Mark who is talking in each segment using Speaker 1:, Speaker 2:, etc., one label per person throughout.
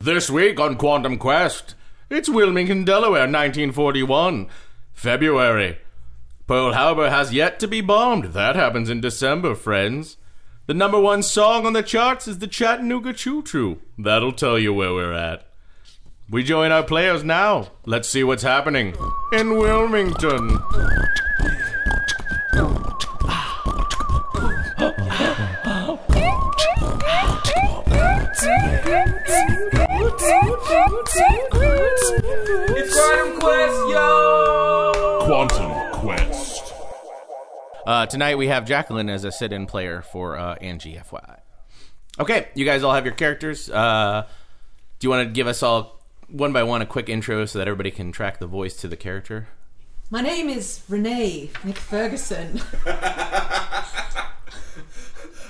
Speaker 1: This week on Quantum Quest, it's Wilmington, Delaware, 1941, February. Pearl Harbor has yet to be bombed. That happens in December, friends. The number one song on the charts is the Chattanooga Choo Choo. That'll tell you where we're at. We join our players now. Let's see what's happening in Wilmington.
Speaker 2: It's Quantum Quest, yo!
Speaker 3: Quantum Quest.
Speaker 1: Uh, tonight we have Jacqueline as a sit-in player for uh, Angie, FYI. Okay, you guys all have your characters. Uh, do you want to give us all one by one a quick intro so that everybody can track the voice to the character?
Speaker 4: My name is Renee McFerguson.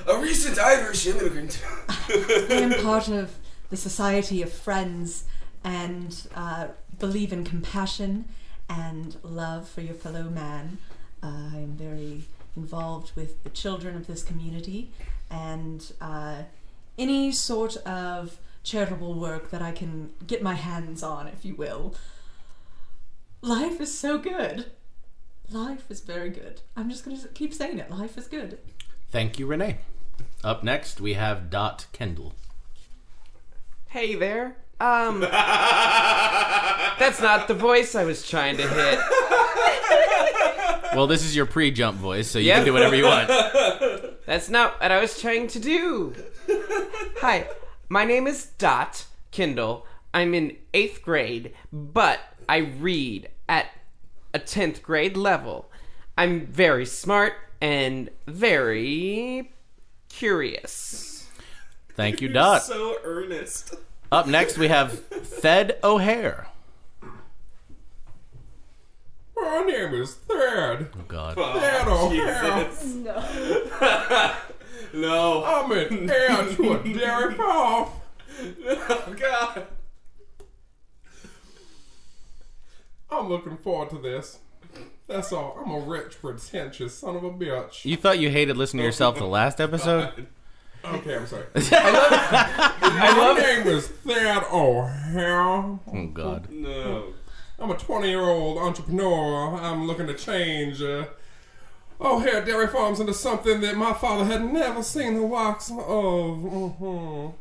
Speaker 2: A recent Irish immigrant.
Speaker 4: I am part of the Society of Friends and uh, believe in compassion and love for your fellow man. Uh, I am very involved with the children of this community and uh, any sort of charitable work that I can get my hands on, if you will. Life is so good. Life is very good. I'm just going to keep saying it. Life is good.
Speaker 1: Thank you, Renee. Up next we have Dot Kendall.
Speaker 5: Hey there. Um, that's not the voice I was trying to hit.
Speaker 1: Well, this is your pre-jump voice, so you
Speaker 5: Yeah.
Speaker 1: can do whatever you want.
Speaker 5: That's not what I was trying to do. Hi, my name is Dot Kindle. I'm in eighth grade, but I read at a 10th grade level. I'm very smart and very curious.
Speaker 1: Thank you, Dot.
Speaker 6: So earnest.
Speaker 1: Up next we have Fed O'Hare.
Speaker 3: My name is Thad.
Speaker 1: Oh God.
Speaker 3: Thad O'Hare.
Speaker 6: Jesus. No.
Speaker 3: I'm an heir to a dairy farm.
Speaker 6: Oh, God.
Speaker 3: I'm looking forward to this. That's all. I'm a rich, pretentious son of a bitch.
Speaker 1: You thought you hated listening to yourself the last episode?
Speaker 3: Okay, I'm sorry. I love, My name is Thad O'Hare.
Speaker 1: Oh God.
Speaker 3: Oh.
Speaker 6: No.
Speaker 3: I'm a 20 year old entrepreneur. I'm looking to change uh, O'Hare Dairy Farms into something that my father had never seen the likes of. Mhm.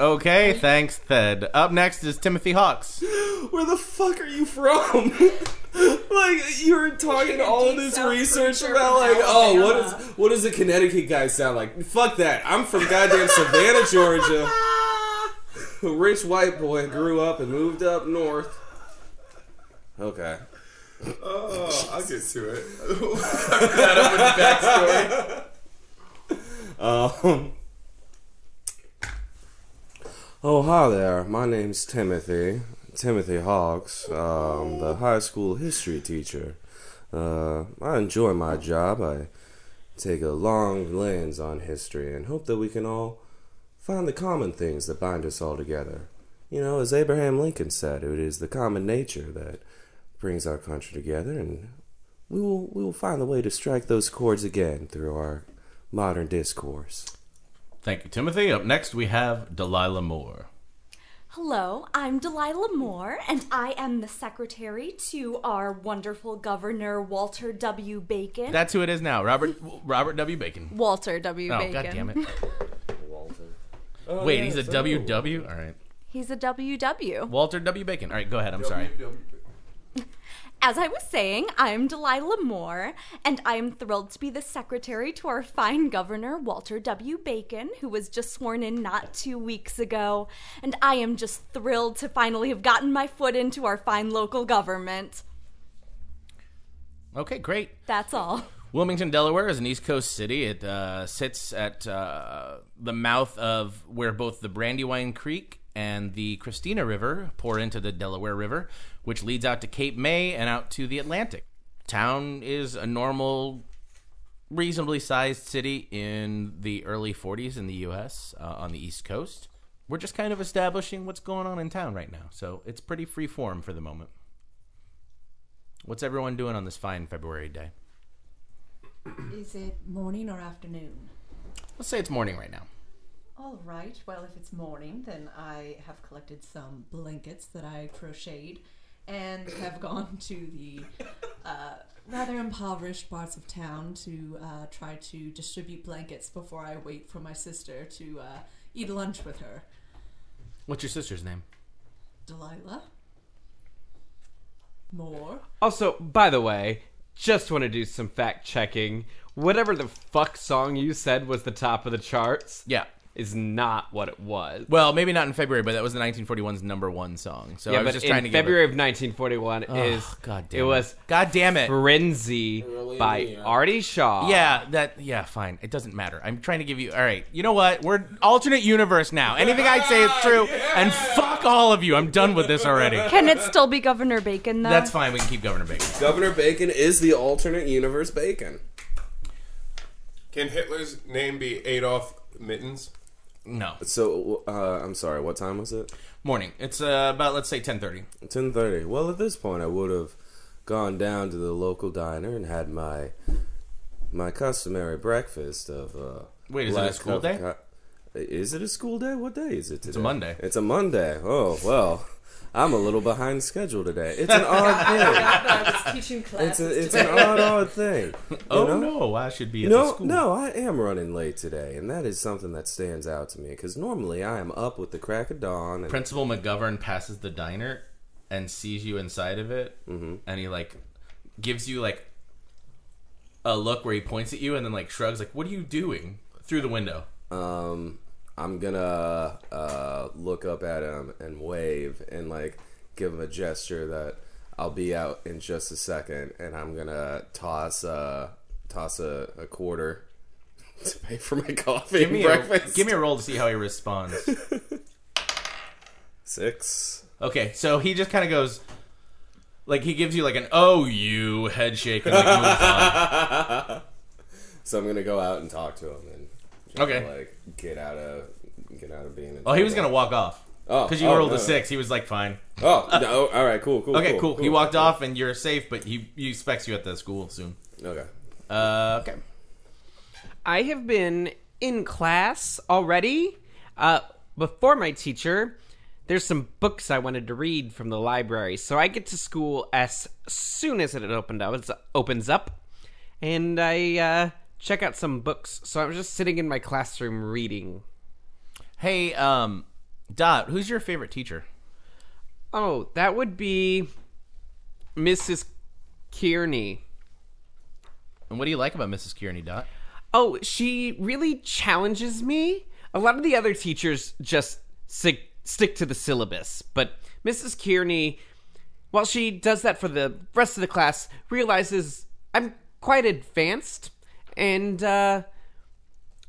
Speaker 1: Okay, thanks, Thed. Up next is Timothy Hawks.
Speaker 6: Where the fuck are you from? like you were talking all this
Speaker 4: South
Speaker 6: research
Speaker 4: Bridger
Speaker 6: about
Speaker 4: from
Speaker 6: like, oh, what
Speaker 4: Alabama.
Speaker 6: is what does a Connecticut guy sound like? Fuck that. I'm from goddamn Savannah, Georgia. A rich white boy grew up and moved up north. Okay.
Speaker 3: Oh, I'll get to it.
Speaker 6: Um. Oh, hi there. My name's Timothy. Timothy Hawks. Um, the high school history teacher. Uh, I enjoy my job. I take a long lens on history and hope that we can all find the common things that bind us all together. You know, as Abraham Lincoln said, it is the common nature that brings our country together, and we will we will find a way to strike those chords again through our modern discourse.
Speaker 1: Thank you, Timothy. Up next we have Delilah Moore.
Speaker 7: Hello, I'm Delilah Moore, and I am the secretary to our wonderful governor, Walter W. Bacon.
Speaker 1: That's who it is now. Robert Robert W. Bacon.
Speaker 7: Walter W.
Speaker 1: Oh,
Speaker 7: Bacon.
Speaker 1: God damn it. Wait, he's a WW? All right.
Speaker 7: He's a WW.
Speaker 1: Walter W. Bacon. All right, go ahead. I'm sorry.
Speaker 7: As I was saying, I'm Delilah Moore, and I am thrilled to be the secretary to our fine governor, Walter W. Bacon, who was just sworn in not two weeks ago. And I am just thrilled to finally have gotten my foot into our fine local government.
Speaker 1: Okay, great.
Speaker 7: That's all.
Speaker 1: Wilmington, Delaware is an East Coast city. It uh, sits at uh, the mouth of where both the Brandywine Creek and the Christina River pour into the Delaware River, which leads out to Cape May and out to the Atlantic. Town is a normal, reasonably sized city in the early 40s in the U.S. Uh, on the East Coast. We're just kind of establishing what's going on in town right now, so it's pretty free form for the moment. What's everyone doing on this fine February day?
Speaker 4: Is it morning or afternoon?
Speaker 1: Let's say it's morning right now.
Speaker 4: All right. Well, if it's morning, then I have collected some blankets that I crocheted and have gone to the uh, rather impoverished parts of town to uh, try to distribute blankets before I wait for my sister to uh, eat lunch with her.
Speaker 1: What's your sister's name?
Speaker 4: Delilah? More?
Speaker 5: Also, by the way, just want to do some fact checking. Whatever the fuck song you said was the top of the charts
Speaker 1: Yeah.
Speaker 5: is not what it was.
Speaker 1: Well, maybe not in February, but that was the 1941's number one song. So I
Speaker 5: yeah,
Speaker 1: was
Speaker 5: but
Speaker 1: just
Speaker 5: in
Speaker 1: trying to
Speaker 5: February of 1941
Speaker 1: give it.
Speaker 5: is
Speaker 1: Ugh, God damn
Speaker 5: it was
Speaker 1: God damn it.
Speaker 5: Frenzy
Speaker 2: Early in
Speaker 5: by
Speaker 2: the year.
Speaker 5: Artie Shaw.
Speaker 1: Yeah, that yeah, fine. It doesn't matter. I'm trying to give you all right. You know what? We're alternate universe now. Anything I say is true and fuck all of you. I'm done with this already.
Speaker 7: Can it still be Governor Bacon though?
Speaker 1: That's fine. We can keep Governor Bacon.
Speaker 6: Governor Bacon is the alternate universe Bacon.
Speaker 3: Can Hitler's name be Adolf Mittens?
Speaker 1: No.
Speaker 6: So uh, I'm sorry. What time was it?
Speaker 1: Morning. It's uh, about let's say 10:30.
Speaker 6: Ten thirty. Well, at this point, I would have gone down to the local diner and had my my customary breakfast of. Uh,
Speaker 1: Wait, is it a
Speaker 6: black
Speaker 1: school
Speaker 6: coffee
Speaker 1: day?
Speaker 6: co- is it a school day? What day is it today? It's
Speaker 1: a Monday.
Speaker 6: It's a Monday. Oh well, I'm a little behind schedule today. It's an odd thing.
Speaker 4: I was teaching
Speaker 6: It's
Speaker 4: class.
Speaker 6: a, it's an odd odd thing. you
Speaker 1: Oh
Speaker 6: know?
Speaker 1: no, I should be at the
Speaker 6: No,
Speaker 1: school.
Speaker 6: no, I am running late today, and that is something that stands out to me because normally I am up with the crack of dawn. And
Speaker 1: Principal McGovern passes the diner and sees you inside of it, and he like gives you like a look where he points at you and then like shrugs, like, "What are you doing?" through the window.
Speaker 6: um, I'm gonna uh, look up at him and wave and like give him a gesture that I'll be out in just a second, and I'm gonna toss uh, toss a, a quarter to pay for my coffee
Speaker 1: Give
Speaker 6: and
Speaker 1: me, a,
Speaker 6: breakfast.
Speaker 1: give me a roll to see how he responds.
Speaker 6: six.
Speaker 1: Okay, so he just kind of goes, like he gives you like an "oh you" head shake and like moves on.
Speaker 6: So I'm gonna go out and talk to him and just,
Speaker 1: Okay.
Speaker 6: like get out of get out of being. in
Speaker 1: Oh, he was
Speaker 6: trouble.
Speaker 1: gonna walk off
Speaker 6: Oh,
Speaker 1: because you
Speaker 6: oh,
Speaker 1: rolled
Speaker 6: no,
Speaker 1: a
Speaker 6: no.
Speaker 1: six. He was like, "Fine,
Speaker 6: Oh no! All right, cool, cool.
Speaker 1: okay, Oh, cool." He walked off, and you're safe, but he he expects you at the school soon.
Speaker 6: Okay.
Speaker 1: Uh, okay.
Speaker 5: I have been in class already. Uh, before my teacher, there's some books I wanted to read from the library, so I get to school as soon as it opened up. It opens up, and I uh, check out some books. So I'm just sitting in my classroom reading.
Speaker 1: Hey, um, Dot, who's your favorite teacher?
Speaker 5: Oh, that would be Mrs. Kearney.
Speaker 1: And what do you like about Mrs. Kearney, Dot?
Speaker 5: Oh, she really challenges me. A lot of the other teachers just stick, stick to the syllabus, but Mrs. Kearney, while she does that for the rest of the class, realizes I'm quite advanced, and uh,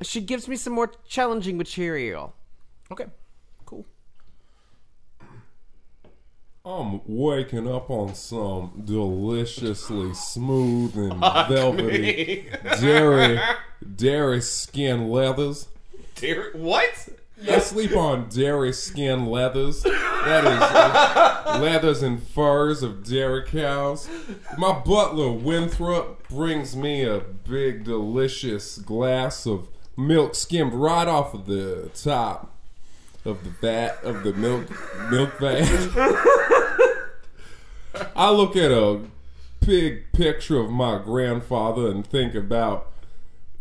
Speaker 5: she gives me some more challenging material.
Speaker 1: Okay, cool.
Speaker 3: I'm waking up on some deliciously smooth and velvety dairy dairy skin leathers.
Speaker 5: What?
Speaker 3: I sleep on dairy skin leathers. That is uh, leathers and furs of dairy cows. My butler Winthrop brings me a big delicious glass of milk skimmed right off of the top of the vat of the milk milk vat. I look at a big picture of my grandfather and think about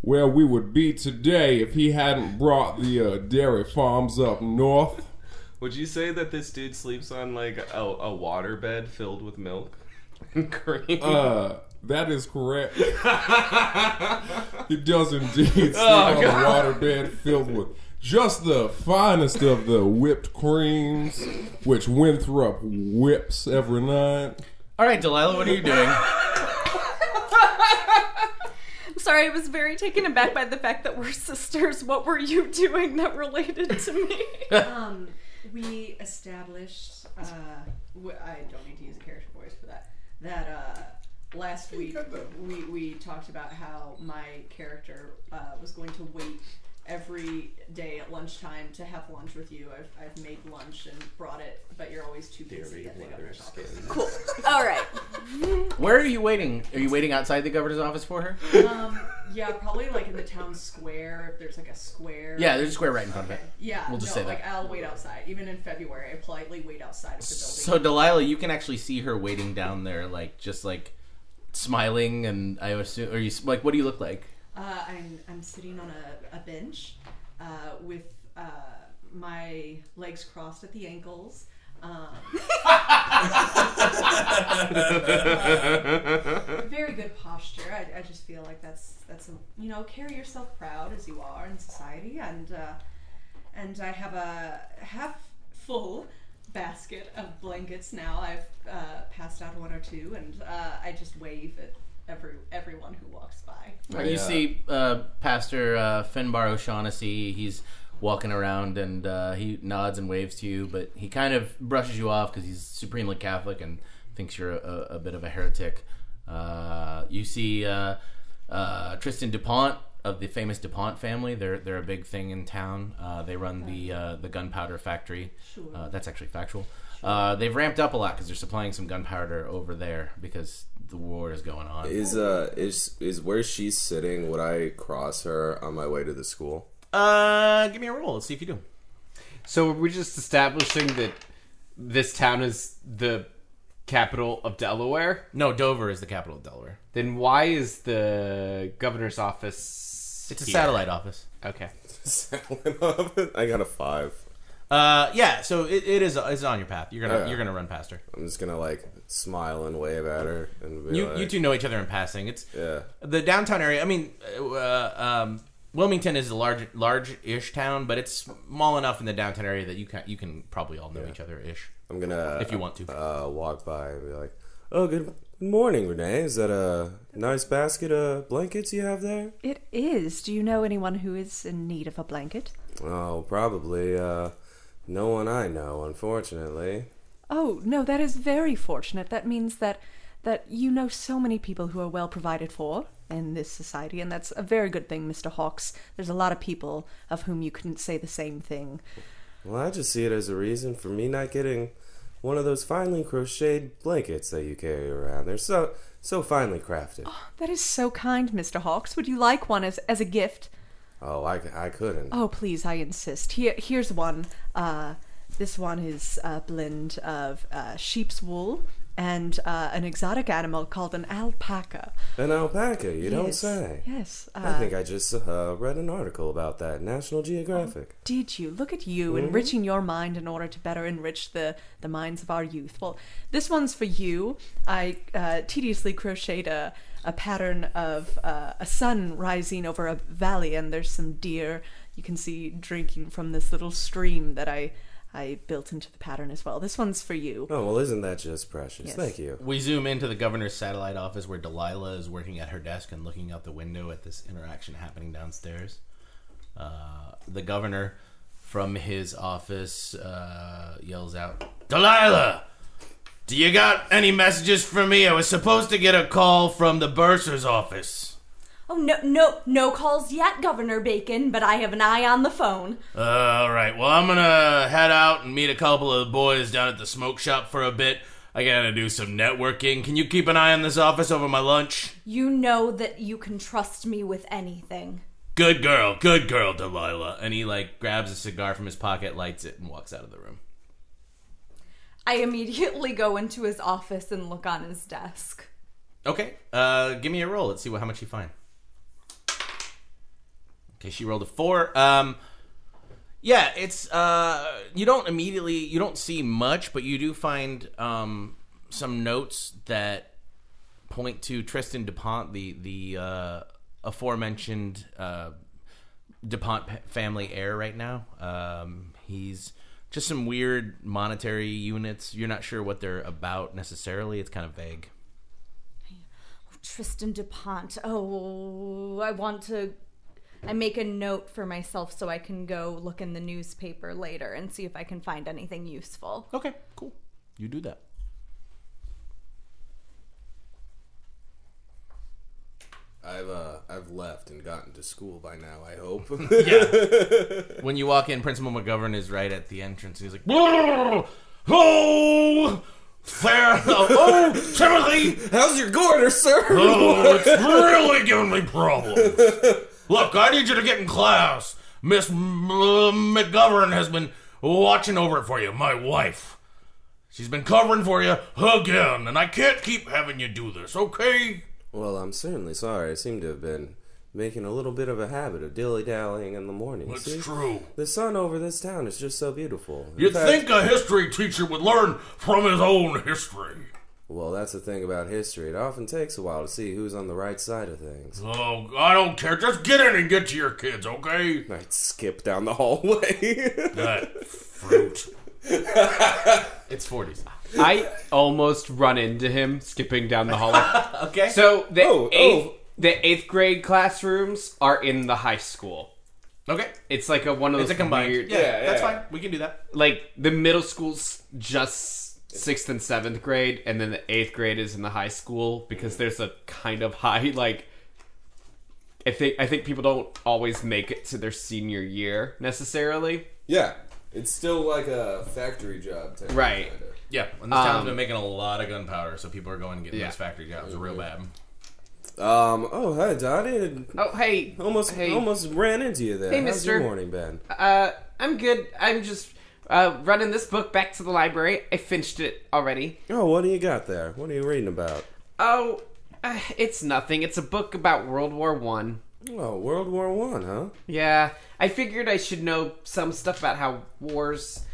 Speaker 3: where we would be today if he hadn't brought the uh, dairy farms up north.
Speaker 8: Would you say that this dude sleeps on like a, a water bed filled with milk and cream?
Speaker 3: Uh, that is correct. he does indeed sleep on a waterbed filled with just the finest of the whipped creams, which Winthrop whips every night.
Speaker 1: All right, Delilah, what are you doing?
Speaker 7: Sorry, I was very taken aback by the fact that we're sisters. What were you doing that related to me?
Speaker 4: Um, we established. Uh, w- I don't need to use a character voice for that. That uh, last week we, we talked about how my character uh, was going to wait every day at lunchtime to have lunch with you. I've, I've made lunch and brought it, but you're always too busy. I think I'm
Speaker 7: cool. All right.
Speaker 1: Where are you waiting? Are you waiting outside the governor's office for her?
Speaker 4: Um,
Speaker 9: Yeah, probably like in the town square if there's like a square.
Speaker 1: Yeah, there's a square right in front of it.
Speaker 9: Yeah,
Speaker 1: We'll just
Speaker 9: no,
Speaker 1: say that.
Speaker 9: like I'll wait outside. Even in February, I politely wait outside of the
Speaker 1: So
Speaker 9: building.
Speaker 1: Delilah, you can actually see her waiting down there, like just like smiling, and I assume, or you like, what do you look like?
Speaker 9: uh, I'm I'm sitting on a, a bench uh, with uh, my legs crossed at the ankles. Um, very good posture. I, I just feel like that's that's a, you know carry yourself proud as you are in society, and uh, and I have a half full basket of blankets now. I've uh, passed out one or two, and uh, I just wave at every everyone who walks by.
Speaker 1: And you see uh, Pastor uh, Finbar O'Shaughnessy. He's walking around and uh, he nods and waves to you, but he kind of brushes you off because he's supremely Catholic and thinks you're a, a bit of a heretic. Uh, you see uh, uh, Tristan DuPont of the famous DuPont family. They're they're a big thing in town. Uh, they run the uh, the gunpowder factory.
Speaker 9: Sure.
Speaker 1: Uh, that's actually factual. Uh, they've ramped up a lot because they're supplying some gunpowder over there because the war is going on.
Speaker 6: Is uh is is where she's sitting? Would I cross her on my way to the school?
Speaker 1: Uh, give me a roll. Let's see if you do.
Speaker 5: So we're just establishing that this town is the capital of Delaware.
Speaker 1: No, Dover is the capital of Delaware.
Speaker 5: Then why is the governor's office?
Speaker 1: It's a
Speaker 5: here?
Speaker 1: satellite office.
Speaker 5: Okay.
Speaker 6: I got a five.
Speaker 1: Uh, yeah. So it, it is it's on your path. You're gonna
Speaker 6: Yeah.
Speaker 1: you're gonna run past her.
Speaker 6: I'm just gonna like smile and wave at her and be
Speaker 1: You
Speaker 6: like,
Speaker 1: you two know each other in passing. It's
Speaker 6: Yeah.
Speaker 1: the downtown area. I mean, uh, um, Wilmington is a large large ish town, but it's small enough in the downtown area that you can you can probably all know each other ish.
Speaker 6: I'm gonna
Speaker 1: If you want to.
Speaker 6: uh, walk by and be like, "Oh, good morning, Renee. Is that a nice basket of blankets you have there?"
Speaker 10: It is. Do you know anyone who is in need of a blanket?
Speaker 6: Oh, probably. Uh, no one I know, unfortunately.
Speaker 10: Oh, no, that is very fortunate. That means that that you know so many people who are well provided for in this society, and that's a very good thing, Mr. Hawks. There's a lot of people of whom you couldn't say the same thing.
Speaker 6: Well, I just see it as a reason for me not getting one of those finely crocheted blankets that you carry around. They're so so finely crafted.
Speaker 10: That is so kind, Mr. Hawks. Would you like one as as a gift?
Speaker 6: Oh, I, I couldn't.
Speaker 10: Oh, please, I insist. Here, here's one. Uh, this one is a blend of uh, sheep's wool and uh, an exotic animal called an alpaca.
Speaker 6: An alpaca, you don't
Speaker 10: Yes,
Speaker 6: say.
Speaker 10: Yes. Uh,
Speaker 6: I think I just uh, read an article about that, National Geographic.
Speaker 10: Did you look at you enriching your mind in order to better enrich the the minds of our youth? Well, this one's for you. I uh, tediously crocheted a a pattern of uh, a sun rising over a valley, and there's some deer you can see drinking from this little stream that I I built into the pattern as well. This one's for you.
Speaker 6: Oh, well, isn't that just precious?
Speaker 10: Yes.
Speaker 6: Thank you.
Speaker 1: We zoom into the governor's satellite office where Delilah is working at her desk and looking out the window at this interaction happening downstairs. Uh, the governor from his office uh, yells out, Delilah! Do you got any messages for me? I was supposed to get a call from the bursar's office.
Speaker 7: Oh, no, no, no calls yet, Governor Bacon, but I have an eye on the phone.
Speaker 1: Uh, all right, well, I'm gonna head out and meet a couple of the boys down at the smoke shop for a bit. I gotta do some networking. Can you keep an eye on this office over my lunch?
Speaker 7: You know that you can trust me with anything.
Speaker 1: Good girl, good girl, Delilah. And he like grabs a cigar from his pocket, lights it, and walks out of the room.
Speaker 7: I immediately go into his office and look on his desk.
Speaker 1: Okay, uh, give me a roll. Let's see what how much you find. Okay, she rolled a four. Um, yeah, it's uh, you don't immediately you don't see much, but you do find um some notes that point to Tristan Dupont, the the uh, aforementioned uh, DuPont pa- family heir right now. Um, he's just some weird monetary units. You're not sure what they're about necessarily. It's kind of vague.
Speaker 7: Tristan DuPont. Oh, I want to. I make a note for myself so I can go look in the newspaper later and see if I can find anything useful.
Speaker 1: Okay, cool. You do that.
Speaker 6: I've uh, I've left and gotten to school by now. I hope.
Speaker 1: When you walk in, Principal McGovern is right at the entrance. He's like, "Brrr! "Oh, Fair. Oh, oh, Timothy!
Speaker 6: How's your garter, sir?
Speaker 1: Oh, it's really giving me problems. Look, I need you to get in class. Miss M- M- McGovern has been watching over it for you, my wife. She's been covering for you again, and I can't keep having you do this, okay?
Speaker 6: Well, I'm certainly sorry. I seem to have been making a little bit of a habit of dilly dallying in the morning. See?
Speaker 1: It's true.
Speaker 6: The sun over this town is just so beautiful. In
Speaker 1: You'd
Speaker 6: fact-
Speaker 1: think a history teacher would learn from his own history.
Speaker 6: Well, that's the thing about history. It often takes a while to see who's on the right side of things.
Speaker 1: Oh, I don't care. Just get in and get to your kids, okay?
Speaker 6: I'd skip down the hallway.
Speaker 1: That fruit. it's 40s.
Speaker 5: I almost run into him skipping down the hallway.
Speaker 1: Okay.
Speaker 5: So the
Speaker 6: Oh,
Speaker 5: eighth,
Speaker 6: oh.
Speaker 5: the eighth grade classrooms are in the high school.
Speaker 1: okay.
Speaker 5: It's like a one of those
Speaker 1: It's a combined.
Speaker 5: weird,
Speaker 1: yeah,
Speaker 6: yeah,
Speaker 1: that's
Speaker 6: yeah.
Speaker 1: fine. We can do that.
Speaker 5: like the middle school's just sixth and seventh grade, and then the eighth grade is in the high school because there's a kind of high like. I think I think people don't always make it to their senior year necessarily.
Speaker 6: yeah, it's still like a factory job. type of
Speaker 5: Right.
Speaker 6: kinda.
Speaker 1: Yeah, and this town's
Speaker 5: Um,
Speaker 1: been making a lot of gunpowder, so people are going and getting
Speaker 5: Yeah. Mm-hmm.
Speaker 1: those factory jobs real bad.
Speaker 6: Um. Oh, hi, Dottie.
Speaker 5: Oh hey,
Speaker 6: Almost,
Speaker 5: hey,
Speaker 6: almost ran into you there.
Speaker 5: Hey,
Speaker 6: How's
Speaker 5: mister.
Speaker 6: your morning been?
Speaker 5: Uh, I'm good. I'm just uh, running this book back to the library. I finished it already.
Speaker 6: Oh, what do you got there? What are you reading about?
Speaker 5: Oh, uh, it's nothing. It's a book about World War One.
Speaker 6: Oh, World War One, huh?
Speaker 5: Yeah, I figured I should know some stuff about how wars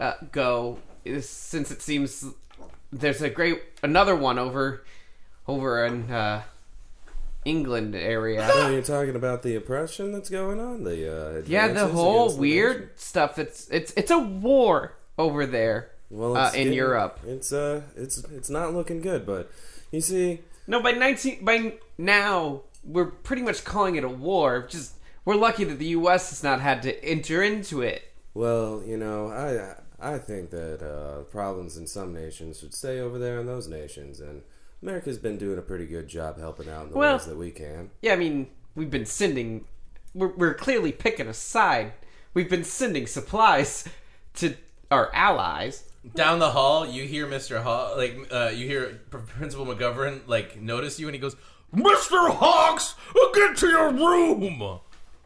Speaker 5: uh, go, is- since it seems there's a great another one over over in uh, England area.
Speaker 6: Oh, you're talking about the oppression that's going on. The uh,
Speaker 5: yeah, the
Speaker 6: advances
Speaker 5: whole
Speaker 6: against the
Speaker 5: weird
Speaker 6: nation?
Speaker 5: stuff. That's it's it's a war over there
Speaker 6: Well,
Speaker 5: uh,
Speaker 6: it's
Speaker 5: in
Speaker 6: getting-
Speaker 5: Europe.
Speaker 6: it's uh, it's it's not looking good. But you see,
Speaker 5: No, by nineteen by now we're pretty much calling it a war. Just we're lucky that the U.S. has not had to enter into it.
Speaker 6: well, you know, I I think that uh, problems in some nations should stay over there in those nations, and America's been doing a pretty good job helping out in the
Speaker 5: Well-
Speaker 6: ways that we can.
Speaker 5: Yeah, I mean we've been sending. We're, we're clearly picking a side. We've been sending supplies to our allies.
Speaker 1: Down the hall, you hear Mr. Hall, like uh, you hear Pr- Principal McGovern, like notice you, and he goes, "Mr. Hawks, get to your room."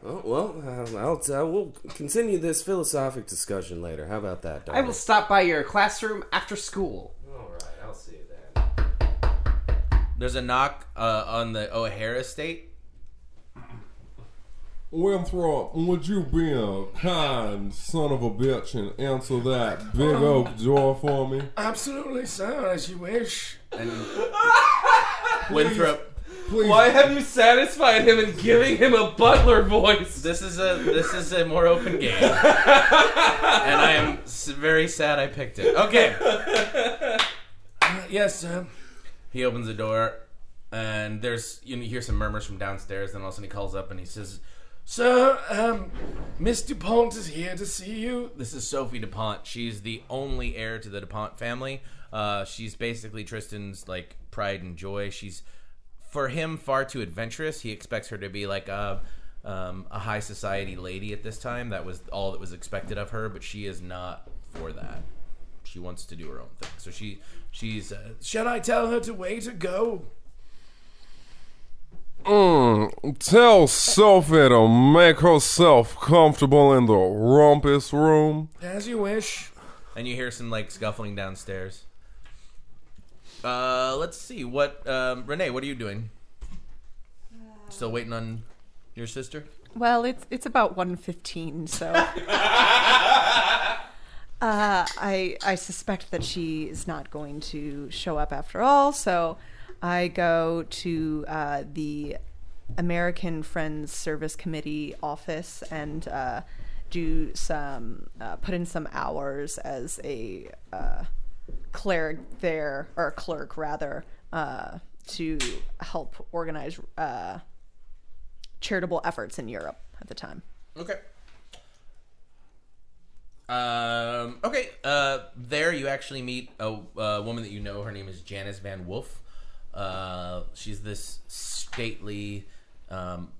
Speaker 6: Oh, well, uh, I'll, I will continue this philosophic discussion later. How about that?
Speaker 5: I will stop by your classroom after school.
Speaker 6: All right, I'll see you then.
Speaker 1: There's a knock uh, on the O'Hara estate.
Speaker 3: Winthrop, would you be a kind son of a bitch and answer that big oak door for me?
Speaker 2: Absolutely, sir, as you wish.
Speaker 1: Winthrop,
Speaker 3: Please.
Speaker 5: Why have you satisfied him and giving him a butler voice?
Speaker 1: this is a this is a more open game, and I am s- very sad I picked it. Okay.
Speaker 2: Uh, Yes, sir.
Speaker 1: He opens the door, and there's you, know, you hear some murmurs from downstairs. Then all of a sudden he calls up and he says,
Speaker 2: Sir, um, Miss DuPont is here to see you.
Speaker 1: "This is Sophie Dupont. She's the only heir to the Dupont family. Uh, she's basically Tristan's like pride and joy. She's for him far too adventurous. He expects her to be like a um, a high society lady at this time. That was all that was expected of her, but she is not for that. She wants to do her own thing. So she she's uh,
Speaker 2: Shall I tell her to wait or go?
Speaker 3: Mm, tell Sophie to make herself comfortable in the rumpus room.
Speaker 2: As you wish.
Speaker 1: and you hear some like scuffling downstairs. Uh, let's see what um, Renee. What are you doing? Still waiting on your sister.
Speaker 4: Well, it's it's about 1.15, so uh, I I suspect that she is not going to show up after all. So I go to uh, the American Friends Service Committee office and uh, do some uh, put in some hours as a uh, cleric there or clerk rather uh, to help organize. Uh, charitable efforts in Europe at the time.
Speaker 1: Okay. Um. Okay. Uh. There, you actually meet a, a woman that you know. Her name is Janice Van Wolf. Uh. She's this stately, um,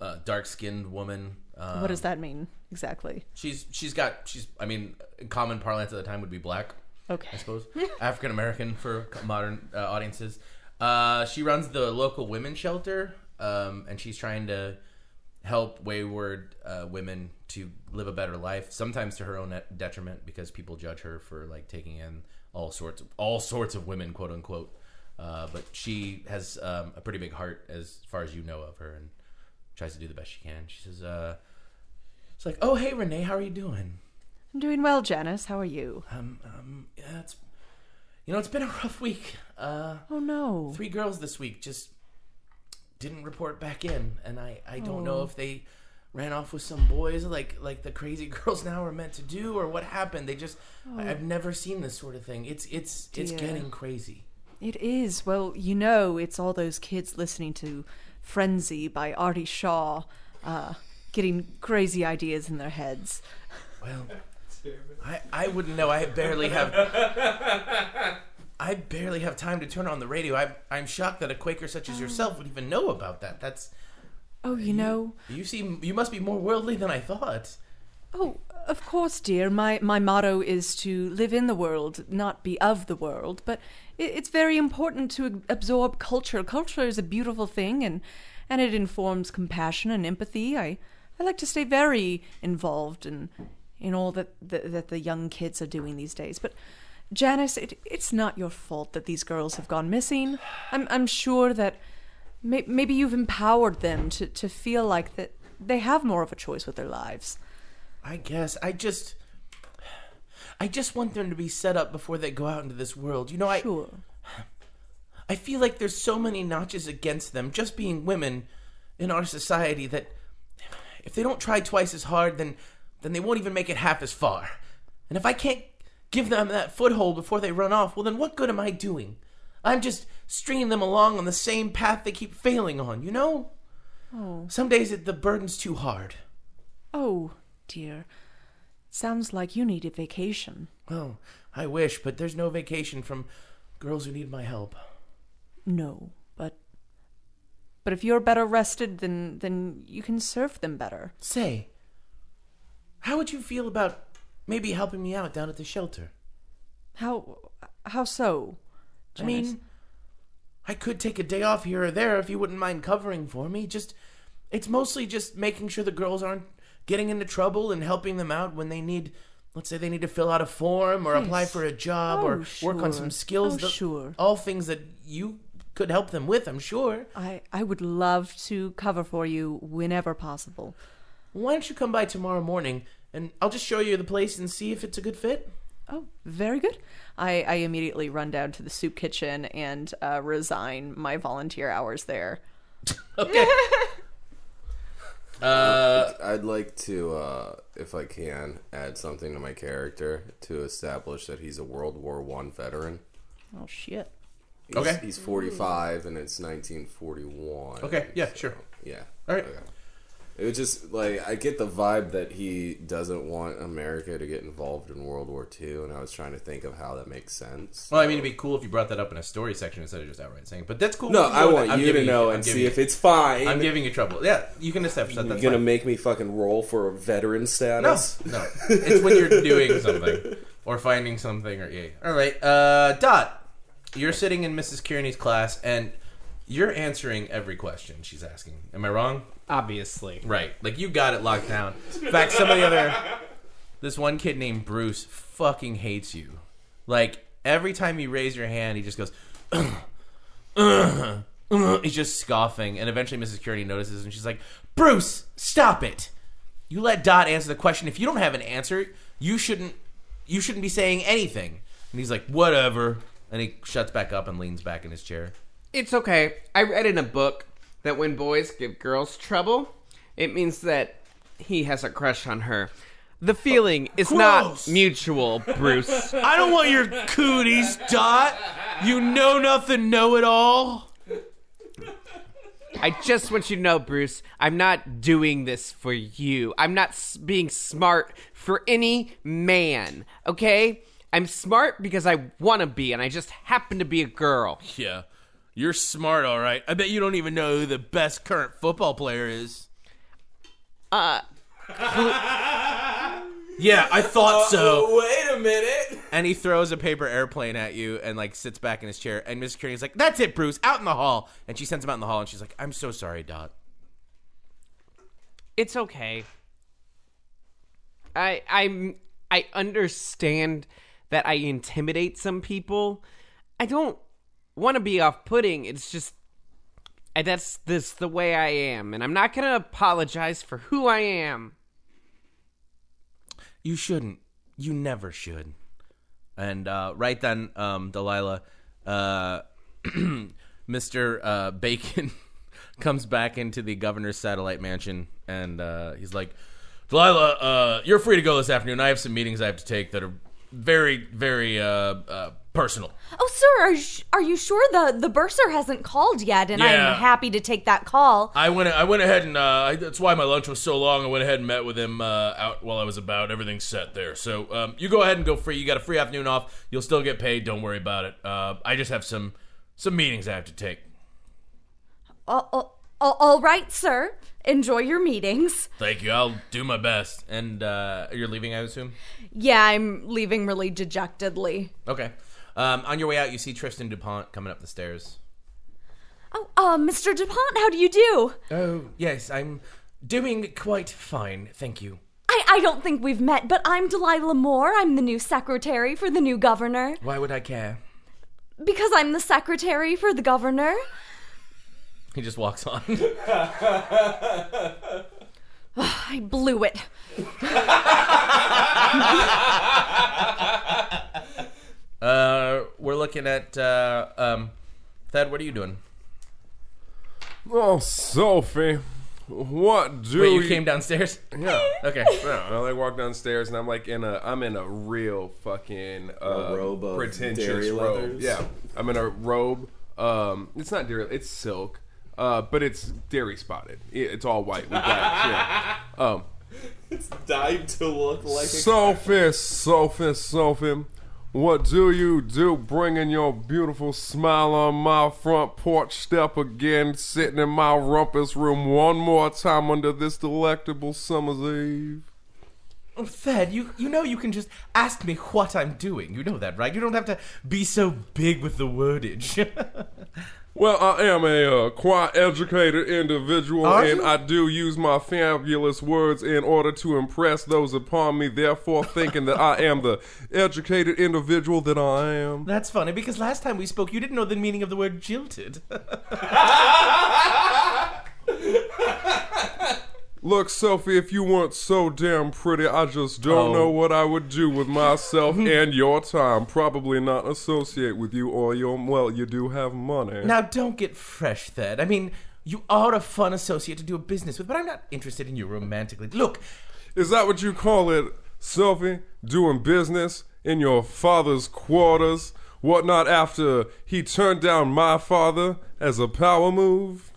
Speaker 1: uh, dark-skinned woman. Um,
Speaker 4: what does that mean exactly?
Speaker 1: She's she's got she's I mean in common parlance at the time would be black. I
Speaker 10: Okay.
Speaker 1: suppose, African American for modern uh, audiences. Uh, she runs the local women shelter, um, and she's trying to help wayward uh, women to live a better life, sometimes to her own detriment because people judge her for like taking in all sorts of all sorts of women, quote unquote. Uh, but she has um, a pretty big heart, as far as you know of her, and tries to do the best she can. She says, uh, "It's like, oh hey Renee, how are you doing?"
Speaker 10: I'm doing well, Janice. How are you?
Speaker 1: Um, um, yeah, it's you know, it's been a rough week. Uh,
Speaker 10: Oh no.
Speaker 1: three girls this week just didn't report back in, and I I don't know if they ran off with some boys like like the crazy girls now are meant to do or what happened. They just I, I've never seen this sort of thing. It's it's it's
Speaker 10: Dear.
Speaker 1: getting crazy.
Speaker 10: It is. Well, you know, it's all those kids listening to Frenzy by Artie Shaw, uh, getting crazy ideas in their heads.
Speaker 1: Well, I I wouldn't know. I barely have. I barely have time to turn on the radio. I'm I'm shocked that a Quaker such as yourself would even know about that. That's
Speaker 10: Oh, you know.
Speaker 1: You seem you must be more worldly than I thought.
Speaker 10: Oh, of course, dear. My my motto is to live in the world, not be of the world. But it, it's very important to ab- absorb culture. Culture is a beautiful thing, and and it informs compassion and empathy. I I like to stay very involved in in all that the, that the young kids are doing these days. But Janice, it, it's not your fault that these girls have gone missing. I'm I'm sure that may, maybe you've empowered them to to feel like that they have more of a choice with their lives.
Speaker 1: I guess I just I just want them to be set up before they go out into this world. You know, I
Speaker 10: Sure.
Speaker 1: I feel like there's so many notches against them just being women in our society that if they don't try twice as hard then then they won't even make it half as far. And if I can't give them that foothold before they run off, well then what good am I doing? I'm just stringing them along on the same path they keep failing on, you know? Oh. Some days it, the burden's too hard.
Speaker 10: Oh, dear. Sounds like you need a vacation.
Speaker 1: Well, Oh, I wish, but there's no vacation from girls who need my help.
Speaker 10: No, but but if you're better rested then then you can serve them better.
Speaker 1: Say, how would you feel about maybe helping me out down at the shelter?
Speaker 10: How how so?
Speaker 1: I
Speaker 10: Janice?
Speaker 1: mean, I could take a day off here or there if you wouldn't mind covering for me. Just, it's mostly just making sure the girls aren't getting into trouble and helping them out when they need. Let's say they need to fill out a form or apply
Speaker 10: Yes.
Speaker 1: for a job
Speaker 10: Oh,
Speaker 1: or work on
Speaker 10: sure.
Speaker 1: some skills.
Speaker 10: Oh,
Speaker 1: tho-
Speaker 10: sure.
Speaker 1: All things that you could help them with, I'm sure.
Speaker 10: I I would love to cover for you whenever possible.
Speaker 1: Why don't you come by tomorrow morning and I'll just show you the place and see if it's a good fit?
Speaker 10: Oh, very good. I, I immediately run down to the soup kitchen and uh, resign my volunteer hours there.
Speaker 1: Okay. uh,
Speaker 6: I'd like to, uh, if I can, add something to my character to establish that he's a World War One veteran.
Speaker 10: Oh shit.
Speaker 6: He's,
Speaker 1: Okay.
Speaker 6: He's 45, and it's 1941.
Speaker 1: Okay, yeah, sure.
Speaker 6: Yeah.
Speaker 1: All right.
Speaker 6: Okay. It was just like I get the vibe that he doesn't want America to get involved in World War II, and I was trying to think of how that makes sense.
Speaker 1: well, I mean, it'd be cool if you brought that up in a story section instead of just outright saying, but that's cool.
Speaker 6: no,
Speaker 1: We can
Speaker 6: I
Speaker 1: go with
Speaker 6: want
Speaker 1: it. I'm
Speaker 6: you to
Speaker 1: giving
Speaker 6: know
Speaker 1: I'm
Speaker 6: and
Speaker 1: giving
Speaker 6: see if it's fine.
Speaker 1: I'm giving you trouble. Yeah, you can establish that.
Speaker 6: You're
Speaker 1: That's
Speaker 6: gonna
Speaker 1: fine.
Speaker 6: make me fucking roll for a veteran
Speaker 1: No,
Speaker 6: status.
Speaker 1: no. It's when you're doing something or finding something or yeah. All right, uh, Dot, you're sitting in Mrs. Kearney's class and you're answering every question she's asking. Am I wrong?
Speaker 5: Obviously.
Speaker 1: Right. Like you got it locked down. In fact, some of the other this one kid named Bruce fucking hates you. Like every time you raise your hand, he just goes he's just scoffing and eventually Mrs. Kearney notices and she's like, "Bruce, stop it. You let Dot answer the question. If you don't have an answer, you shouldn't you shouldn't be saying anything." And he's like, "Whatever." And he shuts back up and leans back in his chair.
Speaker 5: It's okay. I read in a book that when boys give girls trouble, it means that he has a crush on her. The feeling is
Speaker 1: Gross.
Speaker 5: not mutual, Bruce.
Speaker 1: I don't want your cooties, Dot. You know nothing, know it all.
Speaker 5: I just want you to know, Bruce, I'm not doing this for you. I'm not s- being smart for any man, okay? I'm smart because I want to be, and I just happen to be a girl.
Speaker 1: Yeah, you're smart, all right. I bet you don't even know who the best current football player is.
Speaker 5: Uh,
Speaker 1: Yeah, I thought so.
Speaker 6: Uh, Wait a minute.
Speaker 1: and he throws a paper airplane at you and like sits back in his chair. And Miss Kearney's like, "That's it, Bruce. Out in the hall." And she sends him out in the hall, and she's like, "I'm so sorry, Dot."
Speaker 5: It's okay. I I'm I understand that I intimidate some people. I don't want to be off-putting. It's just I, that's this the way I am, and I'm not gonna apologize for who I am.
Speaker 1: You shouldn't. You never should. And uh, right then, um, Delilah, uh, Mr. Uh, Bacon comes back into the governor's satellite mansion and uh, he's like, Delilah, uh, you're free to go this afternoon. I have some meetings I have to take that are very, very uh, uh, personal.
Speaker 7: Oh, sir, are, sh- are you sure the, the bursar hasn't called yet? And
Speaker 1: Yeah.
Speaker 7: I'm happy to take that call.
Speaker 1: I went. I went ahead and uh, I, that's why my lunch was so long. I went ahead and met with him uh, out while I was about. Everything's set there. So um, you go ahead and go free. You got a free afternoon off. You'll still get paid. Don't worry about it. Uh, I just have some some meetings I have to take.
Speaker 7: All- all- all- all right, sir. Enjoy your meetings.
Speaker 1: Thank you. I'll do my best. And uh, you're leaving, I assume.
Speaker 7: Yeah, I'm leaving really dejectedly.
Speaker 1: Okay. Um, on your way out, you see Tristan Dupont coming up the stairs.
Speaker 7: Oh, uh, Mr. DuPont, how do you do?
Speaker 1: Oh yes, I'm doing quite fine, thank you.
Speaker 7: I, I don't think we've met, but I'm Delilah Moore. I'm the new secretary for the new governor.
Speaker 1: Why would I care?
Speaker 7: Because I'm the secretary for the governor.
Speaker 1: He just walks on.
Speaker 7: I blew it.
Speaker 1: Uh, we're looking at uh, um, Thad. What are you doing?
Speaker 3: Oh, Sophie, what do
Speaker 1: Wait, you came downstairs?
Speaker 3: Yeah.
Speaker 1: Okay.
Speaker 3: No, and I like walk downstairs and I'm like in a I'm in a real fucking uh,
Speaker 6: robe of
Speaker 3: pretentious
Speaker 6: dairy
Speaker 3: robe.
Speaker 6: leathers?
Speaker 3: Yeah, I'm in a robe. Um, it's not dairy. It's silk, uh, but it's dairy spotted. It- It's all white with black. yeah. Um,
Speaker 8: Died to look like
Speaker 3: Sophie, Sophie, Sophie, what do you do bringing your beautiful smile on my front porch step again, sitting in my rumpus room one more time under this delectable summer's eve?
Speaker 1: Thad, Oh, you you know you can just ask me what I'm doing. You know that, right? You don't have to be so big with the wordage.
Speaker 3: Well, I am a uh, quite educated individual,
Speaker 1: Are
Speaker 3: and
Speaker 1: you?
Speaker 3: I do use my fabulous words in order to impress those upon me, therefore thinking that I am the educated individual that I am.
Speaker 1: That's funny because last time we spoke, you didn't know the meaning of the word jilted.
Speaker 3: Look, Sophie, if you weren't so damn pretty, I just don't
Speaker 1: Oh.
Speaker 3: know what I would do with myself and your time. Probably not associate with you or your. Well, you do have money.
Speaker 1: now don't get fresh, Thad. I mean, you are a fun associate to do a business with, but I'm not interested in you romantically. Look,
Speaker 3: Is that what you call it, Sophie? Doing business in your father's quarters? Whatnot after he turned down my father as a power move?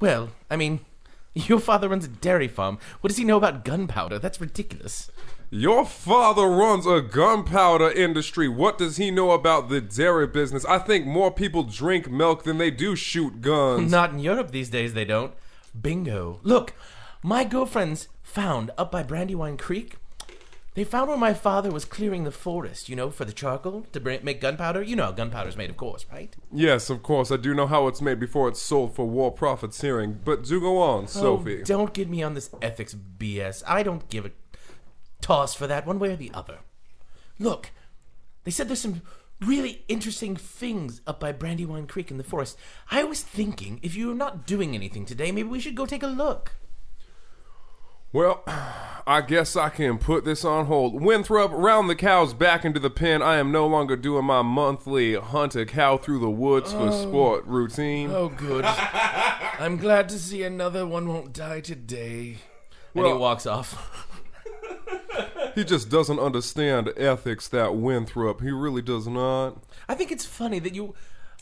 Speaker 1: well, I mean, your father runs a dairy farm. What does he know about gunpowder? That's ridiculous.
Speaker 3: Your father runs a gunpowder industry. What does he know about the dairy business? I think more people drink milk than they do shoot guns.
Speaker 1: Not in Europe these days, they don't. Bingo. Look, my girlfriends found up by Brandywine Creek. They found where my father was clearing the forest, you know, for the charcoal to br- make gunpowder. You know how gunpowder's made, of course, right?
Speaker 3: Yes, of course, I do know how it's made before it's sold for war profiteering, but do go on, Sophie.
Speaker 1: Oh, don't get me on this ethics BS. I don't give a toss for that one way or the other. Look, they said there's some really interesting things up by Brandywine Creek in the forest. I was thinking if you're not doing anything today, maybe we should go take a look.
Speaker 3: Well, I guess I can put this on hold. Winthrop, round the cows back into the pen. I am no longer doing my monthly hunt a cow through the woods for sport routine.
Speaker 2: Oh, good. I'm glad to see another one won't die today.
Speaker 1: and
Speaker 3: Well-
Speaker 1: he walks off.
Speaker 3: He just doesn't understand ethics, that Winthrop. He really does not.
Speaker 1: I think it's funny that you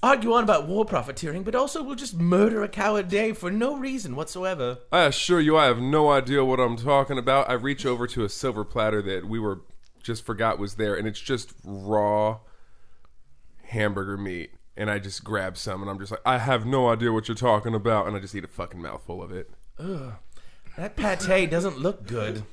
Speaker 1: argue on about war profiteering, but also will just murder a cow a day for no reason whatsoever.
Speaker 3: I assure you, I have no idea what I'm talking about. I reach over to a silver platter that we were just forgot was there, and it's just raw hamburger meat. And I just grab some, and I'm just like, I have no idea what you're talking about, and I just eat a fucking mouthful of it.
Speaker 1: That pate doesn't look good.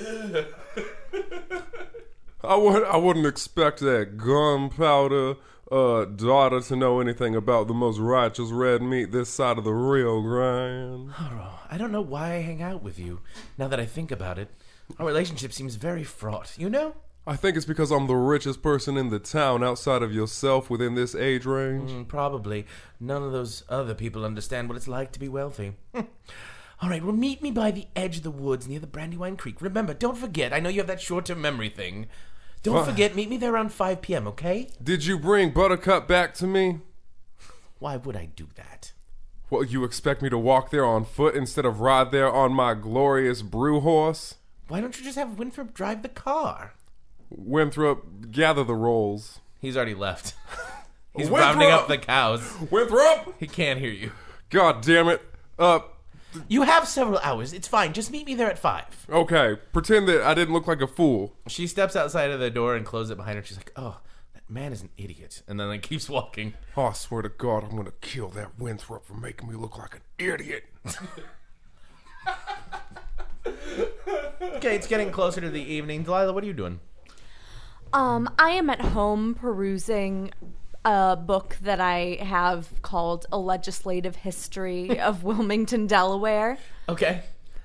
Speaker 3: I would I wouldn't expect that gunpowder uh, daughter to know anything about the most righteous red meat this side of the Rio Grande.
Speaker 1: I don't know why I hang out with you. Now that I think about it, our relationship seems very fraught. You know?
Speaker 3: I think it's because I'm the richest person in the town outside of yourself within this age range.
Speaker 1: Mm, probably. None of those other people understand what it's like to be wealthy. Hmm. All right, well, meet me by the edge of the woods near the Brandywine Creek. Remember, don't forget. I know you have that short-term memory thing. Don't
Speaker 3: Fine.
Speaker 1: forget. Meet me there around 5 p.m. Okay?
Speaker 3: Did you bring Buttercup back to me?
Speaker 1: Why would I do that?
Speaker 3: What, you expect me to walk there on foot instead of ride there on my glorious brew horse?
Speaker 1: Why don't you just have Winthrop drive the car?
Speaker 3: Winthrop, gather the rolls.
Speaker 1: He's already left. He's
Speaker 3: Winthrop!
Speaker 1: rounding up the cows.
Speaker 3: Winthrop!
Speaker 1: He can't hear you.
Speaker 3: God damn it. Uh,
Speaker 1: You have several hours. It's fine. Just meet me there at five.
Speaker 3: okay, pretend that I didn't look like a fool.
Speaker 1: She steps outside of the door and closes it behind her. She's like, "Oh, that man is an idiot," and then like keeps walking.
Speaker 3: Oh, I swear to God, I'm gonna kill that Winthrop for making me look like an idiot.
Speaker 1: Okay, it's getting closer to the evening. Delilah, what are you doing?
Speaker 7: Um, I am at home perusing a book that I have called A Legislative History of Wilmington, Delaware,
Speaker 1: Okay.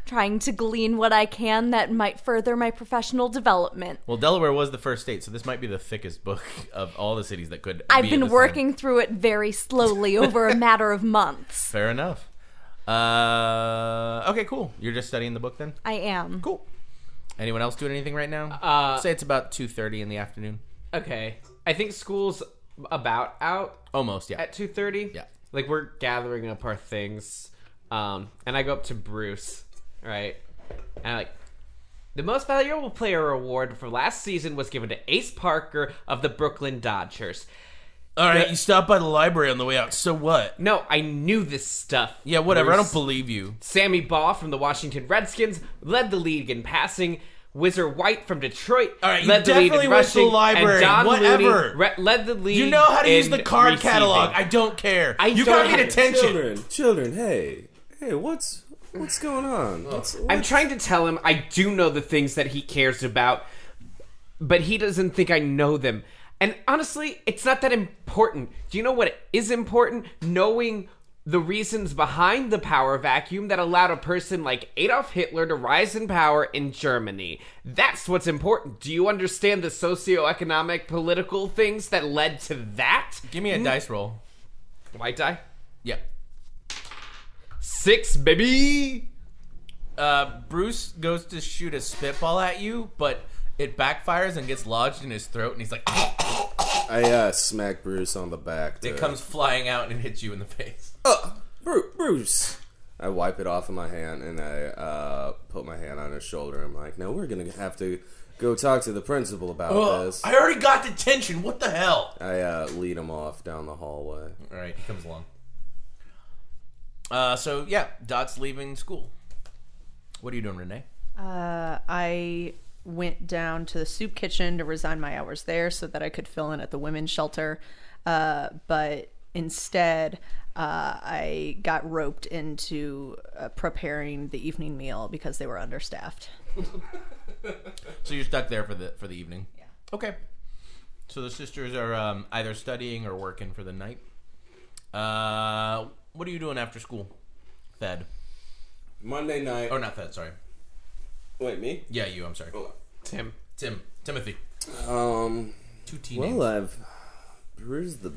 Speaker 7: trying to glean what I can that might further my professional development.
Speaker 1: Well, Delaware was the first state, so this might be the thickest book of all the cities that could. be
Speaker 7: I've
Speaker 1: at
Speaker 7: been
Speaker 1: this
Speaker 7: working through it very slowly over a matter of months.
Speaker 1: time. Fair enough. Uh, okay, cool. You're just studying the book then.
Speaker 7: I am.
Speaker 1: Cool. Anyone else doing anything right now?
Speaker 5: Uh,
Speaker 1: Say it's about two thirty in the afternoon.
Speaker 5: Okay. I think school's about out
Speaker 1: Almost, yeah.
Speaker 5: at 2.30
Speaker 1: Yeah.
Speaker 5: like we're gathering up our things um and i go up to bruce right and i like the most valuable player award for last season was given to ace parker of the brooklyn dodgers
Speaker 1: All right, you stopped by the library on the way out. So what?
Speaker 5: no i knew this stuff
Speaker 1: Yeah, whatever. I
Speaker 5: Bruce.
Speaker 1: don't believe you.
Speaker 5: sammy baugh from the washington redskins led the league in passing Whizzer White from Detroit
Speaker 1: All right, you
Speaker 5: led the lead
Speaker 1: definitely
Speaker 5: in
Speaker 1: went to the
Speaker 5: rushing,
Speaker 1: library,
Speaker 5: and Don
Speaker 1: whatever.
Speaker 5: Looney re- led the league.
Speaker 1: You know how to use
Speaker 5: in
Speaker 1: the card
Speaker 5: receiving.
Speaker 1: catalog. I don't care.
Speaker 5: I
Speaker 1: you
Speaker 5: don't
Speaker 1: got me
Speaker 5: care.
Speaker 1: detention.
Speaker 6: Children, children, hey, hey, what's what's going on? What's,
Speaker 5: I'm trying to tell him I do know the things that he cares about, but he doesn't think I know them. And honestly, it's not that important. Do you know what is important? Knowing the reasons behind the power vacuum that allowed a person like Adolf Hitler to rise in power in Germany. That's what's important. Do you understand the socioeconomic political things that led to that?
Speaker 1: Give me a dice roll.
Speaker 5: White die?
Speaker 1: Yeah.
Speaker 5: Six, baby!
Speaker 1: Uh, Bruce goes to shoot a spitball at you, but it backfires and gets lodged in his throat, and he's like,
Speaker 6: I uh, smack Bruce on the back.
Speaker 1: it
Speaker 6: to-
Speaker 1: comes flying out and hits you in the face.
Speaker 6: Uh, Bru- Bruce. I wipe it off of my hand and I uh, put my hand on his shoulder. I'm like, no, we're gonna have to go talk to the principal about this.
Speaker 1: I already got detention. What the hell?
Speaker 6: I uh, lead him off down the hallway.
Speaker 1: All right, he comes along. Uh, so yeah, Dot's leaving school. What are you doing, Renee?
Speaker 10: Uh, I went down to the soup kitchen to resign my hours there so that I could fill in at the women's shelter. Uh, but instead, uh, I got roped into uh, preparing the evening meal because they were understaffed.
Speaker 1: So you're stuck there for the for the evening. Yeah. Okay. So the sisters are um, either studying or working for the night. Uh, what are you doing after school? Thad.
Speaker 6: Monday night.
Speaker 1: Oh, not Thad. Sorry.
Speaker 6: Wait, me?
Speaker 1: Yeah, you. I'm sorry.
Speaker 5: Tim.
Speaker 1: Tim. Timothy.
Speaker 6: Um.
Speaker 1: Two T names.
Speaker 6: Well, I've perused the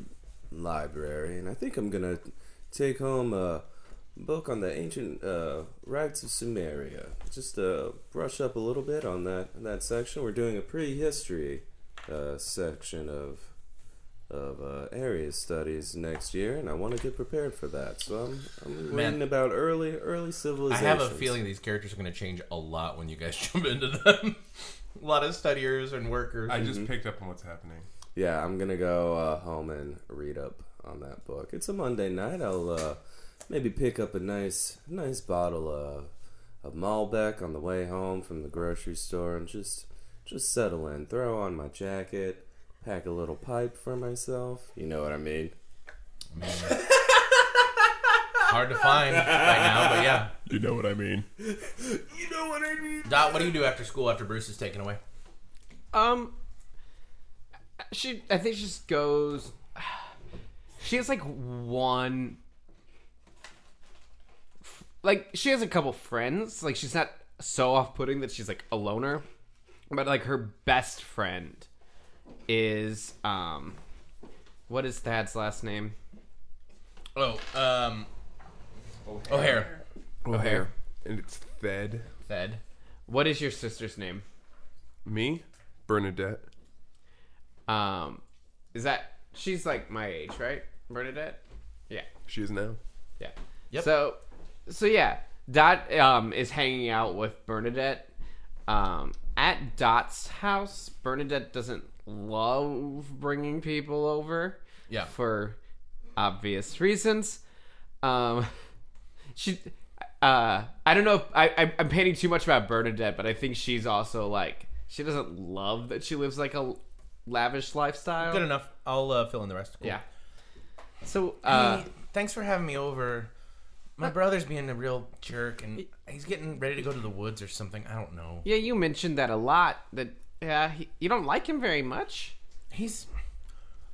Speaker 6: library, and I think I'm gonna take home a book on the ancient uh, rites of Sumeria. Just uh, brush up a little bit on that that section. We're doing a prehistory uh, section of of uh, area studies next year, and I want to get prepared for that. So I'm I'm reading about early early
Speaker 1: I
Speaker 6: civilizations.
Speaker 1: have a feeling these characters are going to change a lot when you guys jump into them. a lot of studiers and workers.
Speaker 3: I just picked up on what's happening.
Speaker 6: Yeah, I'm gonna go uh, home and read up on that book. It's a Monday night. I'll uh, maybe pick up a nice, nice bottle of, of Malbec on the way home from the grocery store and just, just settle in. Throw on my jacket, pack a little pipe for myself. You know what I mean?
Speaker 1: Hard to find right now, but yeah.
Speaker 3: You know what I mean.
Speaker 1: Dot, what do you do after school after Bruce is taken away?
Speaker 5: Um, she I think she just goes. She has like one. Like she has a couple friends. Like she's not so off-putting that she's like a loner, but like her best friend is um, what is Thad's last name?
Speaker 1: Oh, um, O'Hare.
Speaker 5: O'Hare.
Speaker 3: And it's Fed.
Speaker 5: Thad. What is your sister's name?
Speaker 3: Me? Bernadette.
Speaker 5: Um, is that she's like my age, right, Bernadette? Yeah,
Speaker 3: She is now.
Speaker 5: yeah. So, so yeah, Dot um is hanging out with Bernadette, um at Dot's house. Bernadette doesn't love bringing people over.
Speaker 1: Yeah.
Speaker 5: For obvious reasons, um, she. Uh, I don't know if I, I, I'm painting too much about Bernadette, but I think she's also like she doesn't love that she lives like a lavish lifestyle.
Speaker 1: Good enough. I'll uh, fill in the rest. Cool.
Speaker 5: Yeah. So uh,
Speaker 1: Hey, thanks for having me over. My brother's being a real jerk, and he's getting ready to go to the woods or something. I don't know.
Speaker 5: yeah, you mentioned that a lot. That yeah, he, you don't like him very much.
Speaker 1: He's.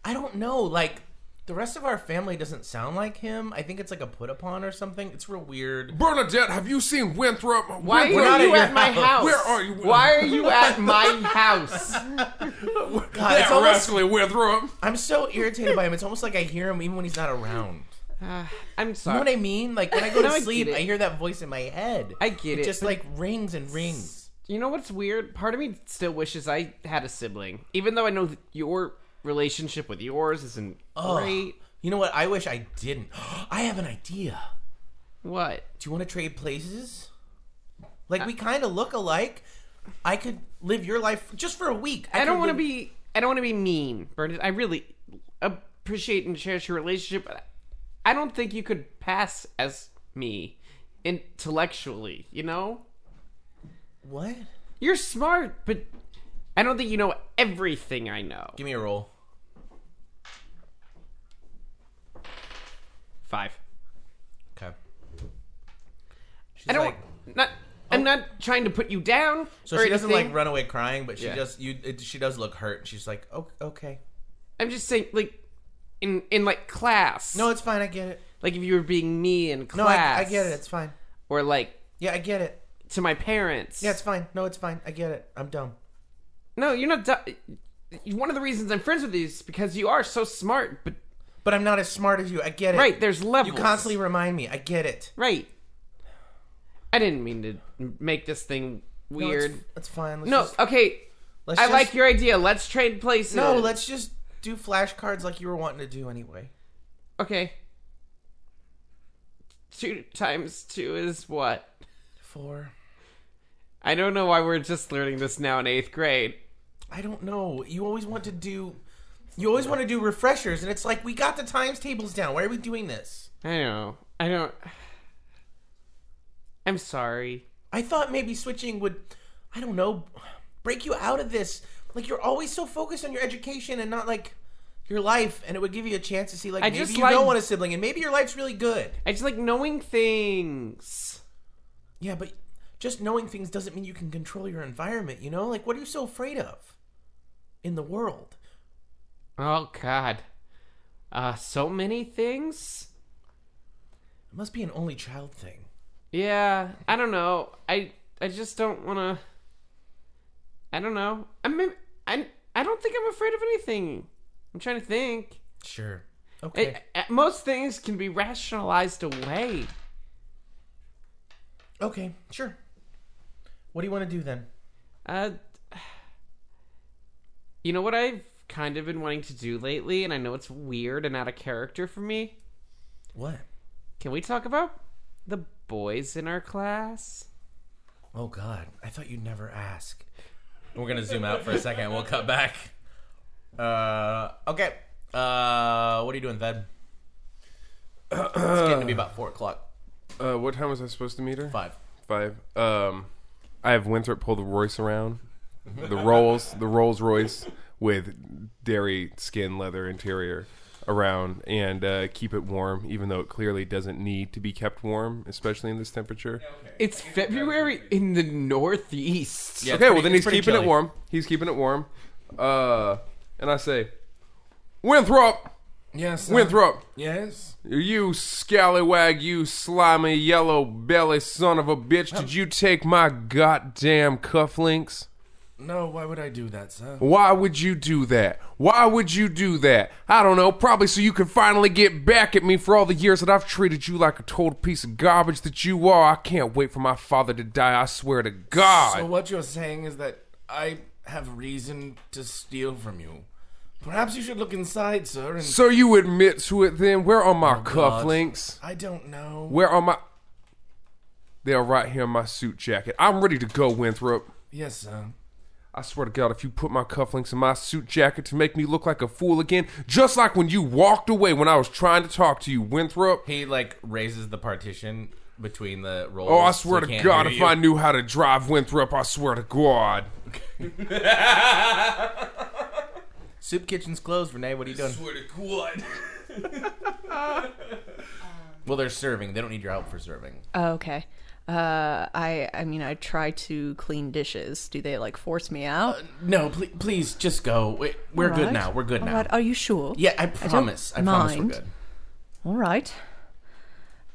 Speaker 1: I don't know. Like, the rest of our family doesn't sound like him. I think it's like a put upon or something. It's real weird.
Speaker 3: Bernadette, have you seen Winthrop?
Speaker 5: Why
Speaker 1: we're not
Speaker 5: are you
Speaker 1: at
Speaker 5: at
Speaker 1: your
Speaker 5: my
Speaker 1: house.
Speaker 5: house?
Speaker 3: Where are you?
Speaker 5: Why are you at my house?
Speaker 1: God, it's almost,
Speaker 3: Winthrop.
Speaker 1: I'm so irritated by him. It's almost like I hear him even when he's not around.
Speaker 5: Uh, I'm
Speaker 1: You know
Speaker 5: sorry.
Speaker 1: what I mean? Like when I go to
Speaker 5: No, I get
Speaker 1: sleep,
Speaker 5: it.
Speaker 1: I, hear that voice in my head.
Speaker 5: I get
Speaker 1: It
Speaker 5: it,
Speaker 1: just
Speaker 5: but-
Speaker 1: like rings and rings.
Speaker 5: you know what's weird? Part of me still wishes I had a sibling, even though I know that your relationship with yours isn't great.
Speaker 1: You know what? I wish I didn't. I have an idea.
Speaker 5: What?
Speaker 1: Do you want to trade places? Like we kind of look alike. I could live your life just for a week.
Speaker 5: I, don't
Speaker 1: could
Speaker 5: want to
Speaker 1: live-
Speaker 5: be. I don't want to be mean, Bernadette. I really appreciate and cherish your relationship, but I don't think you could pass as me intellectually. You know,
Speaker 1: What?
Speaker 5: you're smart, but I don't think you know everything I know.
Speaker 1: Give me a roll.
Speaker 5: Five.
Speaker 1: Okay. She's
Speaker 5: I don't.
Speaker 1: like-
Speaker 5: not. I'm not trying to put you down.
Speaker 1: so
Speaker 5: or
Speaker 1: she doesn't
Speaker 5: anything.
Speaker 1: like run away crying, but she
Speaker 5: Yeah.
Speaker 1: just you. It, she does look hurt. She's like, oh, okay.
Speaker 5: I'm just saying, like, in in like class.
Speaker 1: No, it's fine. I get it.
Speaker 5: like if you were being me in
Speaker 1: No, I,
Speaker 5: class.
Speaker 1: I get it. It's fine.
Speaker 5: Or like
Speaker 1: Yeah, I get it.
Speaker 5: to my parents.
Speaker 1: Yeah, it's fine. No, it's fine. I get it. I'm dumb.
Speaker 5: No, you're not. Du- One of the reasons I'm friends with you is because you are so smart. But
Speaker 1: But I'm not as smart as you. I get it.
Speaker 5: right, there's
Speaker 1: You
Speaker 5: levels.
Speaker 1: constantly remind me. I get it.
Speaker 5: Right. I didn't mean to make this thing
Speaker 1: No, it's-
Speaker 5: weird.
Speaker 1: That's fine. Let's
Speaker 5: No,
Speaker 1: just-
Speaker 5: okay.
Speaker 1: let's
Speaker 5: I
Speaker 1: just-
Speaker 5: like your idea. Let's trade places.
Speaker 1: No, let's just do flashcards like you were wanting to do anyway.
Speaker 5: Okay. Two times two is what?
Speaker 1: Four.
Speaker 5: I don't know why we're just learning this now in eighth grade.
Speaker 1: I don't know. You always want to do. You always want to do refreshers, and it's like we got the times tables down. Why are we doing this?
Speaker 5: I know. I don't. I'm sorry.
Speaker 1: I thought maybe switching would, I don't know, break you out of this. Like you're always so focused on your education and not like your life, and it would give you a chance to see like
Speaker 5: I
Speaker 1: maybe
Speaker 5: just
Speaker 1: you
Speaker 5: like-
Speaker 1: don't want a sibling, and maybe your life's really good.
Speaker 5: I just like knowing things.
Speaker 1: Yeah, but just knowing things doesn't mean you can control your environment. You know, like what are you so afraid of in the world?
Speaker 5: Oh God. Uh, so many things.
Speaker 1: It must be an only child thing.
Speaker 5: Yeah, I don't know. I I just don't want to. I don't know. I'm in- I I don't think I'm afraid of anything. I'm trying to think.
Speaker 1: Sure. Okay.
Speaker 5: I- I- most things can be rationalized away.
Speaker 1: Okay, sure. What do you want to do then?
Speaker 5: Uh, you know what I've kind of been wanting to do lately, and I know it's weird and out of character for me.
Speaker 1: What?
Speaker 5: Can we talk about the boys in our class?
Speaker 1: Oh God, I thought you'd never ask. We're gonna zoom out for a second. We'll cut back. Uh, okay. Uh, what are you doing, Thad? it's getting to be about four o'clock.
Speaker 3: Uh, what time was I supposed to meet her?
Speaker 1: Five.
Speaker 3: Five. Um, I have Winthrop pull the Royce around, the Rolls, the Rolls Royce with dairy skin leather interior around, and uh, keep it warm, even though it clearly doesn't need to be kept warm, especially in this temperature.
Speaker 5: It's February in the Northeast.
Speaker 1: Yeah, it's
Speaker 3: okay,
Speaker 1: pretty-
Speaker 3: well then
Speaker 1: it's
Speaker 3: he's
Speaker 1: pretty
Speaker 3: keeping it
Speaker 1: chilly.
Speaker 3: warm. He's keeping it warm. Uh, and I say, Winthrop!
Speaker 2: Yes. sir.
Speaker 3: Winthrop!
Speaker 2: Yes.
Speaker 3: You scallywag, you slimy yellow belly son of a bitch, did you take my goddamn cufflinks?
Speaker 2: No. Why would I do that, sir?
Speaker 3: Why would you do that? Why would you do that? I don't know, probably so you can finally get back at me for all the years that I've treated you like a total piece of garbage that you are. I can't wait for my father to die, I swear to God.
Speaker 2: So what you're saying is that I have reason to steal from you. Perhaps you should look inside, sir. And
Speaker 3: So you admit to it then? Where are
Speaker 1: Oh,
Speaker 3: my
Speaker 2: God.
Speaker 3: cufflinks?
Speaker 2: I don't know.
Speaker 3: Where are my. They're right here in my suit jacket. I'm ready to go, Winthrop.
Speaker 2: Yes, sir.
Speaker 3: I swear to God, if you put my cufflinks in my suit jacket to make me look like a fool again, just like when you walked away when I was trying to talk to you, Winthrop.
Speaker 1: He like raises the partition between the rolls.
Speaker 3: Oh, I
Speaker 1: so
Speaker 3: swear
Speaker 1: he
Speaker 3: to
Speaker 1: can't
Speaker 3: God,
Speaker 1: hear
Speaker 3: if
Speaker 1: you.
Speaker 3: I knew how to drive Winthrop, I swear to God.
Speaker 1: soup kitchen's closed, Renee, what are you doing?
Speaker 8: to God.
Speaker 1: Well, they're serving. They don't need your help for serving.
Speaker 10: Oh, okay. Uh, I I mean, I try to clean dishes. Do they like force me out?
Speaker 1: No, please, please just go. We- We're
Speaker 10: All
Speaker 1: good
Speaker 10: right.
Speaker 1: now. We're good
Speaker 10: All
Speaker 1: now.
Speaker 10: right. Are you sure?
Speaker 1: Yeah, I
Speaker 10: don't
Speaker 1: promise. I, promise we're
Speaker 10: mind.
Speaker 1: good.
Speaker 10: All right.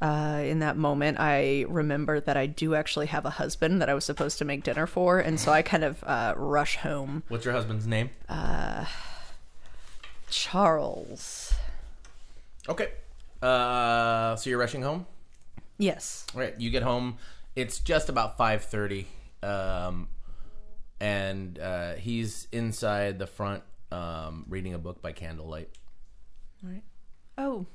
Speaker 10: Uh, in that moment, I remember that I do actually have a husband that I was supposed to make dinner for, and so I kind of uh, rush home.
Speaker 1: What's your husband's name?
Speaker 10: Uh. Charles.
Speaker 1: Okay. Uh, so you're rushing home.
Speaker 10: Yes.
Speaker 1: All right. You get home. It's just about five thirty, um, and uh, he's inside the front um, reading a book by candlelight.
Speaker 10: Oh.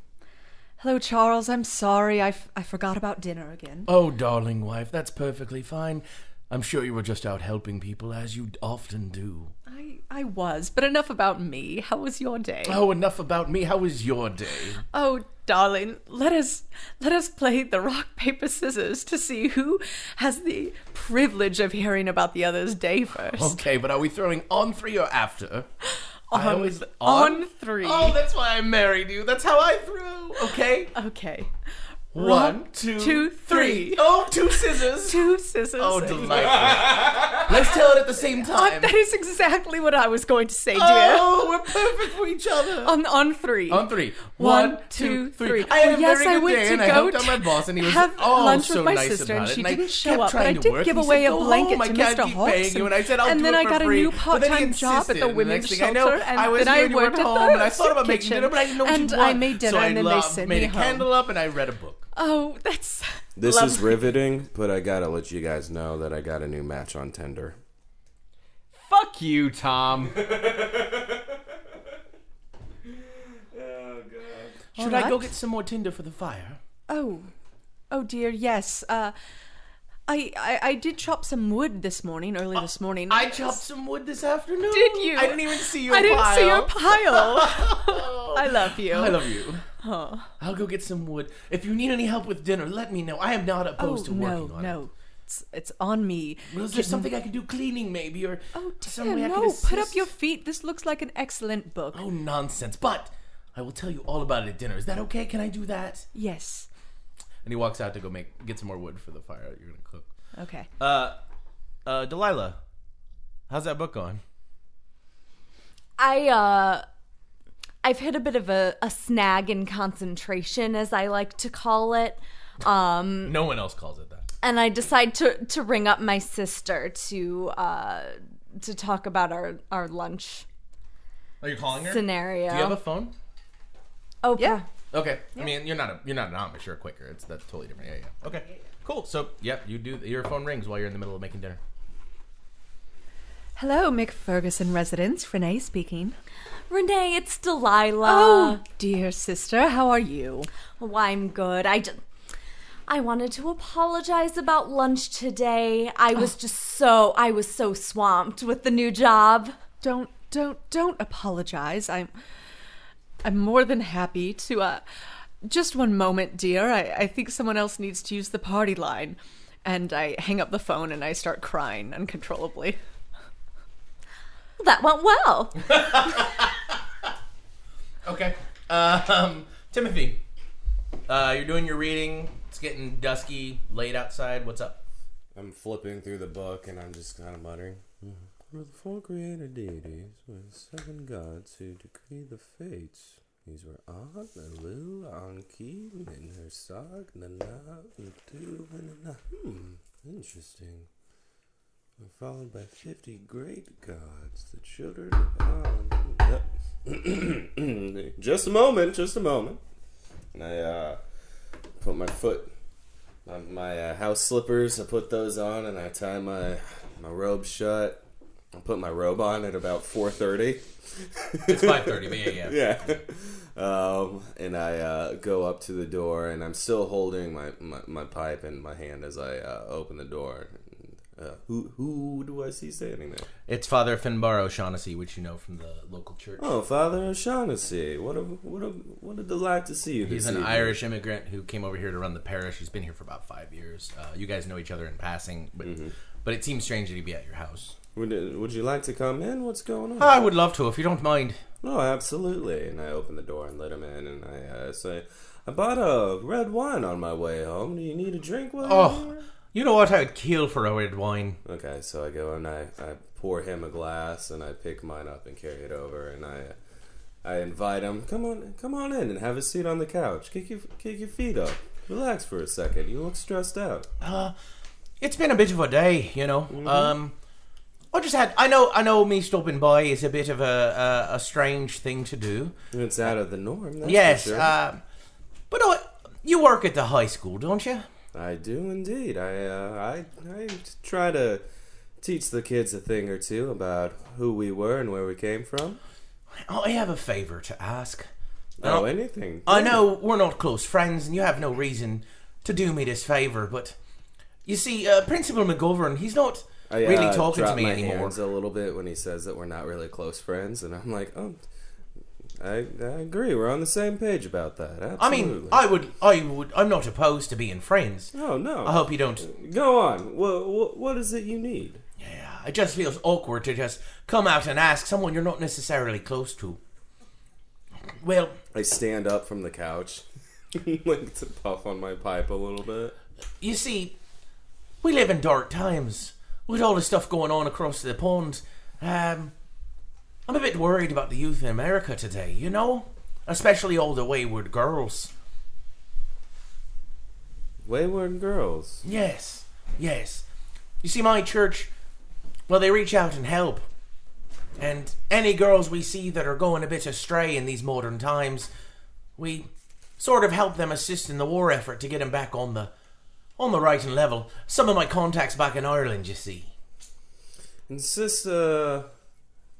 Speaker 10: Hello, Charles. I'm sorry. I, f- I forgot about dinner again.
Speaker 2: Oh, darling wife, that's perfectly fine. I'm sure you were just out helping people, as you often do.
Speaker 10: I, I was, but enough about me. How was your day?
Speaker 2: Oh, enough about me. How was your day?
Speaker 10: Oh, darling, let us let us play the rock paper scissors to see who has the privilege of hearing about the other's day first.
Speaker 1: Okay, but are we throwing on three or after?
Speaker 10: on,
Speaker 1: always-
Speaker 10: on
Speaker 1: on?
Speaker 10: three.
Speaker 1: Oh, that's why I married you. That's how I threw. Okay.
Speaker 10: okay,
Speaker 1: One, two,
Speaker 10: two, three.
Speaker 1: Oh, two scissors.
Speaker 10: two scissors.
Speaker 1: Oh, delightful. Let's tell it at the same
Speaker 10: Oh,
Speaker 1: time.
Speaker 10: that is exactly what I was going to say, dear.
Speaker 1: Oh, we're perfect for each other.
Speaker 10: On on three.
Speaker 1: On three.
Speaker 10: One,
Speaker 1: One,
Speaker 10: two,
Speaker 1: two, three.
Speaker 10: three.
Speaker 1: I had a
Speaker 10: Yes,
Speaker 1: very
Speaker 10: I
Speaker 1: good
Speaker 10: went
Speaker 1: day,
Speaker 10: to
Speaker 1: and I
Speaker 10: go
Speaker 1: helped
Speaker 10: to
Speaker 1: out my boss, and he was
Speaker 10: have
Speaker 1: oh,
Speaker 10: lunch
Speaker 1: so
Speaker 10: with my
Speaker 1: nice
Speaker 10: sister,
Speaker 1: about
Speaker 10: and
Speaker 1: it.
Speaker 10: she
Speaker 1: I
Speaker 10: didn't show
Speaker 1: kept
Speaker 10: up, but
Speaker 1: trying
Speaker 10: I
Speaker 1: to
Speaker 10: did
Speaker 1: work.
Speaker 10: give
Speaker 1: He
Speaker 10: away
Speaker 1: said,
Speaker 10: a
Speaker 1: "Go
Speaker 10: blanket
Speaker 1: home,
Speaker 10: to
Speaker 1: I can't
Speaker 10: Mr.
Speaker 1: keep
Speaker 10: Hawks,
Speaker 1: paying you," and I said, I'll
Speaker 10: and
Speaker 1: do
Speaker 10: then
Speaker 1: it
Speaker 10: I
Speaker 1: for
Speaker 10: got a
Speaker 1: free.
Speaker 10: new
Speaker 1: But then he
Speaker 10: part-time job at
Speaker 1: insisted,
Speaker 10: the
Speaker 1: and the
Speaker 10: women's
Speaker 1: next thing I
Speaker 10: shelter,
Speaker 1: know,
Speaker 10: and
Speaker 1: I was
Speaker 10: then
Speaker 1: here
Speaker 10: I
Speaker 1: and you weren't
Speaker 10: worked at
Speaker 1: home,
Speaker 10: the
Speaker 1: and I thought about
Speaker 10: soup
Speaker 1: making dinner,
Speaker 10: kitchen.
Speaker 1: but I didn't know what
Speaker 10: And
Speaker 1: you
Speaker 10: I
Speaker 1: want.
Speaker 10: made dinner,
Speaker 1: so I
Speaker 10: and then they
Speaker 1: loved-
Speaker 10: sent
Speaker 1: made
Speaker 10: me
Speaker 1: a
Speaker 10: home.
Speaker 1: candle up, and I read a book.
Speaker 10: Oh, that's
Speaker 6: This is
Speaker 10: lovely.
Speaker 6: riveting, but I gotta let you guys know that I got a new match on Tinder.
Speaker 5: Fuck you, Tom.
Speaker 1: Should I
Speaker 10: Alright.
Speaker 1: go get some more tinder for the fire?
Speaker 10: Oh, oh dear, yes. Uh, I, I I did chop some wood this morning, early this morning.
Speaker 1: Oh, I chopped some wood this afternoon.
Speaker 10: Did you?
Speaker 1: I didn't even see your
Speaker 10: I didn't see your
Speaker 1: pile.
Speaker 10: pile. I love you.
Speaker 1: I love you. I'll go get some wood. If you need any help with dinner, let me know. I am not
Speaker 10: oh
Speaker 1: opposed to
Speaker 10: no,
Speaker 1: working on it. Oh,
Speaker 10: no, it's it's on me.
Speaker 1: Well, is there something I can do cleaning, maybe, or
Speaker 10: Oh dear,
Speaker 1: some way I can
Speaker 10: no! Put up
Speaker 1: assist?
Speaker 10: your feet. This looks like an excellent book.
Speaker 1: Oh, nonsense. But I will tell you all about it at dinner. Is that okay? Can I do that?
Speaker 10: Yes.
Speaker 1: And he walks out to go make get some more wood for the fire that you're going to cook.
Speaker 10: Okay.
Speaker 1: Uh, uh, Delilah, how's that book going?
Speaker 7: I uh I've hit a bit of a, a snag in concentration as I like to call it.
Speaker 10: Mm.
Speaker 7: Um
Speaker 1: No one else calls it that.
Speaker 7: and I decide to to ring up my sister to uh to talk about our our lunch
Speaker 1: Are you calling her?
Speaker 7: scenario.
Speaker 1: Do you have a phone?
Speaker 7: oh
Speaker 10: Yeah.
Speaker 1: Okay. I mean, you're not a you're not an Amish. You're a Quaker. It's that's totally different. Yeah, yeah. Okay. Cool. So, yep, you do. Your phone rings while you're in the middle of making dinner.
Speaker 10: Hello, McFerguson residence. Renee speaking.
Speaker 7: Renee, it's Delilah.
Speaker 1: Uh,
Speaker 10: Oh dear sister, how are you?
Speaker 7: Oh, I'm good. I just I wanted to apologize about lunch today. I
Speaker 1: Oh.
Speaker 7: was just so I was so swamped with the new job.
Speaker 10: Don't don't don't apologize. I'm I'm more than happy to uh just one moment, dear. I, I think someone else needs to use the party line. And I hang up the phone and I start crying uncontrollably.
Speaker 7: That went well.
Speaker 1: Okay. Um, Timothy, uh, you're doing your reading. It's getting dusky, late outside. What's up?
Speaker 6: I'm flipping through the book and I'm just kind of muttering. "Mhm, Were the four creator deities were seven gods who decree the fates. These were An, Alu, Ankim, and Hersag, Nana, Utu, and Nana. Hmm, interesting. Were followed by 50 great gods, the children of An. Yep. just a moment, just a moment. And I uh, put my foot my, my uh, house slippers. I put those on and I tie my my robe shut. I put my robe on at about four thirty.
Speaker 1: It's five thirty, but yeah, yeah.
Speaker 6: Yeah. Um, and I uh, go up to the door and I'm still holding my, my, my pipe in my hand as I uh, open the door. And, uh, who who do I see standing there?
Speaker 1: It's Father Finbar O'Shaughnessy, which you know from the local church.
Speaker 6: Oh, Father O'Shaughnessy. What a what a what a delight to see you.
Speaker 1: He's
Speaker 6: this
Speaker 1: an
Speaker 6: evening.
Speaker 1: Irish immigrant who came over here to run the parish. He's been here for about five years. Uh, you guys know each other in passing, but
Speaker 6: Mm-hmm.
Speaker 1: but it seems strange that he'd be at your house.
Speaker 6: Would, would you like to come in? What's going on?
Speaker 1: I would love to, if you don't mind.
Speaker 6: No, absolutely. And I open the door and let him in, and I uh, say, I bought a red wine on my way home. Do you need a drink while you're
Speaker 1: Oh, you know what? I would kill for a red wine.
Speaker 6: here?" Okay, so I go and I, I pour him a glass, and I pick mine up and carry it over, and I I invite him, come on, come on in and have a seat on the couch. Kick your, kick your feet up. Relax for a second. You look stressed out.
Speaker 1: It's been a bit of a day, you know.
Speaker 6: Mm-hmm.
Speaker 1: Um, I just had. I know. I know. Me stopping by is a bit of a a, a strange thing to do.
Speaker 6: It's out of the norm. That's for
Speaker 1: yes.
Speaker 6: sure.
Speaker 1: Uh, but I, you work at the high school, don't you?
Speaker 6: I do indeed. I, uh, I I try to teach the kids a thing or two about who we were and where we came from.
Speaker 1: I have a favor to ask.
Speaker 6: Oh, anything.
Speaker 1: I know we're not close friends, and you have no reason to do me this favor, but you see, uh, Principal McGovern, he's not
Speaker 6: I, uh,
Speaker 1: really talking to
Speaker 6: drop
Speaker 1: me
Speaker 6: my
Speaker 1: anymore.
Speaker 6: hands a little bit when he says that we're not really close friends, and I'm like, oh, I, I agree. We're on the same page about that.
Speaker 1: I mean,
Speaker 6: Absolutely.
Speaker 1: I would, I would, I'm not opposed to being friends.
Speaker 6: Oh no.
Speaker 1: I hope you don't.
Speaker 6: Go on. What, what what is it you need?
Speaker 1: Yeah, it just feels awkward to just come out and ask someone you're not necessarily close to. Well,
Speaker 6: I stand up from the couch, like to puff on my pipe a little bit.
Speaker 1: you see, we live in dark times with all the stuff going on across the pond. Um, I'm a bit worried about the youth in America today, you know, especially all the wayward girls.
Speaker 6: Wayward girls.
Speaker 1: Yes, yes. You see, my church, well, they reach out and help. And any girls we see that are going a bit astray in these modern times, we sort of help them assist in the war effort to get them back on the on the right and level. Some of my contacts back in Ireland, you see.
Speaker 6: Insist uh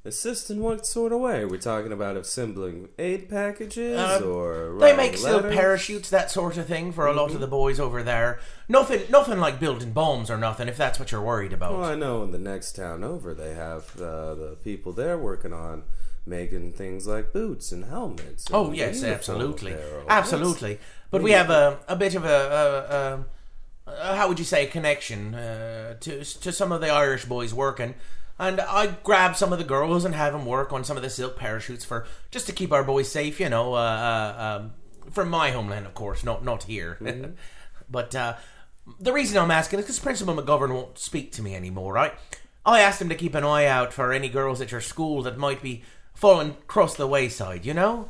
Speaker 6: assist in what sort of way? Are we talking about assembling aid packages
Speaker 1: Um,
Speaker 6: or
Speaker 1: They
Speaker 6: writing
Speaker 1: make little
Speaker 6: letters?
Speaker 1: parachutes, that sort of thing, for a lot of the boys over there. Nothing, nothing like building bombs or nothing. If that's what you're worried about.
Speaker 6: Well, I know in the next town over, they have uh, the people there working on making things like boots and helmets. and
Speaker 1: Oh yes,
Speaker 6: uniform
Speaker 1: absolutely,
Speaker 6: apparel.
Speaker 1: absolutely. But we have a, a bit of a, a, a, a how would you say a connection uh, to to some of the Irish boys working, and I grab some of the girls and have them work on some of the silk parachutes for just to keep our boys safe. You know, uh, uh, um, from my homeland, of course, not not here. but uh, the reason I'm asking is because Principal McGovern won't speak to me anymore. I I asked him to keep an eye out for any girls at your school that might be falling across the wayside. You know.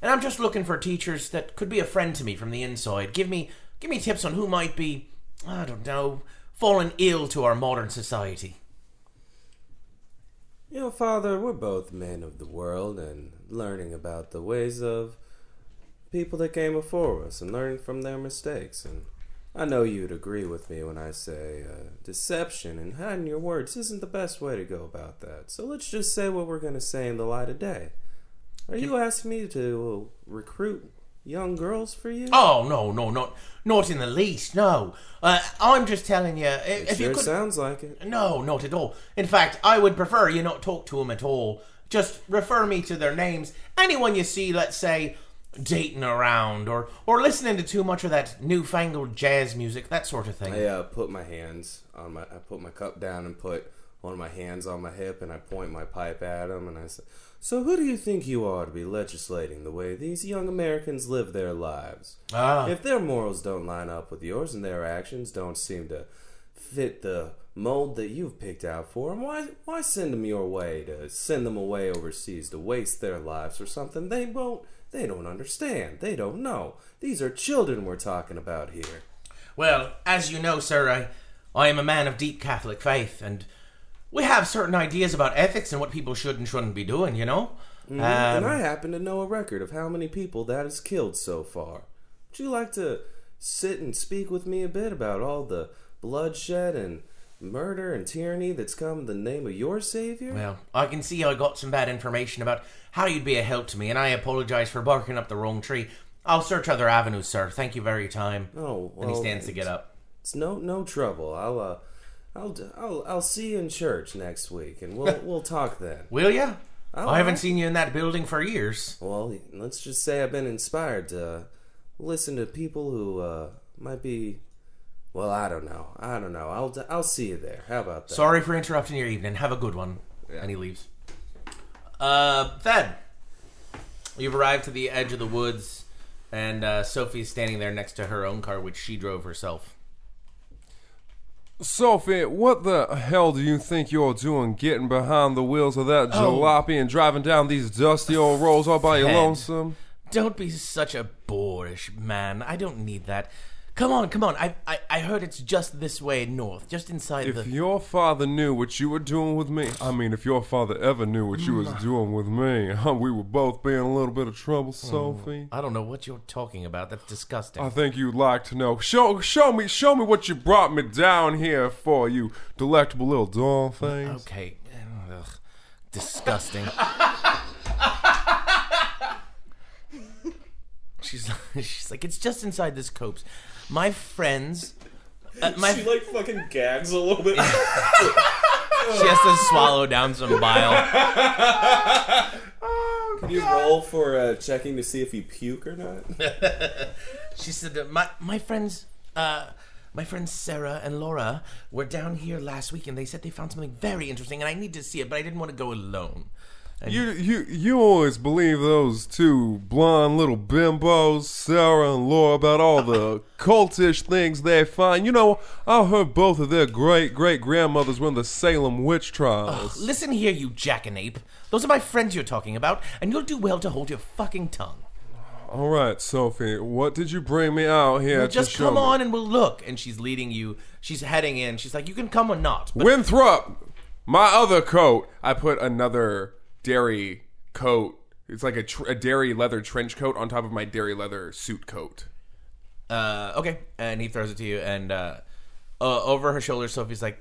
Speaker 1: And I'm just looking for teachers that could be a friend to me from the inside. Give me give me tips on who might be I don't know, fallen ill to our modern society.
Speaker 6: You know, Father, we're both men of the world and learning about the ways of people that came before us and learning from their mistakes. And I know you'd agree with me when I say uh, deception and hiding your words isn't the best way to go about that. So let's just say what we're going to say in the light of day. Are you asking me to recruit young girls for you?
Speaker 1: Oh no, no, not not in the least. No, uh, I'm just telling you. i-
Speaker 6: it
Speaker 1: if
Speaker 6: sure
Speaker 1: you could,
Speaker 6: sounds like it.
Speaker 1: no, not at all. In fact, I would prefer you not talk to them at all. Just refer me to their names. Anyone you see, let's say, dating around or or listening to too much of that newfangled jazz music, that sort of thing.
Speaker 6: I uh, put my hands on my. I put my cup down and put one of my hands on my hip, and I point my pipe at him, and I say, "So who do you think you are to be legislating the way these young Americans live their lives?
Speaker 1: Ah.
Speaker 6: If their morals don't line up with yours, and their actions don't seem to fit the mold that you've picked out for them, why why send them your way to send them away overseas to waste their lives or something? They won't. They don't understand. They don't know. These are children we're talking about here.
Speaker 1: Well, as you know, sir, I, I am a man of deep Catholic faith, and we have certain ideas about ethics and what people should and shouldn't be doing, you know? Uh,
Speaker 6: Mhm. and
Speaker 1: Um,
Speaker 6: I happen to know a record of how many people that has killed so far. Would you like to sit and speak with me a bit about all the bloodshed and murder and tyranny that's come in the name of your savior?
Speaker 1: Well, I can see I got some bad information about how you'd be a help to me, and I apologize for barking up the wrong tree. I'll search other avenues, sir. Thank you for your time.
Speaker 6: Oh,
Speaker 1: and he
Speaker 6: well,
Speaker 1: stands to get up.
Speaker 6: It's no no trouble. I'll uh, I'll d- I'll I'll see you in church next week, and we'll we'll talk then.
Speaker 1: Will ya?
Speaker 6: All
Speaker 1: I haven't
Speaker 6: right.
Speaker 1: seen you in that building for years.
Speaker 6: Well, let's just say I've been inspired to uh, listen to people who uh, might be. Well, I don't know. I don't know. I'll d- I'll see you there. How about that?
Speaker 1: Sorry for interrupting your evening. Have a good one. And he leaves. Uh, Thad, you've arrived to the edge of the woods, and uh, Sophie's standing there next to her own car, which she drove herself.
Speaker 3: Sophie, what the hell do you think you're doing getting behind the wheels of that
Speaker 1: Oh.
Speaker 3: jalopy and driving down these dusty old roads all by your
Speaker 1: Ted.
Speaker 3: lonesome?
Speaker 1: Don't be such a boorish man. I don't need that. Come on, come on. I I, I heard it's just this way north, just inside
Speaker 3: If
Speaker 1: the.
Speaker 3: your father knew what you were doing with me, I mean, if your father ever knew what you was
Speaker 1: Mm.
Speaker 3: doing with me, huh, we would both be in a little bit of trouble,
Speaker 1: Mm.
Speaker 3: Sophie.
Speaker 1: I don't know what you're talking about. That's disgusting.
Speaker 3: I think you'd like to know. Show, show me, show me what you brought me down here for, you delectable little doll thing.
Speaker 1: Mm, okay. Ugh. Disgusting. she's she's like it's just inside this copse. My friends, uh, my
Speaker 8: she like fucking gags a little bit.
Speaker 1: she has to swallow down some bile.
Speaker 6: Can you roll for uh, checking to see if you puke or not?
Speaker 1: She said that my my friends uh my friends Sarah and Laura were down here last week and they said they found something very interesting and I need to see it but I didn't want to go alone.
Speaker 3: You you you always believe those two blonde little bimbos, Sarah and Laura, about all the cultish things they find. You know, I heard both of their great great grandmothers were in the Salem witch trials.
Speaker 1: Listen here, you jackanape. Those are my friends you're talking about, and you'll do well to hold your fucking tongue.
Speaker 3: all right, Sophie, what did you bring me out here
Speaker 1: Well,
Speaker 3: to
Speaker 1: just
Speaker 3: show
Speaker 1: come
Speaker 3: me?
Speaker 1: on and we'll look. And she's leading you. She's heading in. She's like, you can come or not. But
Speaker 3: Winthrop, my other coat. I put another dairy coat. It's like a, tr- a dairy leather trench coat on top of my dairy leather suit coat.
Speaker 1: uh, okay. And he throws it to you. And uh, uh, over her shoulder, Sophie's like,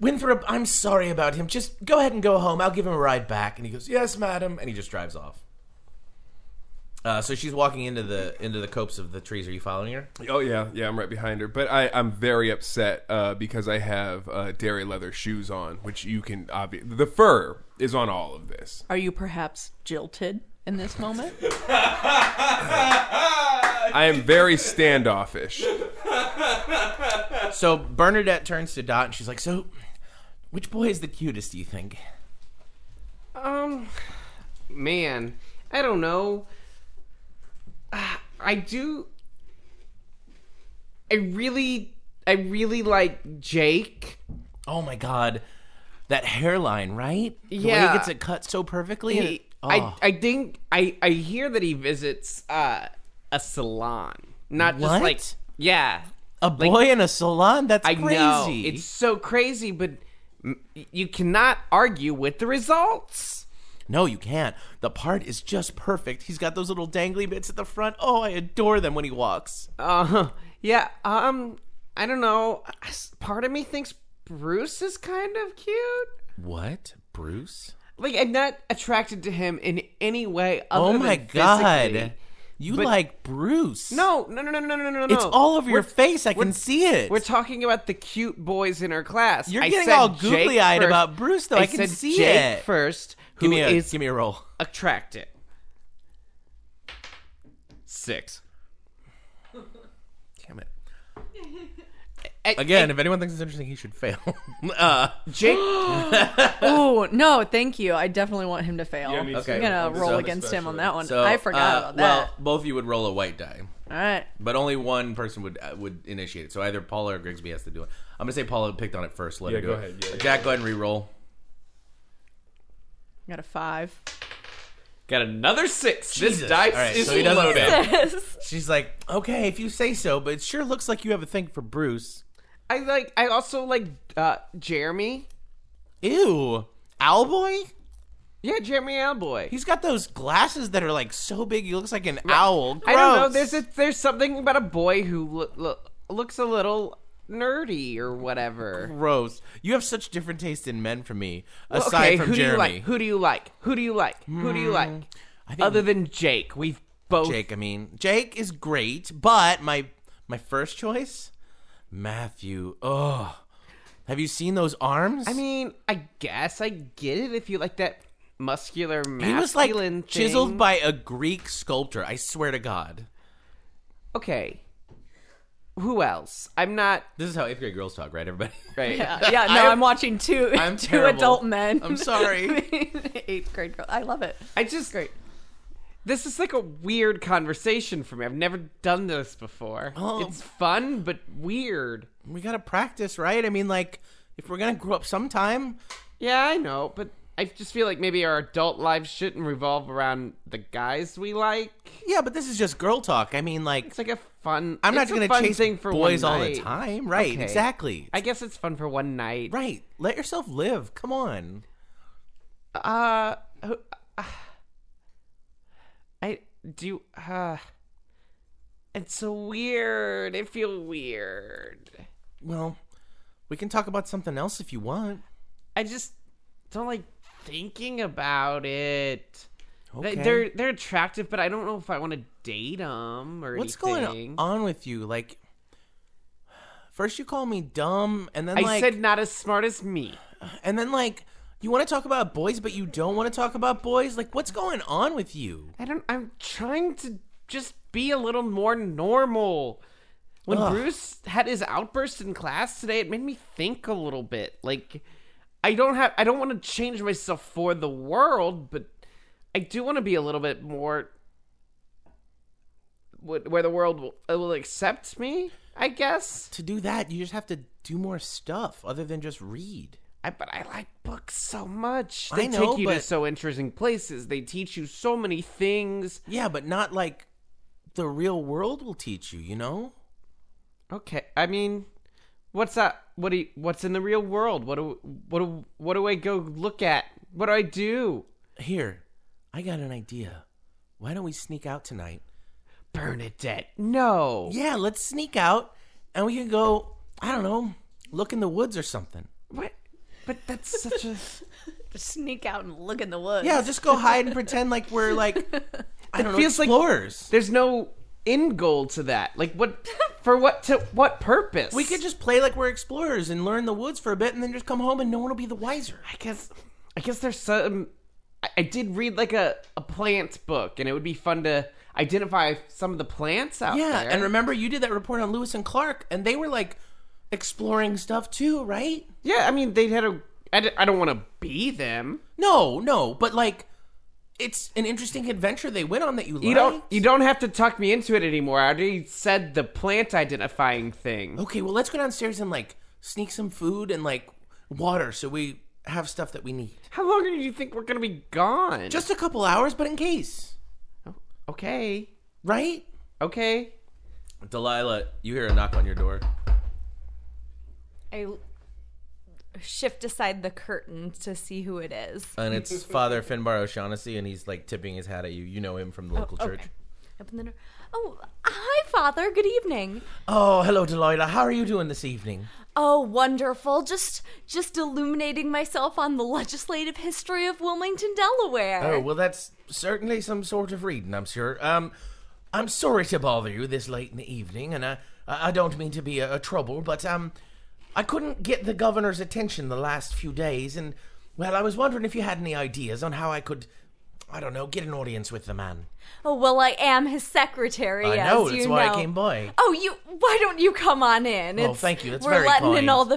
Speaker 1: Winthrop, I'm sorry about him. Just go ahead and go home. I'll give him a ride back. And he goes, yes, madam. And he just drives off. Uh, so she's walking into the into the copes of the trees. Are you following her?
Speaker 3: Oh yeah, yeah, I'm right behind her. But I, I'm very upset uh, because I have uh, dairy leather shoes on, which you can obviously the fur is on all of this.
Speaker 10: Are you perhaps jilted in this moment?
Speaker 3: I am very standoffish.
Speaker 1: So Bernadette turns to Dot and she's like, so which boy is the cutest, do you think?
Speaker 5: Um, man, I don't know. Ah, I do. I really, I really like Jake.
Speaker 1: Oh my god, that hairline, right? The way
Speaker 5: Yeah.
Speaker 1: he gets it cut so perfectly. and
Speaker 5: He-
Speaker 1: it-
Speaker 5: I,
Speaker 1: oh.
Speaker 5: I think I, I hear that he visits uh, a salon, not
Speaker 1: What?
Speaker 5: just like yeah.
Speaker 1: a boy in a salon. That's
Speaker 5: I
Speaker 1: crazy.
Speaker 5: know it's so crazy, but mm, you cannot argue with the results.
Speaker 1: no, you can't. The part is just perfect. He's got those little dangly bits at the front. Oh, I adore them when he walks.
Speaker 5: Uh, yeah. Um, I don't know. Part of me thinks Bruce is kind of cute.
Speaker 1: What, Bruce?
Speaker 5: Like I'm not attracted to him in any way. Other
Speaker 1: Oh
Speaker 5: than
Speaker 1: my god,
Speaker 5: physically.
Speaker 1: you
Speaker 5: But-
Speaker 1: like Bruce?
Speaker 5: No, no, no, no, no, no, no, no.
Speaker 1: it's all over your
Speaker 5: We're-
Speaker 1: face. I can
Speaker 5: we're-
Speaker 1: see it.
Speaker 5: We're talking about the cute boys in our class.
Speaker 1: You're
Speaker 5: I
Speaker 1: getting
Speaker 5: said
Speaker 1: all
Speaker 5: Jake
Speaker 1: googly-eyed
Speaker 5: first-
Speaker 1: about Bruce, though. I can
Speaker 5: said
Speaker 1: see
Speaker 5: Jake
Speaker 1: it.
Speaker 5: first.
Speaker 1: give
Speaker 5: Who
Speaker 1: me a
Speaker 5: is
Speaker 1: give me a roll.
Speaker 5: attracted? Six.
Speaker 1: Damn it.
Speaker 5: I-
Speaker 1: Again, if anyone thinks it's interesting, he should fail. uh,
Speaker 5: Jake,
Speaker 10: Oh no, thank you. I definitely want him to fail.
Speaker 3: Yeah, me
Speaker 1: Okay.
Speaker 10: I'm
Speaker 1: too.
Speaker 10: gonna
Speaker 3: This
Speaker 10: roll
Speaker 3: one
Speaker 10: against him on
Speaker 3: especially.
Speaker 10: that one.
Speaker 1: so
Speaker 10: I forgot
Speaker 1: uh,
Speaker 10: about that.
Speaker 1: Well, both of you would roll a white die,
Speaker 10: All right.
Speaker 1: but only one person would uh, would initiate it. So either Paula or Grigsby has to do it. I'm gonna say Paula picked on it first. Let
Speaker 3: Yeah,
Speaker 1: her do
Speaker 3: go
Speaker 1: it.
Speaker 3: ahead. Yeah, yeah,
Speaker 1: Jack, go ahead and re-roll.
Speaker 10: Got a five.
Speaker 5: got another six.
Speaker 1: Jesus.
Speaker 5: This dice
Speaker 1: All right,
Speaker 5: is
Speaker 1: so he doesn't
Speaker 5: loaded.
Speaker 1: fail. She's like, okay, if you say so, but it sure looks like you have a thing for Bruce.
Speaker 5: I like. I also like uh, Jeremy.
Speaker 1: Ew, Owlboy?
Speaker 5: Yeah, Jeremy Alboy.
Speaker 1: He's got those glasses that are like so big, he looks like an owl.
Speaker 5: I don't know.
Speaker 1: Gross.
Speaker 5: There's a, there's something about a boy who loo- loo- looks a little nerdy or whatever.
Speaker 1: gross. You have such different taste in men from me.
Speaker 5: Well,
Speaker 1: Aside
Speaker 5: okay,
Speaker 1: from
Speaker 5: who do you
Speaker 1: Jeremy, Hmm.
Speaker 5: like? Who do you like? Who do you like? Who do you like?
Speaker 1: I think
Speaker 5: Other than Jake, we've both.
Speaker 1: Jake, I mean, Jake is great, but my my first choice, Matthew. Ugh. Have you seen those arms?
Speaker 5: I mean, I guess I get it if you like that muscular masculine
Speaker 1: he was like
Speaker 5: thing.
Speaker 1: chiseled by a Greek sculptor. I swear to God.
Speaker 5: Okay. Who else? I'm not
Speaker 1: This is how eighth grade girls talk, right, everybody?
Speaker 5: right.
Speaker 10: Yeah, yeah, no, I'm, watching 2
Speaker 1: I'm
Speaker 10: two
Speaker 1: terrible.
Speaker 10: adult men.
Speaker 1: I'm sorry.
Speaker 10: Eighth grade girl. I love it.
Speaker 5: I just great. This is like a weird conversation for me. I've never done this before.
Speaker 1: Oh.
Speaker 5: It's fun but weird.
Speaker 1: we gotta practice, right? I mean, like, if we're gonna grow up sometime,
Speaker 5: Yeah, I know, but I just feel like maybe our adult lives shouldn't revolve around the guys we like.
Speaker 1: yeah. But this is just girl talk. I mean, like,
Speaker 5: It's like a fun.
Speaker 1: I'm not
Speaker 5: it's a
Speaker 1: gonna
Speaker 5: fun
Speaker 1: chase
Speaker 5: thing for
Speaker 1: boys
Speaker 5: one
Speaker 1: all the
Speaker 5: night.
Speaker 1: time, right?
Speaker 5: Okay.
Speaker 1: Exactly.
Speaker 5: I guess it's fun for one night.
Speaker 1: Right. Let yourself live. Come on.
Speaker 5: Uh, who- uh, I do. Uh, it's so weird. It feel weird.
Speaker 1: Well, we can talk about something else if you want.
Speaker 5: I just don't like thinking about it. They-
Speaker 1: Okay.
Speaker 5: They're they're attractive, but I don't know if I want to date them or
Speaker 1: What's
Speaker 5: anything.
Speaker 1: going on with you? Like, first you call me dumb, and then
Speaker 5: I
Speaker 1: like,
Speaker 5: said not as smart as me.
Speaker 1: and then like, you want to talk about boys, but you don't want to talk about boys. Like, what's going on with you?
Speaker 5: I don't. I'm trying to just be a little more normal. When
Speaker 1: Ugh.
Speaker 5: Bruce had his outburst in class today, it made me think a little bit. Like, I don't have. I don't want to change myself for the world, but I do want to be a little bit more. wh- Where the world will, uh, will accept me, I guess.
Speaker 1: To do that, you just have to do more stuff other than just read.
Speaker 5: I, but I like books so much.
Speaker 1: I
Speaker 5: They
Speaker 1: know,
Speaker 5: take you to
Speaker 1: but-
Speaker 5: so interesting places. They teach you so many things.
Speaker 1: Yeah, but not like the real world will teach you. You know.
Speaker 5: Okay, I mean, what's that? What do you, what's in the real world? What do what do what do I go look at? What do I do?
Speaker 1: Here, I got an idea. Why don't we sneak out tonight?
Speaker 5: Bernadette, no.
Speaker 1: Yeah, let's sneak out and we can go, I don't know, look in the woods or something.
Speaker 5: What? But that's such a
Speaker 7: Just sneak out and look in the woods.
Speaker 1: Yeah, just go hide and pretend like we're like I don't know,
Speaker 5: feels like-
Speaker 1: explorers.
Speaker 5: there's no end goal to that. Like what for what to what purpose?
Speaker 1: we could just play like we're explorers and learn the woods for a bit and then just come home and no one will be the wiser.
Speaker 5: I guess I guess there's some I, I did read like a a plant book and it would be fun to identify some of the plants out
Speaker 1: Yeah,
Speaker 5: there.
Speaker 1: and remember you did that report on Lewis and Clark and they were like exploring stuff too, right?
Speaker 5: Yeah, I mean they had a I, d- I don't want to be them.
Speaker 1: No, no, but like it's an interesting adventure they went on that you liked.
Speaker 5: You don't you don't have to tuck me into it anymore. I already said the plant identifying thing.
Speaker 1: Okay, well, let's go downstairs and like sneak some food and like water so we have stuff that we need.
Speaker 5: How long do you think we're gonna be gone?
Speaker 1: Just a couple hours, but in case,
Speaker 5: okay.
Speaker 1: right?
Speaker 5: Okay.
Speaker 1: Delilah, you hear a knock on your door.
Speaker 7: I l- shift aside the curtain to see who it is.
Speaker 1: And it's Father Finbar O'Shaughnessy, and he's like tipping his hat at you. You know him from the local
Speaker 7: okay.
Speaker 1: church.
Speaker 7: Open the door. Oh, hi, Father. Good evening.
Speaker 1: Oh, hello, Delilah. How are you doing this evening?
Speaker 7: Oh, wonderful. Just just illuminating myself on the legislative history of Wilmington, Delaware.
Speaker 1: Oh, well, that's certainly some sort of reading, I'm sure. Um, I'm sorry to bother you this late in the evening, and I, I I don't mean to be a, a trouble, but um, I couldn't get the governor's attention the last few days, and well, I was wondering if you had any ideas on how I could, I don't know, get an audience with the man.
Speaker 7: Oh, well, I am his secretary,
Speaker 1: I
Speaker 7: as
Speaker 1: know
Speaker 7: you
Speaker 1: that's
Speaker 7: know.
Speaker 1: why I came by.
Speaker 7: Oh, you Why don't you come on in?
Speaker 1: Oh, thank you. That's
Speaker 7: we're
Speaker 1: very
Speaker 7: letting in
Speaker 1: kind.
Speaker 7: all the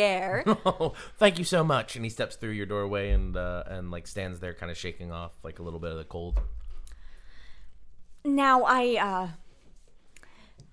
Speaker 7: air.
Speaker 1: Oh, thank you so much. And he steps through your doorway and uh, and like stands there, kind of shaking off like a little bit of the cold.
Speaker 7: now I uh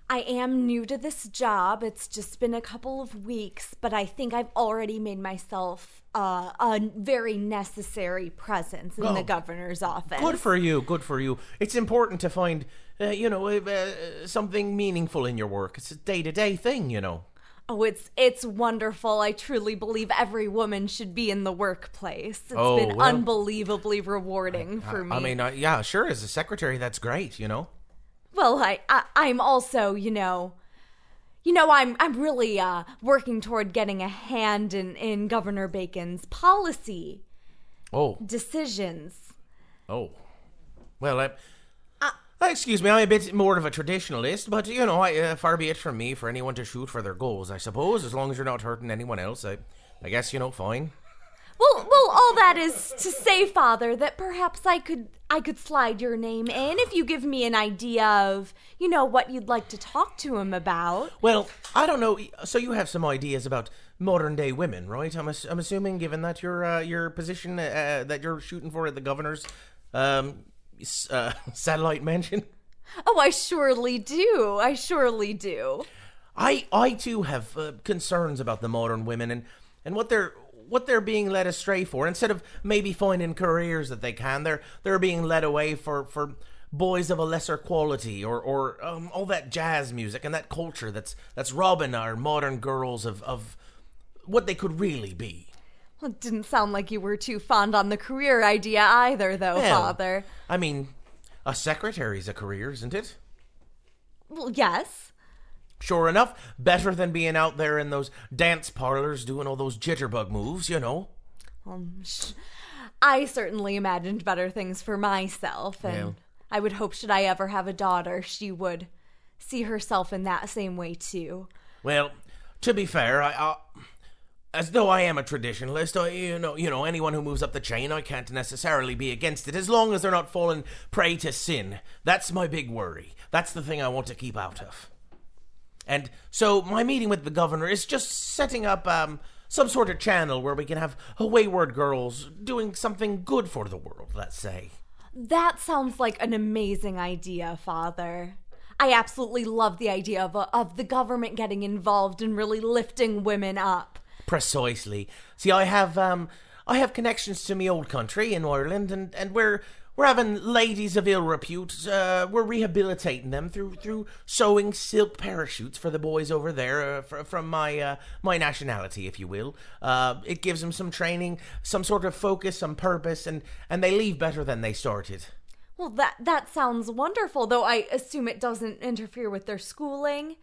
Speaker 7: I am new to this job. It's just been a couple of weeks, but I think I've already made myself uh, a very necessary presence in the
Speaker 1: Oh.
Speaker 7: governor's office.
Speaker 1: Good for you. Good for you. It's important to find, uh, you know, uh, uh, something meaningful in your work. It's a day to day thing, you know.
Speaker 7: Oh, it's it's wonderful. I truly believe every woman should be in the workplace. It's
Speaker 1: Oh,
Speaker 7: been
Speaker 1: well.
Speaker 7: unbelievably rewarding for me.
Speaker 1: I mean, uh, yeah, sure. As a secretary, that's great, you know.
Speaker 7: Well, I, I I'm also, you know, you know, I'm I'm really uh, working toward getting a hand in in Governor Bacon's policy
Speaker 1: Oh,
Speaker 7: decisions.
Speaker 1: oh. Well, I.
Speaker 7: Uh.
Speaker 1: uh, Excuse me, I'm a bit more of a traditionalist, but you know, I, uh, far be it from me for anyone to shoot for their goals. I suppose, as long as you're not hurting anyone else, I, I guess you know, fine.
Speaker 7: Well, well, all that is to say, Father, that perhaps I could I could slide your name in if you give me an idea of, you know, what you'd like to talk to him about.
Speaker 1: Well, I don't know. So you have some ideas about modern day women, right? I'm, ass- I'm assuming, given that your uh, your position uh, that you're shooting for at the governor's um, s- uh, satellite mansion.
Speaker 7: Oh, I surely do. I surely do.
Speaker 1: I I too have uh, concerns about the modern women and and what they're what they're being led astray for. Instead of maybe finding careers that they can, they're they're being led away for for boys of a lesser quality or or um, all that jazz music and that culture that's that's robbing our modern girls of of what they could really be.
Speaker 7: Well, it didn't sound like you were too fond on the career idea either, though,
Speaker 1: Well,
Speaker 7: Father.
Speaker 1: I mean, a secretary's a career, isn't it?
Speaker 7: Well, yes.
Speaker 1: Sure enough, better than being out there in those dance parlors doing all those jitterbug moves, you know.
Speaker 7: Um, sh- I certainly imagined better things for myself, and
Speaker 1: Yeah.
Speaker 7: I would hope, should I ever have a daughter, she would see herself in that same way too.
Speaker 1: Well, to be fair, I, I as though I am a traditionalist, I, you know, you know, anyone who moves up the chain, I can't necessarily be against it as long as they're not falling prey to sin. That's my big worry. That's the thing I want to keep out of. And so my meeting with the governor is just setting up um some sort of channel where we can have wayward girls doing something good for the world, let's say.
Speaker 7: That sounds like an amazing idea, Father. I absolutely love the idea of, of the government getting involved and really lifting women up.
Speaker 1: Precisely. See, I have um, I have connections to me old country in Ireland, and, and we're we're having ladies of ill repute. Uh, we're rehabilitating them through through sewing silk parachutes for the boys over there uh, fr- from my uh, my nationality, if you will. Uh, it gives them some training, some sort of focus, some purpose, and and they leave better than they started.
Speaker 7: Well, that that sounds wonderful, though I assume it doesn't interfere with their schooling.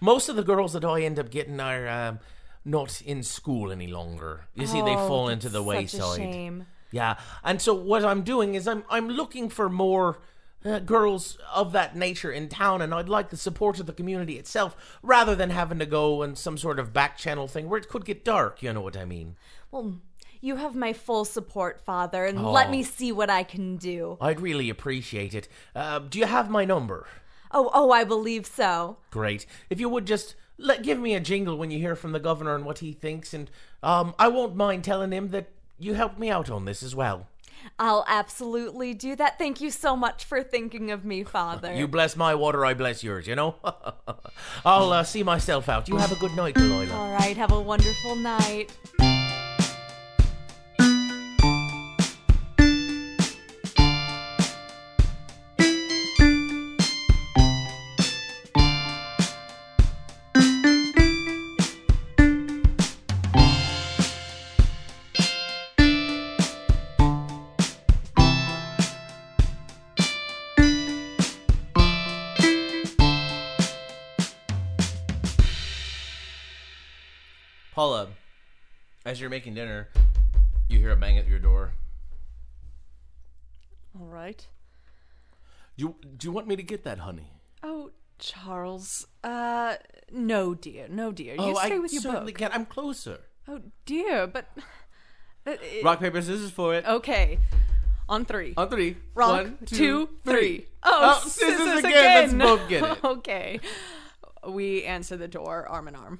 Speaker 1: Most of the girls that I end up getting are um, not in school any longer. You see, they
Speaker 7: Oh,
Speaker 1: fall into
Speaker 7: that's
Speaker 1: the
Speaker 7: such a
Speaker 1: wayside.
Speaker 7: shame.
Speaker 1: Yeah, and so what I'm doing is I'm I'm looking for more uh, girls of that nature in town, and I'd like the support of the community itself rather than having to go on some sort of back channel thing where it could get dark. You know what I mean?
Speaker 7: Well, you have my full support, Father, and let
Speaker 1: Oh.
Speaker 7: me see what I can do.
Speaker 1: I'd really appreciate it. Uh, do you have my number?
Speaker 7: Oh, oh, I believe so.
Speaker 1: Great. If you would just let give me a jingle when you hear from the governor and what he thinks, and um, I won't mind telling him that you helped me out on this as well.
Speaker 7: I'll absolutely do that. Thank you so much for thinking of me, Father.
Speaker 1: You bless my water, I bless yours. You know. I'll uh, see myself out. You have a good night, Delilah.
Speaker 7: All right, have a wonderful night.
Speaker 1: Paula, as you're making dinner, you hear a bang at your door.
Speaker 10: All right.
Speaker 2: You do you want me to get that, honey?
Speaker 10: Oh, Charles. Uh, no, dear. No, dear.
Speaker 1: Oh,
Speaker 10: You stay with your book.
Speaker 1: can. I'm closer.
Speaker 10: Oh, dear, but. Uh, it-
Speaker 8: Rock, paper, scissors for it.
Speaker 10: Okay. On three.
Speaker 8: On three.
Speaker 10: Oh. Rock,
Speaker 8: One,
Speaker 10: two, three.
Speaker 8: three.
Speaker 10: Oh,
Speaker 8: Oh,
Speaker 10: scissors,
Speaker 8: scissors
Speaker 10: again.
Speaker 8: again. Let's both get it.
Speaker 10: okay.
Speaker 11: we answer the door arm in arm.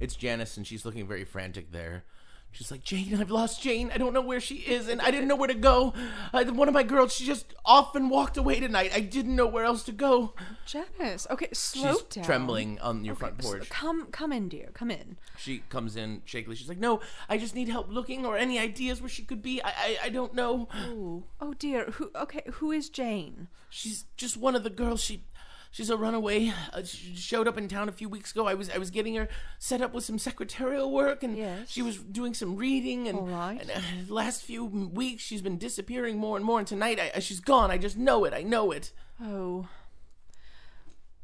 Speaker 1: It's Janice, and she's looking very frantic there. She's like, Jane, I've lost Jane. I don't know where she is, and I didn't know where to go. I, one of my girls, she just off and walked away tonight. I didn't know where else to go.
Speaker 10: Janice, okay, slow
Speaker 1: she's
Speaker 10: down.
Speaker 1: trembling on your front
Speaker 10: S-
Speaker 1: porch.
Speaker 10: Come, come in, dear. Come in.
Speaker 1: She comes in shakily. She's like, No, I just need help looking or any ideas where she could be. I, I, I don't know.
Speaker 10: Oh, oh dear. Who? Okay, who is Jane?
Speaker 1: She's just one of the girls. She, she's a runaway. Uh, she showed up in town a few weeks ago. I was I was getting her set up with some secretarial work, and she was doing some reading. And,
Speaker 10: All right.
Speaker 1: and, uh, the last few m- weeks, she's been disappearing more and more. And tonight, I, I, she's gone. I just know it. I know it.
Speaker 10: Oh.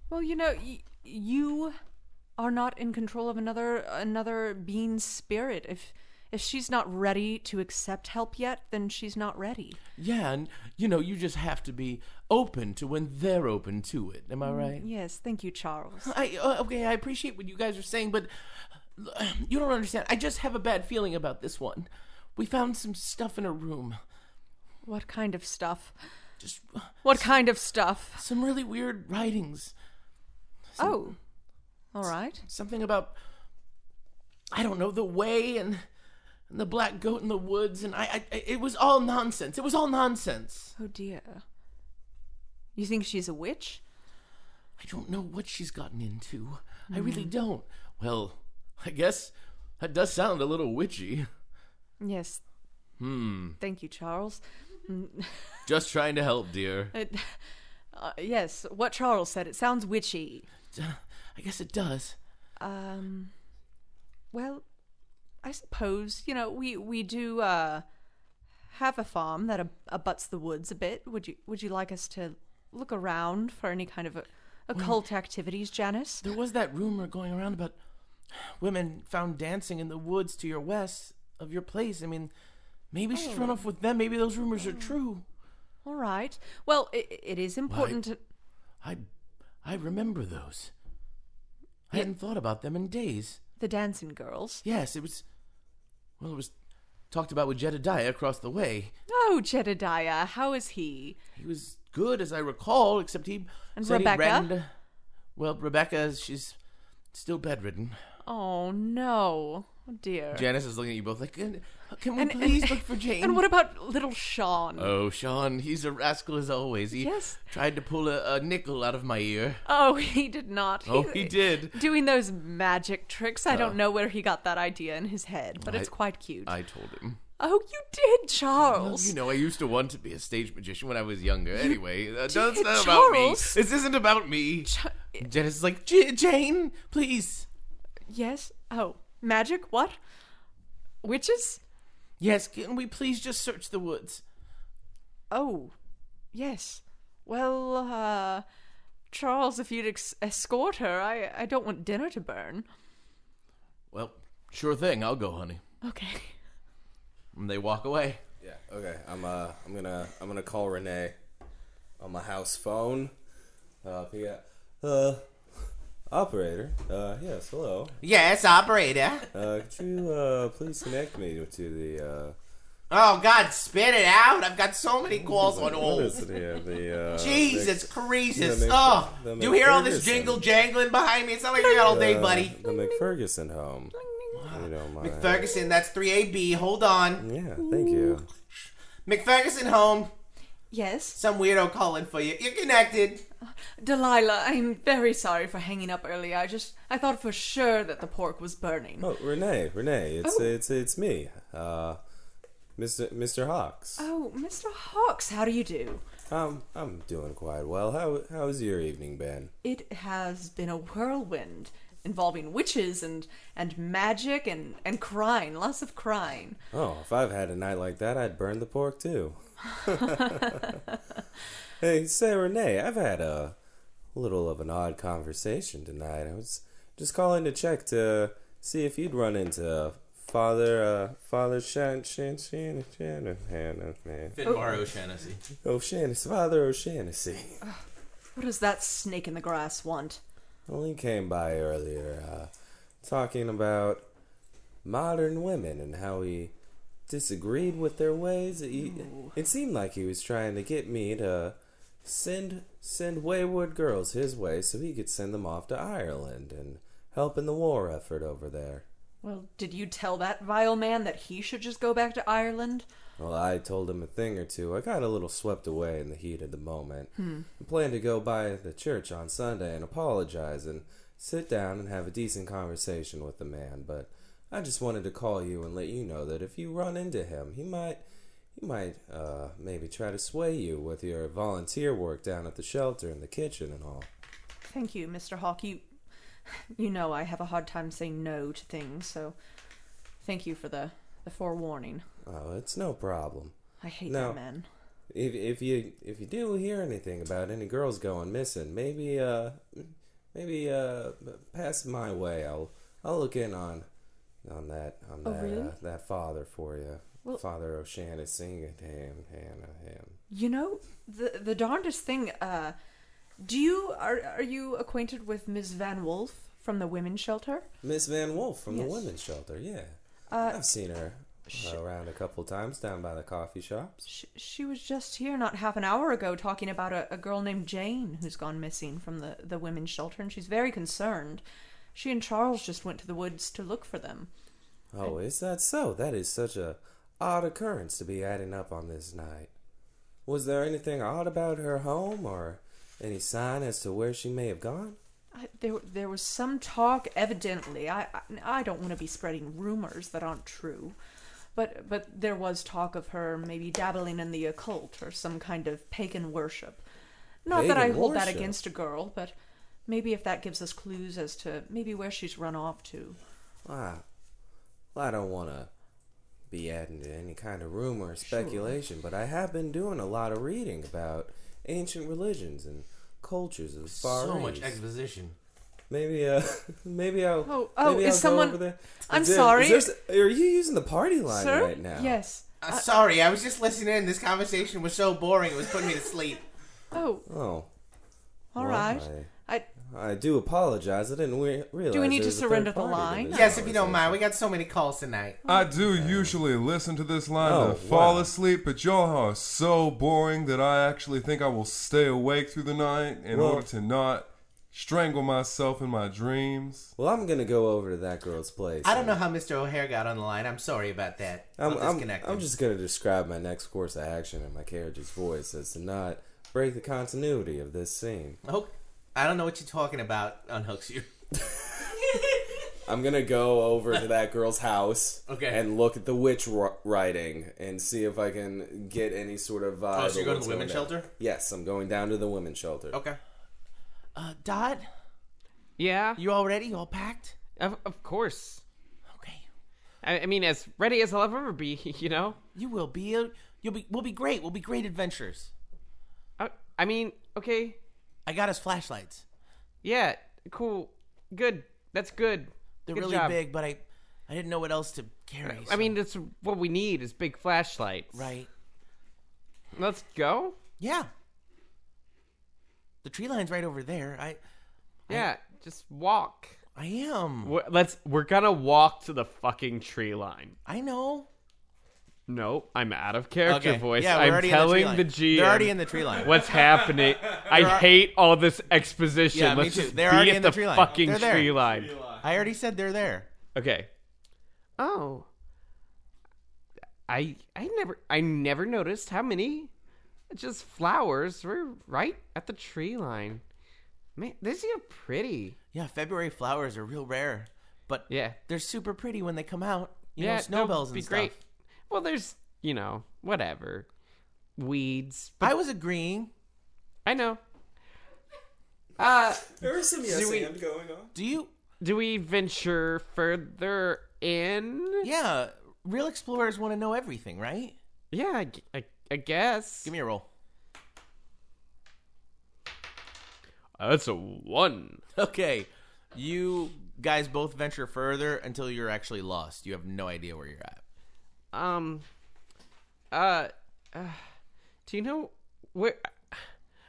Speaker 10: Well, you know, y- you are not in control of another another being's spirit. If if she's not ready to accept help yet, then she's not ready.
Speaker 1: Yeah, and you know, you just have to be open to when they're open to it. Am I right?
Speaker 10: Yes, thank you, Charles.
Speaker 1: I uh, okay. I appreciate what you guys are saying, but uh, you don't understand. I just have a bad feeling about this one. We found some stuff in her room.
Speaker 10: What kind of stuff?
Speaker 1: Just
Speaker 10: what kind of stuff?
Speaker 1: Some really weird writings. Some-
Speaker 10: oh, all right.
Speaker 1: Something about I don't know the way and and the black goat in the woods and I, I it was all nonsense. It was all nonsense.
Speaker 10: Oh dear. You think she's a witch?
Speaker 1: I don't know what she's gotten into. I really don't. Well, I guess that does sound a little witchy.
Speaker 10: Yes,
Speaker 1: Hmm.
Speaker 10: thank you, Charles. Mm,
Speaker 1: Just trying to help, dear.
Speaker 10: it, uh, yes, what Charles said. It sounds witchy.
Speaker 1: I guess it does.
Speaker 10: Um, well, I suppose you know we we do uh, have a farm that ab- abuts the woods a bit. Would you would you like us to look around for any kind of uh
Speaker 1: Mm.
Speaker 10: occult activities, Janice?
Speaker 1: There was that rumor going around about women found dancing in the woods to your west of your place. I mean, maybe she's run
Speaker 10: Oh.
Speaker 1: off with them. Maybe those rumors are true.
Speaker 10: All right. Well, i i- it is important to.
Speaker 1: I I remember those. I hadn't thought about them in days.
Speaker 10: The dancing girls.
Speaker 1: Yes, it was well, it was talked about with Jedediah across the way.
Speaker 10: Oh, Jedediah, how is he?
Speaker 1: He was good as I recall, except he
Speaker 10: And
Speaker 1: said
Speaker 10: Rebecca?
Speaker 1: he ran into- Well, Rebecca, she's still bedridden.
Speaker 10: Oh no, oh, dear.
Speaker 1: Janice is looking at you both like, "Can can we
Speaker 10: And- and-
Speaker 1: please look for Jane?"
Speaker 10: And what about little Sean?
Speaker 1: Oh, Sean, he's a rascal as always. He
Speaker 10: Yes.
Speaker 1: tried to pull a, a nickel out of my ear.
Speaker 10: Oh, he did not.
Speaker 1: Oh, he did.
Speaker 10: Doing those magic tricks. I
Speaker 1: Oh.
Speaker 10: don't know where he got that idea in his head, but it's
Speaker 1: I-
Speaker 10: quite cute.
Speaker 1: I told him.
Speaker 10: oh, you did,
Speaker 1: Well,
Speaker 10: Charles.
Speaker 1: you know, I used to want to be a stage magician when I was younger. anyway, uh, that's
Speaker 10: did,
Speaker 1: not about me.
Speaker 10: Charles.
Speaker 1: This isn't about me. Janice is like, "J- Jane, please.
Speaker 10: yes. Oh, magic? What? Witches?
Speaker 1: Yes, can we please just search the woods?
Speaker 10: Oh, yes. Well, uh, Charles, if you'd ex- escort her, I, I don't want dinner to burn.
Speaker 1: Well, sure thing. I'll go, honey.
Speaker 10: Okay.
Speaker 1: And they walk away.
Speaker 6: Yeah. Okay. I'm uh I'm gonna I'm gonna call Renee on my house phone. Uh yeah. Uh operator. Uh yes, hello.
Speaker 1: Yes, operator.
Speaker 6: Uh could you uh please connect me to the uh
Speaker 1: Oh, God, spit it out. I've got so many calls on
Speaker 6: what
Speaker 1: hold.
Speaker 6: is it here? The uh
Speaker 1: Oh. Jesus
Speaker 6: Mc-
Speaker 1: Christus.
Speaker 6: the Mc-
Speaker 1: Oh,
Speaker 6: the
Speaker 1: do you hear all this
Speaker 6: McPherson.
Speaker 1: jingle jangling behind me? It's not like I got all day,
Speaker 6: Uh,
Speaker 1: buddy.
Speaker 6: The McFerguson home. You know my
Speaker 1: McFerguson, that's 3AB. Hold on.
Speaker 6: Yeah, thank you.
Speaker 1: McFerguson home.
Speaker 10: Yes.
Speaker 1: Some weirdo calling for you. You're connected.
Speaker 10: Delilah, I'm very sorry for hanging up early. I just, I thought for sure that the pork was burning.
Speaker 6: Oh, Renee, Renee, it's
Speaker 1: Oh.
Speaker 6: it's it's me. Uh Mr. Mr. Hawks.
Speaker 10: Oh, Mr. Hawks, how do you do?
Speaker 6: Um, I'm doing quite well. How how's your evening been?
Speaker 10: It has been a whirlwind involving witches and and magic and and crying, lots of crying.
Speaker 6: Oh, if I've had a night like that, I'd burn the pork too. hey, say Renee, I've had a little of an odd conversation tonight. I was just calling to check to see if you'd run into Father uh Father Shan Shan Shan Shanahan man.
Speaker 1: Finbar O'Shaughnessy.
Speaker 6: O'Shaughnessy, Father O'Shaughnessy.
Speaker 10: What does that snake in the grass want?
Speaker 6: Well, he came by earlier, uh, talking about modern women and how he disagreed with their ways. He, it seemed like he was trying to get me to send send wayward girls his way so he could send them off to Ireland and help in the war effort over there.
Speaker 10: Well, did you tell that vile man that he should just go back to Ireland?
Speaker 6: Well, I told him a thing or two. I got a little swept away in the heat of the moment.
Speaker 10: Hmm.
Speaker 6: I planned to go by the church on Sunday and apologize and sit down and have a decent conversation with the man, but I just wanted to call you and let you know that if you run into him, he might he might uh maybe try to sway you with your volunteer work down at the shelter in the kitchen and all.
Speaker 10: Thank you, Mr. Hawk. You, you know I have a hard time saying no to things, so thank you for the, the forewarning.
Speaker 6: Oh, it's no problem.
Speaker 10: I hate
Speaker 6: Now,
Speaker 10: that man.
Speaker 6: If if you if you do hear anything about any girls going missing, maybe uh maybe uh pass my way. I'll I'll look in on on that on
Speaker 10: Oh,
Speaker 6: that
Speaker 10: really?
Speaker 6: uh, that father for you.
Speaker 10: Well-
Speaker 6: father O'Shaughnessy and him Hannah him.
Speaker 10: You know the the darndest thing. Uh, do you are are you acquainted with Miss Van Wolf from the women's shelter?
Speaker 6: Miss Van Wolf from
Speaker 10: Yes.
Speaker 6: the women's shelter. Yeah,
Speaker 10: Uh,
Speaker 6: I've seen her around a couple times down by the coffee shops.
Speaker 10: She, she was just here not half an hour ago talking about a, a girl named Jane who's gone missing from the, the women's shelter, and she's very concerned. She and Charles just went to the woods to look for them.
Speaker 6: Oh, is that so? That is such a odd occurrence to be adding up on this night. Was there anything odd about her home, or any sign as to where she may have gone?
Speaker 10: I, there, there was some talk. Evidently, I, I, I don't want to be spreading rumors that aren't true, but but there was talk of her maybe dabbling in the occult or some kind of pagan worship. Not that I
Speaker 6: Pagan
Speaker 10: hold that
Speaker 6: worship?
Speaker 10: against a girl, but maybe if that gives us clues as to maybe where she's run off to.
Speaker 6: Ah, well, I don't want to be adding to any kind of rumor or speculation, but I have been doing a lot of reading about ancient religions and cultures of the far
Speaker 2: So much
Speaker 6: East.
Speaker 2: exposition.
Speaker 6: Maybe uh, maybe I'll.
Speaker 10: Oh, oh,
Speaker 6: maybe
Speaker 10: is
Speaker 6: I'll
Speaker 10: someone-
Speaker 6: Go over there.
Speaker 10: I'm
Speaker 6: Is there-
Speaker 10: sorry.
Speaker 6: is there- are you using the party line
Speaker 10: Sir?
Speaker 6: right now?
Speaker 10: Yes.
Speaker 2: Uh, sorry, I was just listening in. This conversation was so boring, it was putting me to sleep.
Speaker 10: Oh,
Speaker 6: Oh.
Speaker 10: all
Speaker 6: Well,
Speaker 10: right. I
Speaker 6: I, I do apologize. I didn't re- realize.
Speaker 10: need
Speaker 6: there
Speaker 10: to
Speaker 6: was a third
Speaker 10: surrender the
Speaker 6: party to
Speaker 10: line?
Speaker 6: this
Speaker 2: Yes, if you don't
Speaker 6: conversation.
Speaker 2: mind, we got so many calls tonight.
Speaker 3: I do usually listen to this line
Speaker 6: Oh,
Speaker 3: to fall
Speaker 6: wow.
Speaker 3: asleep, but y'all are so boring that I actually think I will stay awake through the night in
Speaker 6: Well-
Speaker 3: order to not strangle myself in my dreams.
Speaker 6: Well, I'm gonna go over to that girl's place.
Speaker 2: I don't know how Mr. O'Hare got on the line. I'm sorry about that.
Speaker 6: I'm,
Speaker 2: I'll
Speaker 6: I'm,
Speaker 2: disconnect him.
Speaker 6: I'm just gonna describe my next course of action in my character's voice as to not break the continuity of this scene.
Speaker 2: Oh, I don't know what you're talking about. Unhooks you.
Speaker 6: I'm gonna go over to that girl's house
Speaker 2: Okay.
Speaker 6: and look at the witch ri- writing and see if I can get any sort of vibe.
Speaker 2: Oh, so you're going
Speaker 6: of
Speaker 2: to
Speaker 6: what's
Speaker 2: the women's
Speaker 6: down.
Speaker 2: shelter?
Speaker 6: Yes, I'm going down to the women's shelter.
Speaker 2: Okay. Uh, Dot,
Speaker 5: Yeah,
Speaker 2: you all ready? You all packed?
Speaker 5: of, of course.
Speaker 2: Okay.
Speaker 5: I, I mean, as ready as I'll ever be, you know?
Speaker 2: You will be. uh, You'll be. We'll be great. We'll be great adventurers.
Speaker 5: I, I mean, okay,
Speaker 2: I got us flashlights.
Speaker 5: yeah, cool, good, that's good.
Speaker 2: They're
Speaker 5: Good
Speaker 2: really
Speaker 5: job.
Speaker 2: big, but I, I didn't know what else to carry.
Speaker 5: I
Speaker 2: so-
Speaker 5: mean, that's what we need is big flashlights.
Speaker 2: right?
Speaker 5: Let's go.
Speaker 2: Yeah. The tree line's right over there. I,
Speaker 5: Yeah, just walk.
Speaker 2: I am.
Speaker 5: We're, let's. We're gonna walk to the fucking tree line.
Speaker 2: I know.
Speaker 5: No, I'm out of character voice.
Speaker 2: Yeah, we're already in
Speaker 5: I'm
Speaker 2: the tree
Speaker 5: telling
Speaker 2: line.
Speaker 5: the G.
Speaker 2: They're already in the tree line.
Speaker 5: What's happening? I
Speaker 2: are-
Speaker 5: hate all this exposition.
Speaker 2: Yeah, me
Speaker 5: Let's
Speaker 2: too.
Speaker 5: just
Speaker 2: They're
Speaker 5: be
Speaker 2: already
Speaker 5: at
Speaker 2: in
Speaker 5: the,
Speaker 2: the tree line.
Speaker 5: fucking
Speaker 2: They're there.
Speaker 5: tree line.
Speaker 2: I already said they're there.
Speaker 5: Okay. Oh. I I never I never noticed how many just flowers were right at the tree line. Man, this is pretty.
Speaker 2: Yeah, February flowers are real rare, but
Speaker 5: Yeah.
Speaker 2: they're super pretty when they come out. You
Speaker 5: yeah,
Speaker 2: know,
Speaker 5: no,
Speaker 2: snowbells and
Speaker 5: be
Speaker 2: stuff.
Speaker 5: great. Well, there's, you know, whatever. Weeds.
Speaker 2: I was agreeing.
Speaker 5: I know. Uh
Speaker 6: There is some yes
Speaker 5: Do we-
Speaker 6: and going on.
Speaker 2: Do you?
Speaker 5: do we venture further in?
Speaker 2: Yeah, real explorers want to know everything, right?
Speaker 5: Yeah, I, g- I- I guess.
Speaker 2: Give me a roll.
Speaker 5: Uh, That's a one.
Speaker 2: Okay, you guys both venture further until you're actually lost. You have no idea where you're at.
Speaker 5: Um. Uh. uh, do you know where?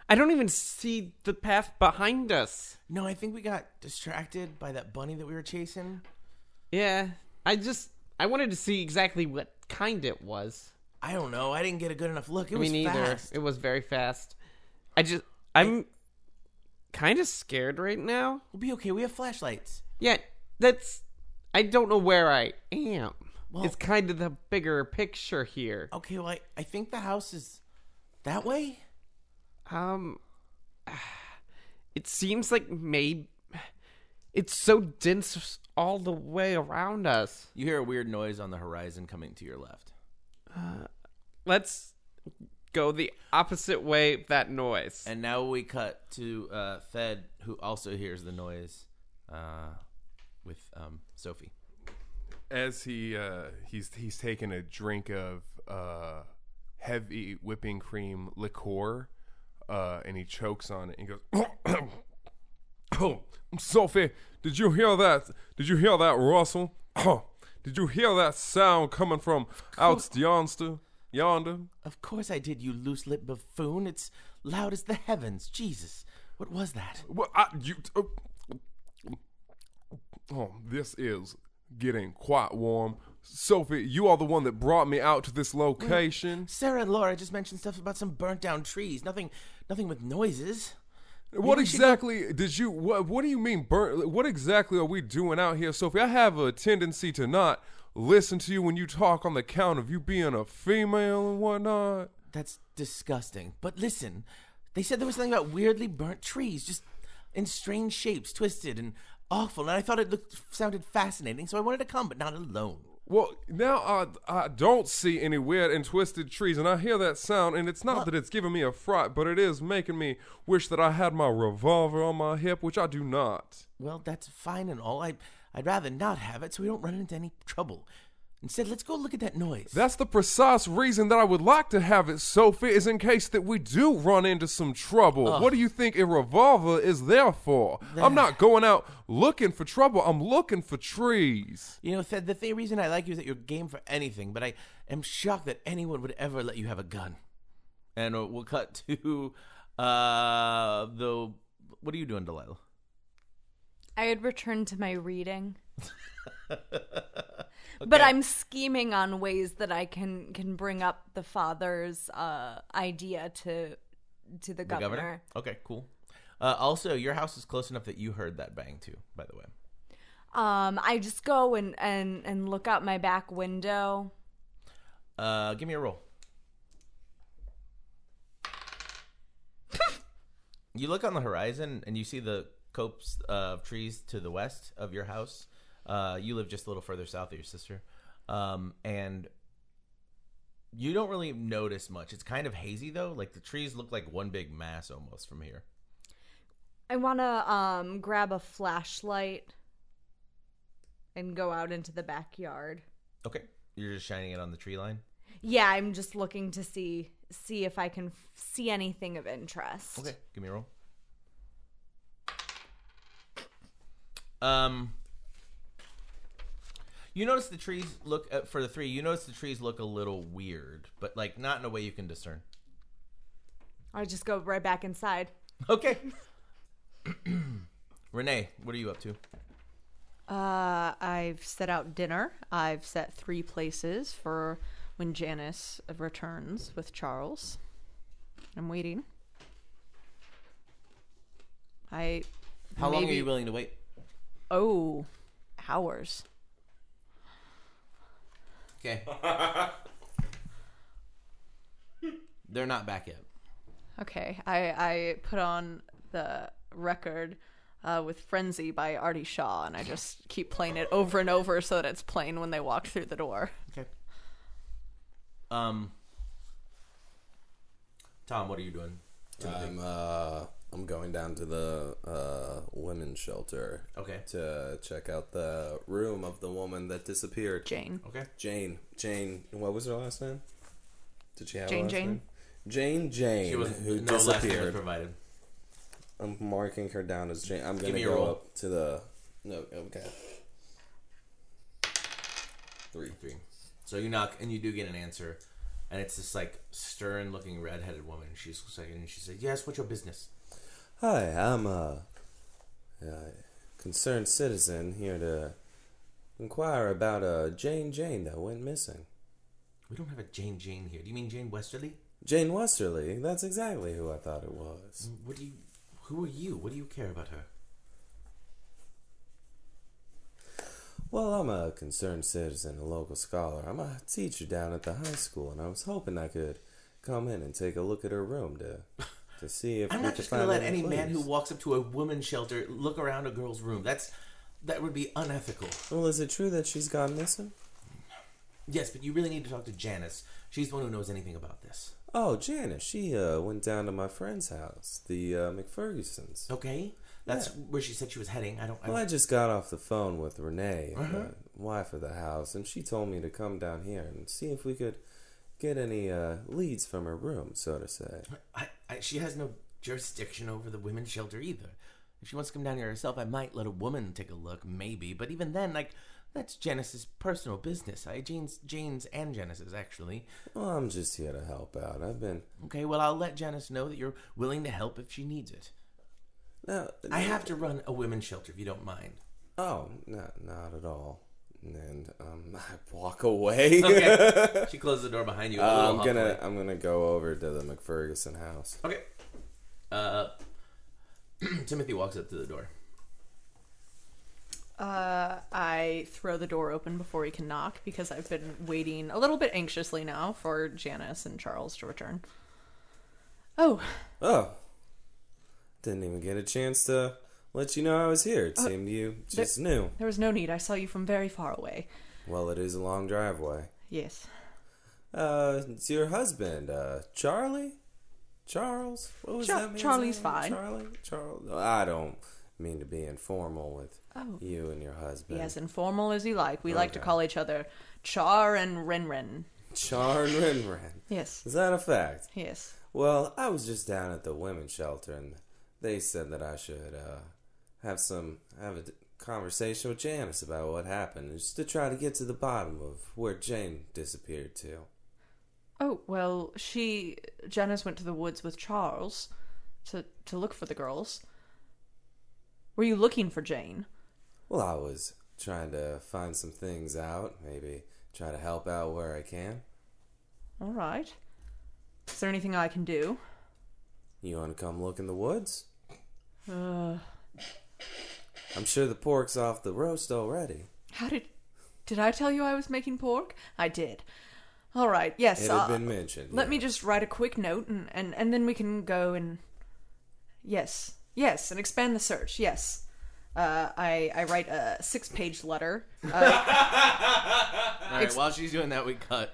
Speaker 5: I don't even see the path behind us.
Speaker 2: No, I think we got distracted by that bunny that we were chasing.
Speaker 5: Yeah. I just. I wanted to see exactly what kind it was.
Speaker 2: I don't know. I didn't get a good enough look. It
Speaker 5: I
Speaker 2: was
Speaker 5: mean, either
Speaker 2: fast.
Speaker 5: it was very fast. I just I'm kind of scared right now.
Speaker 1: We'll be okay. We have flashlights.
Speaker 5: Yeah, that's I don't know where I am. it's kind of the bigger picture here.
Speaker 1: Okay, well, I, I think the house is that way.
Speaker 5: Um, it seems like maybe it's so dense all the way around us.
Speaker 1: You hear a weird noise on the horizon coming to your left.
Speaker 5: Uh, let's go the opposite way of that noise.
Speaker 1: And now we cut to uh, Fed, who also hears the noise uh, with um, Sophie.
Speaker 12: as he uh, he's he's taking a drink of uh, heavy whipping cream liqueur, uh, and he chokes on it and goes,
Speaker 3: Oh, Sophie, did you hear that? Did you hear that, Russell? Oh, did you hear that sound coming from out yonder? Yonder?
Speaker 1: Of course I did, you loose lipped buffoon. It's loud as the heavens. Jesus, what was that?
Speaker 3: Well, I, you. Uh, oh, this is getting quite warm. Sophie, you are the one that brought me out to this location.
Speaker 1: Sarah and Laura just mentioned stuff about some burnt down trees. Nothing, nothing with noises.
Speaker 3: What exactly did you? What What do you mean, burn? What exactly are we doing out here, Sophie? I have a tendency to not listen to you when you talk on the count of you being a female and whatnot.
Speaker 1: That's disgusting. But listen, they said there was something about weirdly burnt trees, just in strange shapes, twisted and awful. And I thought it looked sounded fascinating, so I wanted to come, but not alone.
Speaker 3: Well, now I I don't see any weird and twisted trees, and I hear that sound, and it's not that it's giving me a fright, but it is making me wish that I had my revolver on my hip, which I do not.
Speaker 1: Well, that's fine and all. I I'd rather not have it, so we don't run into any trouble. Instead, let's go look at that noise.
Speaker 3: That's the precise reason that I would like to have it, Sophie, is in case that we do run into some trouble.
Speaker 1: Ugh.
Speaker 3: What do you think a revolver is there for? I'm not going out looking for trouble. I'm looking for trees.
Speaker 1: You know, Thad, the th- reason I like you is that you're game for anything, but I am shocked that anyone would ever let you have a gun. And uh, we'll cut to uh the what are you doing, Delilah?
Speaker 7: I had returned to my reading. But I'm scheming on ways that I can can bring up the father's uh, idea to to the, governor.
Speaker 1: Okay, cool. Uh, also, your house is close enough that you heard that bang too. By the way,
Speaker 7: Um, I just go and and and look out my back window.
Speaker 1: uh, give me a roll. you look on the horizon and you see the copes of trees to the west of your house. Uh, you live just a little further south of your sister, um, and you don't really notice much. It's kind of hazy though. Like the trees look like one big mass almost from here.
Speaker 7: I want to um grab a flashlight and go out into the backyard.
Speaker 1: Okay, you're just shining it on the tree line.
Speaker 7: Yeah, I'm just looking to see see if I can f- see anything of interest.
Speaker 1: Okay, give me a roll. Um, you notice the trees look uh, for the three. You notice the trees look a little weird, but like not in a way you can discern.
Speaker 7: I just go right back inside.
Speaker 1: Okay. Renee, what are you up to?
Speaker 10: Uh, I've set out dinner. I've set three places for when Janice returns with Charles. I'm waiting. I.
Speaker 1: How long are
Speaker 10: maybe-
Speaker 1: you willing to wait?
Speaker 10: Oh, hours.
Speaker 1: Okay. They're not back yet.
Speaker 10: Okay, I, I put on the record uh, with Frenzy by Artie Shaw, and I just keep playing it over and over so that it's playing when they walk through the door.
Speaker 1: Okay. Um. Tom, what are you doing?
Speaker 6: I'm uh I'm going down to the uh women's shelter.
Speaker 1: Okay.
Speaker 6: To check out the room of the woman that disappeared.
Speaker 10: Jane.
Speaker 1: Okay.
Speaker 6: Jane. Jane. What was her last name? Did she have a
Speaker 10: Jane
Speaker 6: last
Speaker 10: Jane?
Speaker 6: name? Jane Jane.
Speaker 1: She was
Speaker 6: who
Speaker 1: no last name was
Speaker 6: disappeared.
Speaker 1: provided.
Speaker 6: I'm marking her down as Jane. I'm
Speaker 1: Give
Speaker 6: gonna
Speaker 1: me a
Speaker 6: go
Speaker 1: roll.
Speaker 6: up to the. No. Okay.
Speaker 1: Three. Three. So you knock and you do get an answer. And it's this like stern looking redheaded woman. She's like, and she said, Yes, what's your business?
Speaker 6: Hi, I'm a, a concerned citizen here to inquire about a Jane Jane that went missing.
Speaker 1: We don't have a Jane Jane here. Do you mean Jane Westerly?
Speaker 6: Jane Westerly. That's exactly who I thought it was.
Speaker 1: What do you? Who are you? What do you care about her?
Speaker 6: Well, I'm a concerned citizen, a local scholar. I'm a teacher down at the high school, and I was hoping I could come in and take a look at her room to to see if
Speaker 1: I'm
Speaker 6: we
Speaker 1: not
Speaker 6: could
Speaker 1: just going to
Speaker 6: find
Speaker 1: let
Speaker 6: any
Speaker 1: any man
Speaker 6: clues.
Speaker 1: who walks up to a woman's shelter look around a girl's room. That's that would be unethical.
Speaker 6: Well, is it true that she's gone missing?
Speaker 1: Yes, but you really need to talk to Janice. She's the one who knows anything about this.
Speaker 6: Oh, Janice, she uh, went down to my friend's house, the uh, McPherson's.
Speaker 1: Okay, that's where she said she was heading. I don't. Oh, I
Speaker 6: Well, I
Speaker 1: don't
Speaker 6: just got off the phone with Renee,
Speaker 1: Uh-huh.
Speaker 6: the wife of the house, and she told me to come down here and see if we could get any uh, leads from her room, so to say.
Speaker 1: I, I, she has no jurisdiction over the women's shelter either. If she wants to come down here herself, I might let a woman take a look, maybe. But even then, like, that's Janice's personal business. I Jane's, Jane's, and Janice's actually.
Speaker 6: Well, Oh, I'm just here to help out. I've been.
Speaker 1: Okay, well, I'll let Janice know that you're willing to help if she needs it.
Speaker 6: No,
Speaker 1: I have to run a women's shelter if you don't mind.
Speaker 6: Oh, no, not at all. And um, I walk away.
Speaker 1: Okay. She closes the door behind you a
Speaker 6: Uh,
Speaker 1: little
Speaker 13: Um,
Speaker 6: I'm gonna,
Speaker 1: awkwardly.
Speaker 6: I'm gonna go over to the McFerguson house.
Speaker 1: Okay. Uh, Timothy walks up to the door.
Speaker 10: Uh, I throw the door open before he can knock because I've been waiting a little bit anxiously now for Janice and Charles to return. Oh,
Speaker 6: Oh, didn't even get a chance to let you know I was here. It
Speaker 10: Uh,
Speaker 6: seemed you
Speaker 10: there-
Speaker 6: just knew.
Speaker 10: There was no need. I saw you from very far away.
Speaker 6: Well, it is a long driveway.
Speaker 10: Yes.
Speaker 6: Uh, it's your husband, uh, Charlie? Charles? What was
Speaker 10: Char-
Speaker 6: that man's
Speaker 10: Charlie's
Speaker 6: name?
Speaker 10: fine.
Speaker 6: Charlie? Charles? I don't mean to be informal with
Speaker 10: Oh.
Speaker 6: you and your husband.
Speaker 10: Be as informal as you like. We like to
Speaker 6: Okay.
Speaker 10: call each other Char and Renren.
Speaker 6: Char and Renren.
Speaker 10: Yes.
Speaker 6: Is that a fact?
Speaker 10: Yes.
Speaker 6: Well, I was just down at the women's shelter, and they said that I should uh, have some have a d- conversation with Janice about what happened, just to try to get to the bottom of where Jane disappeared to.
Speaker 10: Oh well, she Janice went to the woods with Charles to to look for the girls. Were you looking for Jane?
Speaker 6: Well, I was trying to find some things out, maybe try to help out where I can.
Speaker 10: All right. Is there anything I can do?
Speaker 6: You want to come look in the woods?
Speaker 10: Uh,
Speaker 6: I'm sure the pork's off the roast already.
Speaker 10: how did did I tell you I was making pork? I did. All right. Yes.
Speaker 6: it had
Speaker 10: uh,
Speaker 6: been mentioned.
Speaker 10: Let me just write a quick note and, and, and then we can go and. Yes. Yes. And expand the search. Yes. Uh, I, I write a six page letter. Uh,
Speaker 13: All right,
Speaker 10: ex-
Speaker 13: while she's doing that, we cut.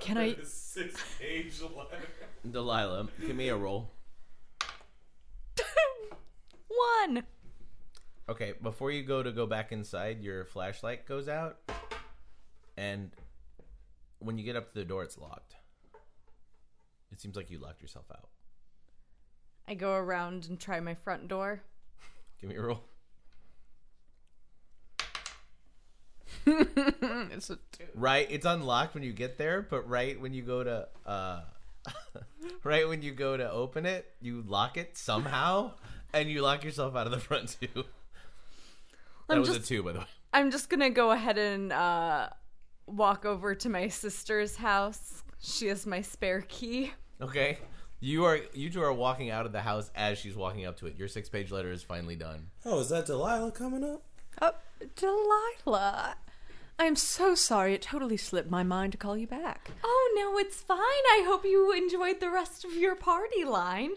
Speaker 10: Can I-
Speaker 14: Six page letter.
Speaker 13: Delilah, give me a roll.
Speaker 7: One.
Speaker 13: Okay, before you go to go back inside, your flashlight goes out, and when you get up to the door, it's locked. It seems like you locked yourself out.
Speaker 7: I go around and try my front door.
Speaker 13: Give me a roll.
Speaker 10: it's a two.
Speaker 13: Right, it's unlocked when you get there, but right when you go to uh right when you go to open it, you lock it somehow and you lock yourself out of the front too. That
Speaker 7: I'm
Speaker 13: was a
Speaker 7: just-
Speaker 13: 2 by the way.
Speaker 7: I'm just gonna go ahead and uh, walk over to my sister's house. She has my spare key.
Speaker 13: Okay. You are you two are walking out of the house as she's walking up to it. Your six-page letter is finally done.
Speaker 6: Oh, is that Delilah coming up?
Speaker 10: Oh, Delilah. I am so sorry. It totally slipped my mind to call you back.
Speaker 7: Oh no, it's fine. I hope you enjoyed the rest of your party line.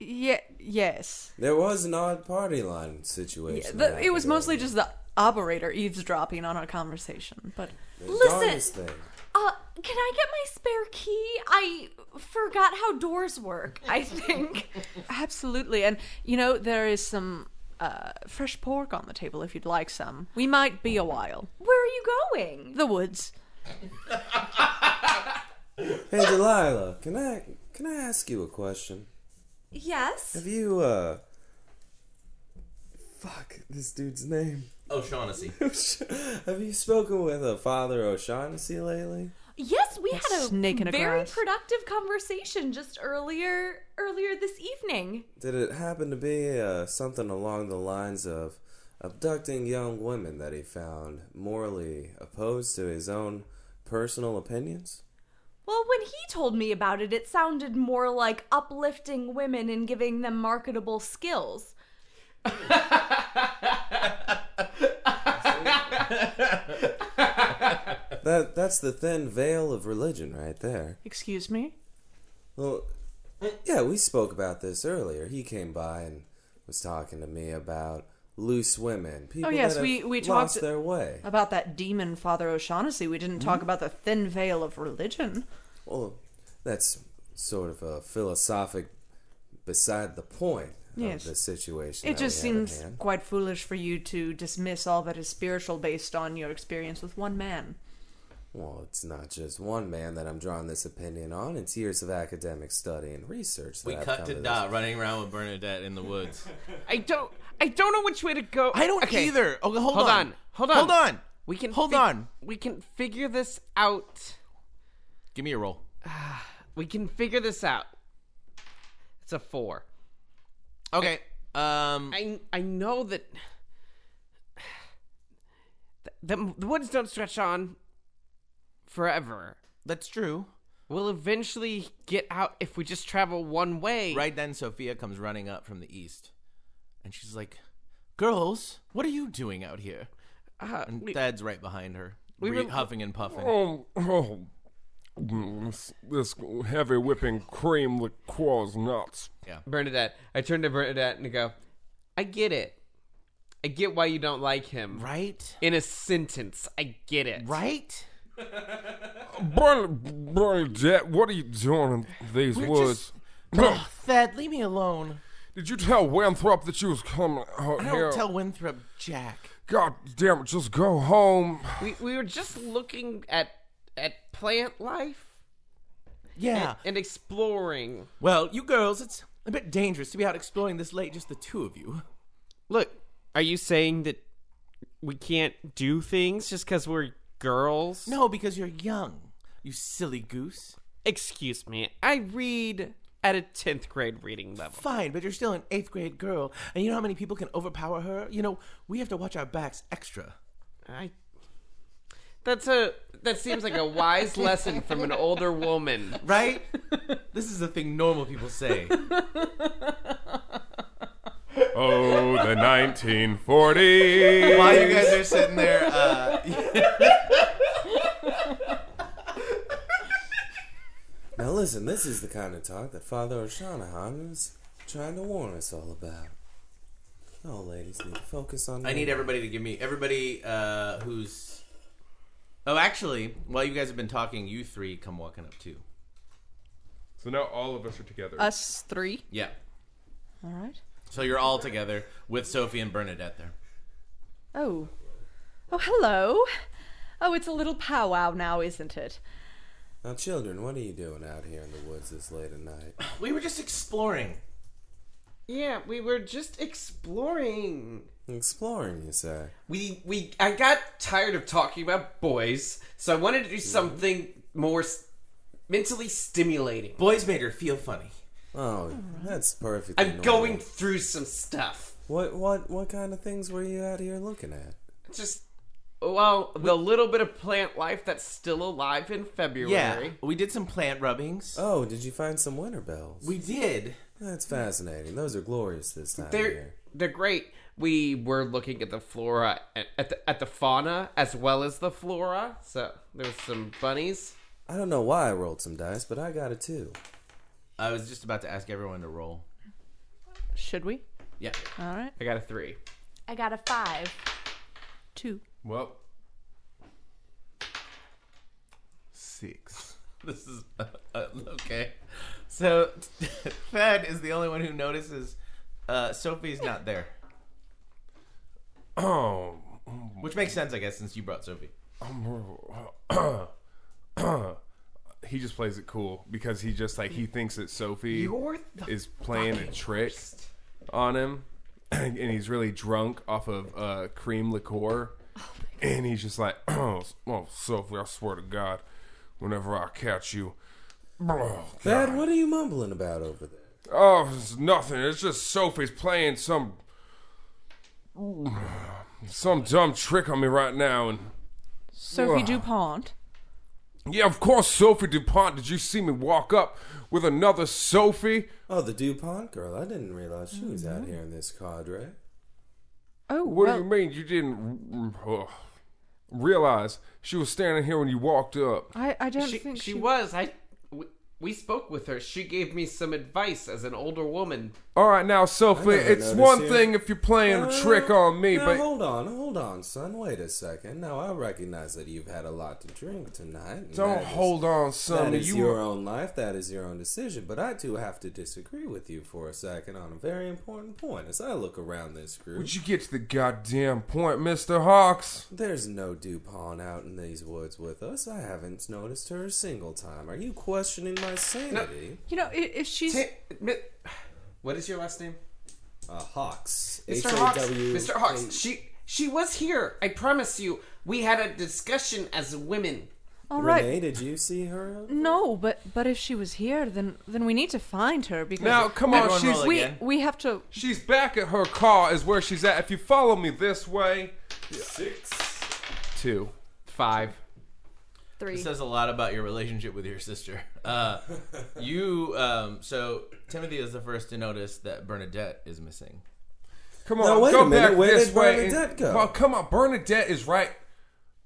Speaker 10: Yeah. Yes.
Speaker 6: There was an odd party line situation.
Speaker 10: The-
Speaker 6: that
Speaker 10: it was
Speaker 6: happened
Speaker 10: mostly just the operator eavesdropping on our conversation, but.
Speaker 6: earlier. The
Speaker 7: Listen.
Speaker 6: darndest thing.
Speaker 7: Uh, can I get my spare key? I forgot how doors work. I think.
Speaker 10: Absolutely. And, you know, there is some uh, fresh pork on the table if you'd like some. We might be a while.
Speaker 7: Where are you going?
Speaker 10: The woods.
Speaker 6: Hey, Delilah, can I can I ask you a question?
Speaker 7: Yes.
Speaker 6: Have you uh? Fuck this dude's name.
Speaker 1: O'Shaughnessy.
Speaker 6: Have you spoken with a Father O'Shaughnessy lately?
Speaker 7: Yes, we had a
Speaker 10: snake in a
Speaker 7: very
Speaker 6: grass.
Speaker 7: productive conversation just earlier earlier this evening.
Speaker 6: Did it happen to be uh, something along the lines of abducting young women that he found morally opposed to his own personal opinions?
Speaker 7: Well, when he told me about it, it sounded more like uplifting women and giving them marketable skills.
Speaker 6: That that's the thin veil of religion right there.
Speaker 10: Excuse me?
Speaker 6: Well, yeah, we spoke about this earlier. He came by and was talking to me about loose women, people
Speaker 10: oh yes,
Speaker 6: that have
Speaker 10: we we
Speaker 6: lost
Speaker 10: talked
Speaker 6: their way.
Speaker 10: about that demon Father O'Shaughnessy. We didn't talk
Speaker 6: Mhm.
Speaker 10: about the thin veil of religion.
Speaker 6: Well, that's sort of a philosophic beside the point
Speaker 10: Yes.
Speaker 6: of the situation.
Speaker 10: It
Speaker 6: that we
Speaker 10: just
Speaker 6: have at
Speaker 10: seems
Speaker 6: hand.
Speaker 10: quite foolish for you to dismiss all that is spiritual based on your experience with one man.
Speaker 6: Well, it's not just one man that I'm drawing this opinion on. It's years of academic study and research. That
Speaker 1: We
Speaker 6: I've
Speaker 1: cut
Speaker 6: come
Speaker 1: to
Speaker 6: this.
Speaker 1: Dot running around with Bernadette in the woods.
Speaker 5: I don't. I don't know which way to go.
Speaker 1: I don't either. Oh, hold on.
Speaker 5: hold on. Hold on.
Speaker 1: Hold on.
Speaker 5: We can
Speaker 1: Hold
Speaker 5: fig-
Speaker 1: on.
Speaker 5: We can figure this out.
Speaker 1: Give me a roll.
Speaker 5: We can figure this out. It's a four.
Speaker 1: Okay. um.
Speaker 5: I I know that. The, the woods don't stretch on forever.
Speaker 1: That's true.
Speaker 5: We'll eventually get out if we just travel one way.
Speaker 1: Right then, Sophia comes running up from the east, and she's like, "Girls, what are you doing out here?"
Speaker 5: Uh,
Speaker 1: and
Speaker 5: we-
Speaker 1: Dad's right behind her,
Speaker 5: we
Speaker 1: re-
Speaker 5: were-
Speaker 1: huffing and puffing.
Speaker 3: Oh, oh. Mm, This, this heavy whipping cream liqueur's nuts.
Speaker 1: Yeah.
Speaker 5: Bernadette. I turn to Bernadette and I go, I get it. I get why you don't like him.
Speaker 1: Right?
Speaker 5: In a sentence, I get it.
Speaker 1: Right?
Speaker 3: Bern- Bernadette, what are you doing in these
Speaker 1: We're
Speaker 3: woods?
Speaker 1: Thad, leave me alone.
Speaker 3: Did you tell Winthrop that you was coming out
Speaker 1: I
Speaker 3: here?
Speaker 1: don't tell Winthrop Jack.
Speaker 3: God damn it, just go home.
Speaker 5: We we were just looking at at plant life.
Speaker 1: Yeah.
Speaker 5: And, and exploring.
Speaker 1: Well, you girls, it's a bit dangerous to be out exploring this late, just the two of you.
Speaker 5: Look, are you saying that we can't do things just because we're girls?
Speaker 1: No, because you're young. You silly goose.
Speaker 5: Excuse me. I read at a 10th grade reading level.
Speaker 1: Fine, but you're still an eighth grade girl, and you know how many people can overpower her? You know, we have to watch our backs extra.
Speaker 5: I. That's a that seems like a wise lesson from an older woman,
Speaker 1: right? This is the thing normal people say.
Speaker 3: Oh, the 1940s.
Speaker 1: While you guys are sitting there, uh,
Speaker 6: Now listen, this is the kind of talk that Father O'Shanahan is trying to warn us all about. Oh, ladies, need to focus on.
Speaker 1: I
Speaker 6: the-
Speaker 1: need everybody to give me everybody uh, who's. Oh, actually, while you guys have been talking, you three come walking up too.
Speaker 3: So now all of us are together.
Speaker 5: Uh,
Speaker 10: Us three.
Speaker 1: Yeah.
Speaker 10: All right.
Speaker 1: So you're all together with Sophie and Bernadette there.
Speaker 10: Oh. Oh, hello. Oh, it's a little powwow now, isn't it?
Speaker 6: Now, children, what are you doing out here in the woods this late at night?
Speaker 1: We were just exploring.
Speaker 5: Yeah, we were just exploring.
Speaker 6: Exploring, you say?
Speaker 5: We we I got tired of talking about boys, so I wanted to do something more s- mentally stimulating.
Speaker 1: Boys made her feel funny.
Speaker 6: Oh, that's perfect.
Speaker 5: I'm going through some stuff.
Speaker 6: What what what kind of things were you out here looking at?
Speaker 5: Just well, the little bit of plant life that's still alive in February.
Speaker 1: Yeah, we did some plant rubbings.
Speaker 6: Oh, did you find some winter bells?
Speaker 1: We did.
Speaker 6: That's fascinating. Those are glorious this time of year.
Speaker 5: They're they're great. We were looking at the flora at the, at the fauna as well as the flora. So there's some bunnies.
Speaker 6: I don't know why I rolled some dice, but I got a two.
Speaker 1: I was just about to ask everyone to roll.
Speaker 10: Should we?
Speaker 1: Yeah.
Speaker 10: All right.
Speaker 5: I got a three.
Speaker 7: I got a five.
Speaker 10: Two.
Speaker 15: Well, six.
Speaker 1: This is uh, uh, okay. So Thad is the only one who notices uh, Sophie's not there.
Speaker 3: Oh.
Speaker 1: Which makes sense, I guess, since you brought Sophie.
Speaker 3: he just plays it cool because he just like he thinks that Sophie
Speaker 5: You're the
Speaker 3: is playing a trick on him, and he's really drunk off of uh, cream liqueur,
Speaker 5: Oh
Speaker 3: and he's just like, "Oh, oh, Sophie, I swear to God, whenever I catch you, oh,
Speaker 6: Dad, what are you mumbling about over there?
Speaker 3: oh, it's nothing. It's just Sophie's playing some some dumb trick on me right now, and
Speaker 10: Sophie Dupont.
Speaker 3: Yeah, of course, Sophie DuPont. Did you see me walk up with another Sophie?
Speaker 6: Oh, the DuPont girl. I didn't realize she was out here in this cadre.
Speaker 10: Oh,
Speaker 3: what do you mean you didn't uh, realize she was standing here when you walked up?
Speaker 10: I, I don't
Speaker 5: she,
Speaker 10: think
Speaker 5: she,
Speaker 10: she-
Speaker 5: was. I we, we spoke with her. She gave me some advice as an older woman.
Speaker 3: All right, now Sophie,
Speaker 6: I never
Speaker 3: it's
Speaker 6: noticed
Speaker 3: one
Speaker 6: you.
Speaker 3: thing if you're playing a
Speaker 6: Uh,
Speaker 3: trick on me,
Speaker 6: now,
Speaker 3: but
Speaker 6: hold on, hold on, son. Wait a second. Now I recognize that you've had a lot to drink tonight. and
Speaker 3: Don't
Speaker 6: that is-
Speaker 3: hold on, son.
Speaker 6: That is
Speaker 3: You
Speaker 6: your
Speaker 3: are-
Speaker 6: own life. That is your own decision. But I do have to disagree with you for a second on a very important point. As I look around this group,
Speaker 3: would you get to the goddamn point, Mister Hawks?
Speaker 6: There's no Dupont out in these woods with us. I haven't noticed her a single time. Are you questioning my sanity?
Speaker 10: You know, i- if she's
Speaker 5: What is your last name?
Speaker 6: Uh, Hawks.
Speaker 5: Mr. Hawks,
Speaker 6: H-A-W-
Speaker 5: Mr. Hawks, she she was here. I promise you. We had a discussion as women.
Speaker 10: all right. Mm.
Speaker 6: Renee, did you see her?
Speaker 10: No, but but if she was here, then then we need to find her because
Speaker 3: Now, come on, Everyone she's- roll
Speaker 10: we
Speaker 3: again.
Speaker 10: we have to.
Speaker 3: She's back at her car. Is where she's at. If you follow me this way,
Speaker 6: six,
Speaker 3: two,
Speaker 5: five.
Speaker 16: Three.
Speaker 1: It says a lot about your relationship with your sister. Uh, you, um, so Timothy is the first to notice that Bernadette is missing.
Speaker 3: Come on,
Speaker 1: Now, wait
Speaker 3: go
Speaker 1: a minute,
Speaker 3: back
Speaker 1: where
Speaker 3: this
Speaker 1: did
Speaker 3: way. and-
Speaker 1: Bernadette go?
Speaker 3: Well, come on, Bernadette is right.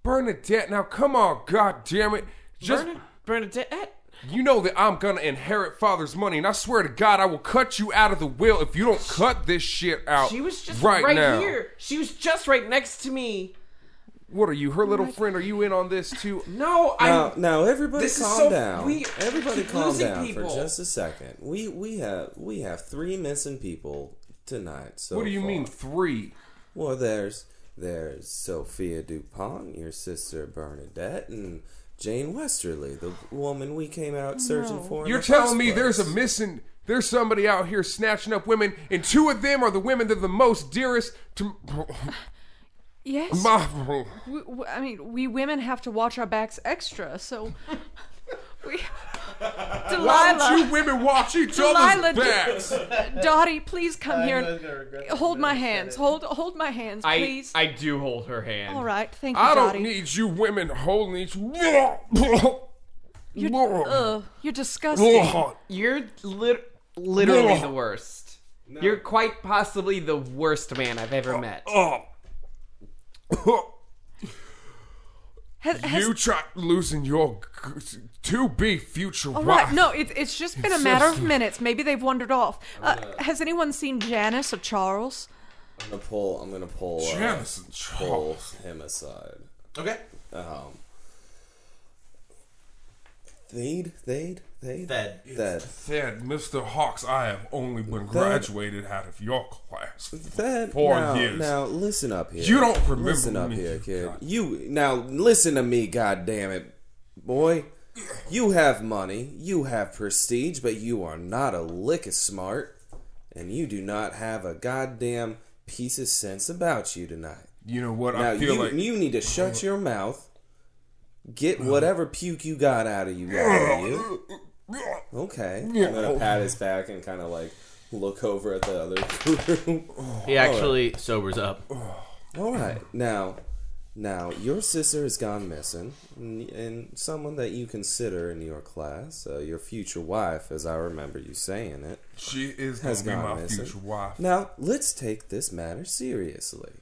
Speaker 3: Bernadette, now come on, god damn it. Just
Speaker 5: Bernadette.
Speaker 3: You know that I'm gonna inherit father's money, and I swear to God, I will cut you out of the will if you don't cut this shit out.
Speaker 5: She was just
Speaker 3: right,
Speaker 5: right
Speaker 3: now.
Speaker 5: here. She was just right next to me.
Speaker 3: What are you, her little friend? Are you in on this too?
Speaker 5: No,
Speaker 6: Now, now everybody
Speaker 3: This is
Speaker 6: calm
Speaker 3: so
Speaker 6: down.
Speaker 3: weird.
Speaker 6: Everybody
Speaker 3: Keep
Speaker 6: calm
Speaker 3: losing
Speaker 6: down
Speaker 3: people.
Speaker 6: for just a second. We we have we have three missing people tonight. So
Speaker 3: What do you
Speaker 6: far.
Speaker 3: mean three?
Speaker 6: Well, there's there's Sophia Dupont, your sister Bernadette, and Jane Westerly, the woman we came out searching for. in
Speaker 3: You're
Speaker 6: the
Speaker 3: telling
Speaker 6: first
Speaker 3: me
Speaker 6: place.
Speaker 3: there's a missing. There's somebody out here snatching up women, and two of them are the women that are the most dearest to
Speaker 10: Yes.
Speaker 3: my.
Speaker 10: We, we- I mean, we women have to watch our backs extra. So, we, Delilah.
Speaker 3: Why don't you women watch each
Speaker 10: Delilah,
Speaker 3: other's backs?
Speaker 10: D- Dottie, please come
Speaker 3: I
Speaker 10: here.
Speaker 3: knew I was
Speaker 10: and
Speaker 3: gonna regret that
Speaker 10: hold my hands. Hold hold my hands, please.
Speaker 5: I I do hold her hand.
Speaker 10: All right, thank you,
Speaker 3: I don't
Speaker 10: Dottie.
Speaker 3: need you women holding each.
Speaker 10: You're, ugh, you're disgusting.
Speaker 5: You're lit- literally
Speaker 10: Ugh.
Speaker 5: the worst. You're quite possibly the worst man I've ever met.
Speaker 3: Oh.
Speaker 10: Has- has-
Speaker 3: you try losing your g- to be future
Speaker 10: All
Speaker 3: wife.
Speaker 10: Oh, right, no, it, it's just been a matter of minutes. Maybe they've wandered off. Uh, has anyone seen Janice or Charles?
Speaker 6: I'm gonna pull. I'm gonna pull. uh,
Speaker 3: Janice and
Speaker 6: pull him aside.
Speaker 1: Okay.
Speaker 6: Um. They'd, they'd, they'd,
Speaker 1: Thad.
Speaker 6: Thad.
Speaker 3: Said, Mr. Hawks, I have only been
Speaker 6: That-
Speaker 3: graduated out of your class for
Speaker 6: Thad.
Speaker 3: four
Speaker 6: now,
Speaker 3: years.
Speaker 6: Now listen up here.
Speaker 3: You don't remember
Speaker 6: Listen up
Speaker 3: me,
Speaker 6: here, kid. You now listen to me, goddamn it, boy. You have money, you have prestige, but you are not a lick as smart, and you do not have a goddamn piece of sense about you tonight.
Speaker 3: You know what?
Speaker 6: Now
Speaker 3: I feel
Speaker 6: you,
Speaker 3: like Uh-huh.
Speaker 6: you need to shut your mouth. Get whatever puke you got out of you. Out of you. Okay. I'm gonna pat his back and kind of like look over at the other group.
Speaker 1: He actually sobers up.
Speaker 6: All right. Now, now your sister has gone missing, and, and someone that you consider in your class, uh, your future wife, as I remember you saying it,
Speaker 3: she is going to be my future wife.
Speaker 6: Now let's take this matter seriously.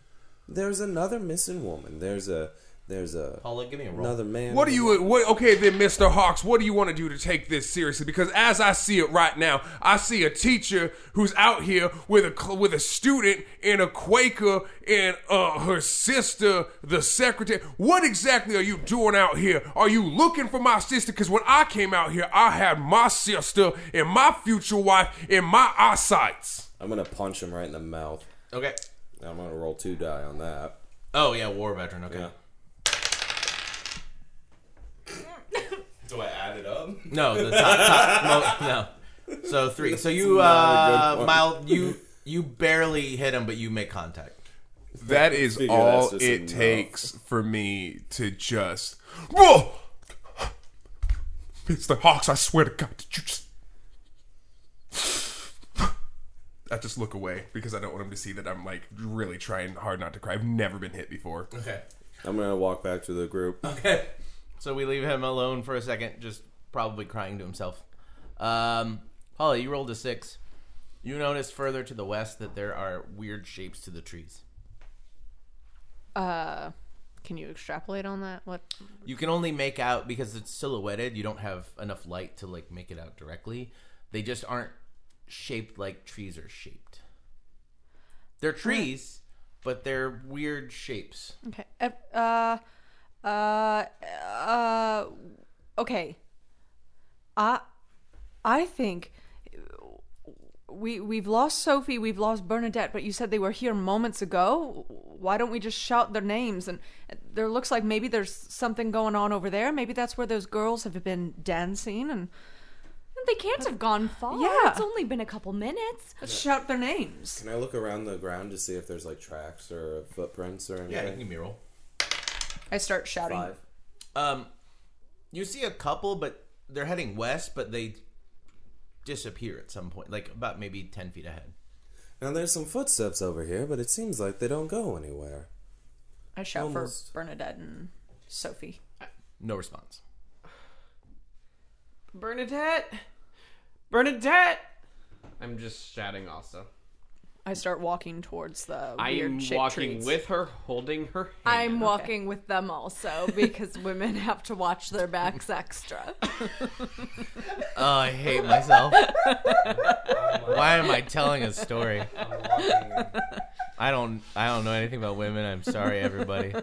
Speaker 6: There's another missing woman. There's a there's a
Speaker 1: Paula, give me a roll.
Speaker 6: another man.
Speaker 3: What do you? What, okay, then, Mr. Hawks, what do you want to do to take this seriously? Because as I see it right now, I see a teacher who's out here with a cl- with a student and a Quaker and uh, her sister, the secretary. What exactly are you doing out here? Are you looking for my sister? Because when I came out here, I had my sister and my future wife in my eyesights.
Speaker 6: I'm gonna punch him right in the mouth.
Speaker 1: Okay.
Speaker 6: I'm gonna roll two die on that.
Speaker 1: Oh, yeah, war veteran. Okay.
Speaker 6: Do I add it up?
Speaker 1: No, the top, top mo- no. So three. So you,
Speaker 6: Not a
Speaker 1: uh,
Speaker 6: good one.
Speaker 1: mild, you, you barely hit him, but you make contact.
Speaker 3: That is
Speaker 1: Figure that's
Speaker 3: all
Speaker 1: just
Speaker 3: it
Speaker 1: enough.
Speaker 3: takes for me to just. Whoa! Mr. Hawks, I swear to God, did you just. I just look away because I don't want him to see that I'm like really trying hard not to cry. I've never been hit before.
Speaker 1: Okay.
Speaker 6: I'm gonna walk back to the group.
Speaker 1: Okay. So we leave him alone for a second, just probably crying to himself. Um, Holly, you rolled a six. You notice further to the west that there are weird shapes to the trees.
Speaker 10: Uh, can you extrapolate on that? What?
Speaker 1: You can only make out because it's silhouetted. You don't have enough light to like make it out directly. They just aren't shaped like trees are shaped. They're trees, but they're weird shapes.
Speaker 10: Okay. ev- Uh, uh, uh, okay. I, I think we we've lost Sophie, we've lost Bernadette, but you said they were here moments ago. Why don't we just shout their names? And there looks like maybe there's something going on over there. Maybe that's where those girls have been dancing and
Speaker 7: They can't have gone far.
Speaker 10: Yeah.
Speaker 7: It's only been a couple minutes.
Speaker 10: let's shout their names.
Speaker 6: Can I look around the ground to see if there's like tracks or footprints or anything?
Speaker 1: Yeah, give me a roll.
Speaker 10: I start shouting.
Speaker 6: Five.
Speaker 1: Um, you see a couple, but they're heading west, but they disappear at some point, like about maybe ten feet ahead.
Speaker 6: Now there's some footsteps over here, but it seems like they don't go anywhere.
Speaker 10: I shout
Speaker 6: Almost.
Speaker 10: for Bernadette and Sophie.
Speaker 1: No response.
Speaker 5: Bernadette! Bernadette! I'm just shouting also.
Speaker 10: I start walking towards the
Speaker 5: I'm
Speaker 10: weird shaped
Speaker 5: walking
Speaker 10: trees.
Speaker 5: with her, holding her
Speaker 10: Okay.
Speaker 17: I'm walking with them also because women have to watch their backs extra.
Speaker 1: Oh, I hate myself. Why am I telling a story? I don't. I don't know anything about women. I'm sorry, everybody.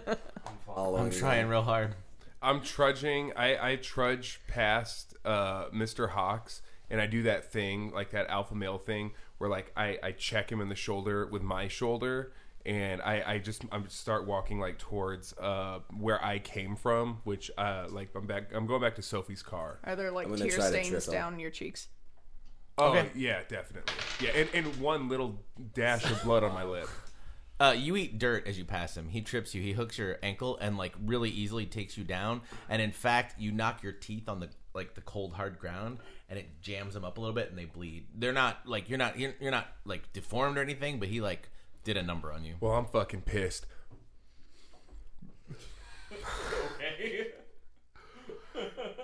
Speaker 1: I'm trying real hard.
Speaker 3: I'm trudging. I, I trudge past uh, Mr. Hawks, and I do that thing, like that alpha male thing, where like I, I check him in the shoulder with my shoulder, and I, I just I start walking like towards uh, where I came from, which uh, like I'm back. I'm going back to Sophie's car.
Speaker 10: Are there like
Speaker 3: I'm gonna
Speaker 10: tear
Speaker 3: try to trip
Speaker 10: stains
Speaker 3: on-
Speaker 10: down your cheeks?
Speaker 3: Oh
Speaker 1: Okay.
Speaker 3: yeah, definitely. Yeah, and, and one little dash of blood on my lip.
Speaker 1: Uh, you eat dirt as you pass him. He trips you. He hooks your ankle and like really easily takes you down. And in fact, you knock your teeth on the like the cold hard ground, and it jams them up a little bit, and they bleed. They're not like you're not you're, you're not like deformed or anything, but he like did a number on you.
Speaker 3: Well, I'm fucking pissed.
Speaker 18: okay.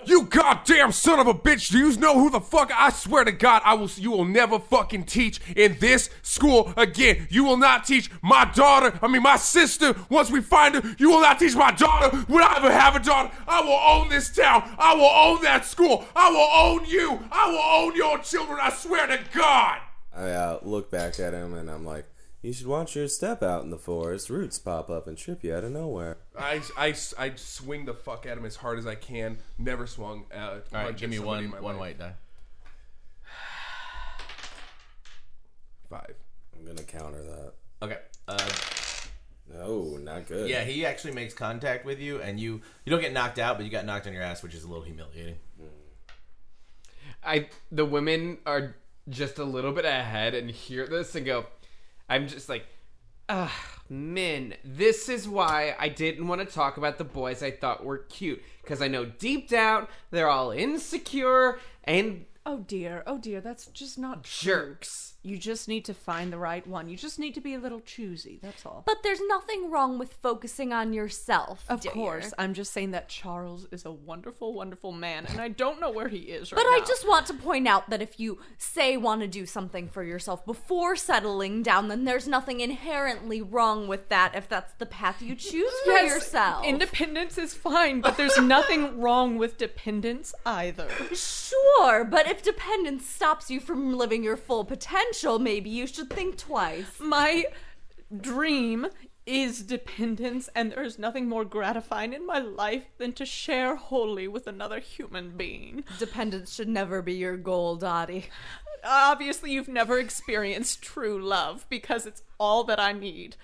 Speaker 3: You goddamn son of a bitch! Do you know who the fuck? I swear to God, I will. You will never fucking teach in this school again. You will not teach my daughter. I mean, my sister. Once we find her, you will not teach my daughter. When I ever have a daughter, I will own this town. I will own that school. I will own you. I will own your children. I swear to God.
Speaker 6: I uh, look back at him and I'm like, you should watch your step out in the forest. Roots pop up and trip you out of nowhere.
Speaker 3: I, I, I swing the fuck at him as hard as I can. Never swung. Uh, All
Speaker 1: All right, give me one one white die.
Speaker 3: Five.
Speaker 6: I'm gonna counter that.
Speaker 1: Okay. Uh,
Speaker 6: no, not good.
Speaker 1: Yeah, he actually makes contact with you, and you you don't get knocked out, but you got knocked on your ass, which is a little humiliating.
Speaker 5: I the women are just a little bit ahead and hear this and go I'm just like ah men this is why I didn't want to talk about the boys I thought were cute cuz I know deep down they're all insecure and
Speaker 10: Oh dear, oh dear, that's just not
Speaker 5: jerks.
Speaker 10: You just need to find the right one. You just need to be a little choosy. That's all.
Speaker 7: But there's nothing wrong with focusing on yourself.
Speaker 10: Of
Speaker 7: dear.
Speaker 10: course, I'm just saying that Charles is a wonderful, wonderful man, and I don't know where he is right
Speaker 7: But I
Speaker 10: now.
Speaker 7: just want to point out that if you say want to do something for yourself before settling down, then there's nothing inherently wrong with that if that's the path you choose for
Speaker 10: Yes,
Speaker 7: yourself.
Speaker 10: Independence is fine, but there's nothing wrong with dependence either.
Speaker 7: Sure, but if dependence stops you from living your full potential, maybe you should think twice.
Speaker 10: My dream is dependence, and there is nothing more gratifying in my life than to share wholly with another human being.
Speaker 17: Dependence should never be your goal, Dottie.
Speaker 10: Obviously, you've never experienced true love because it's all that I need.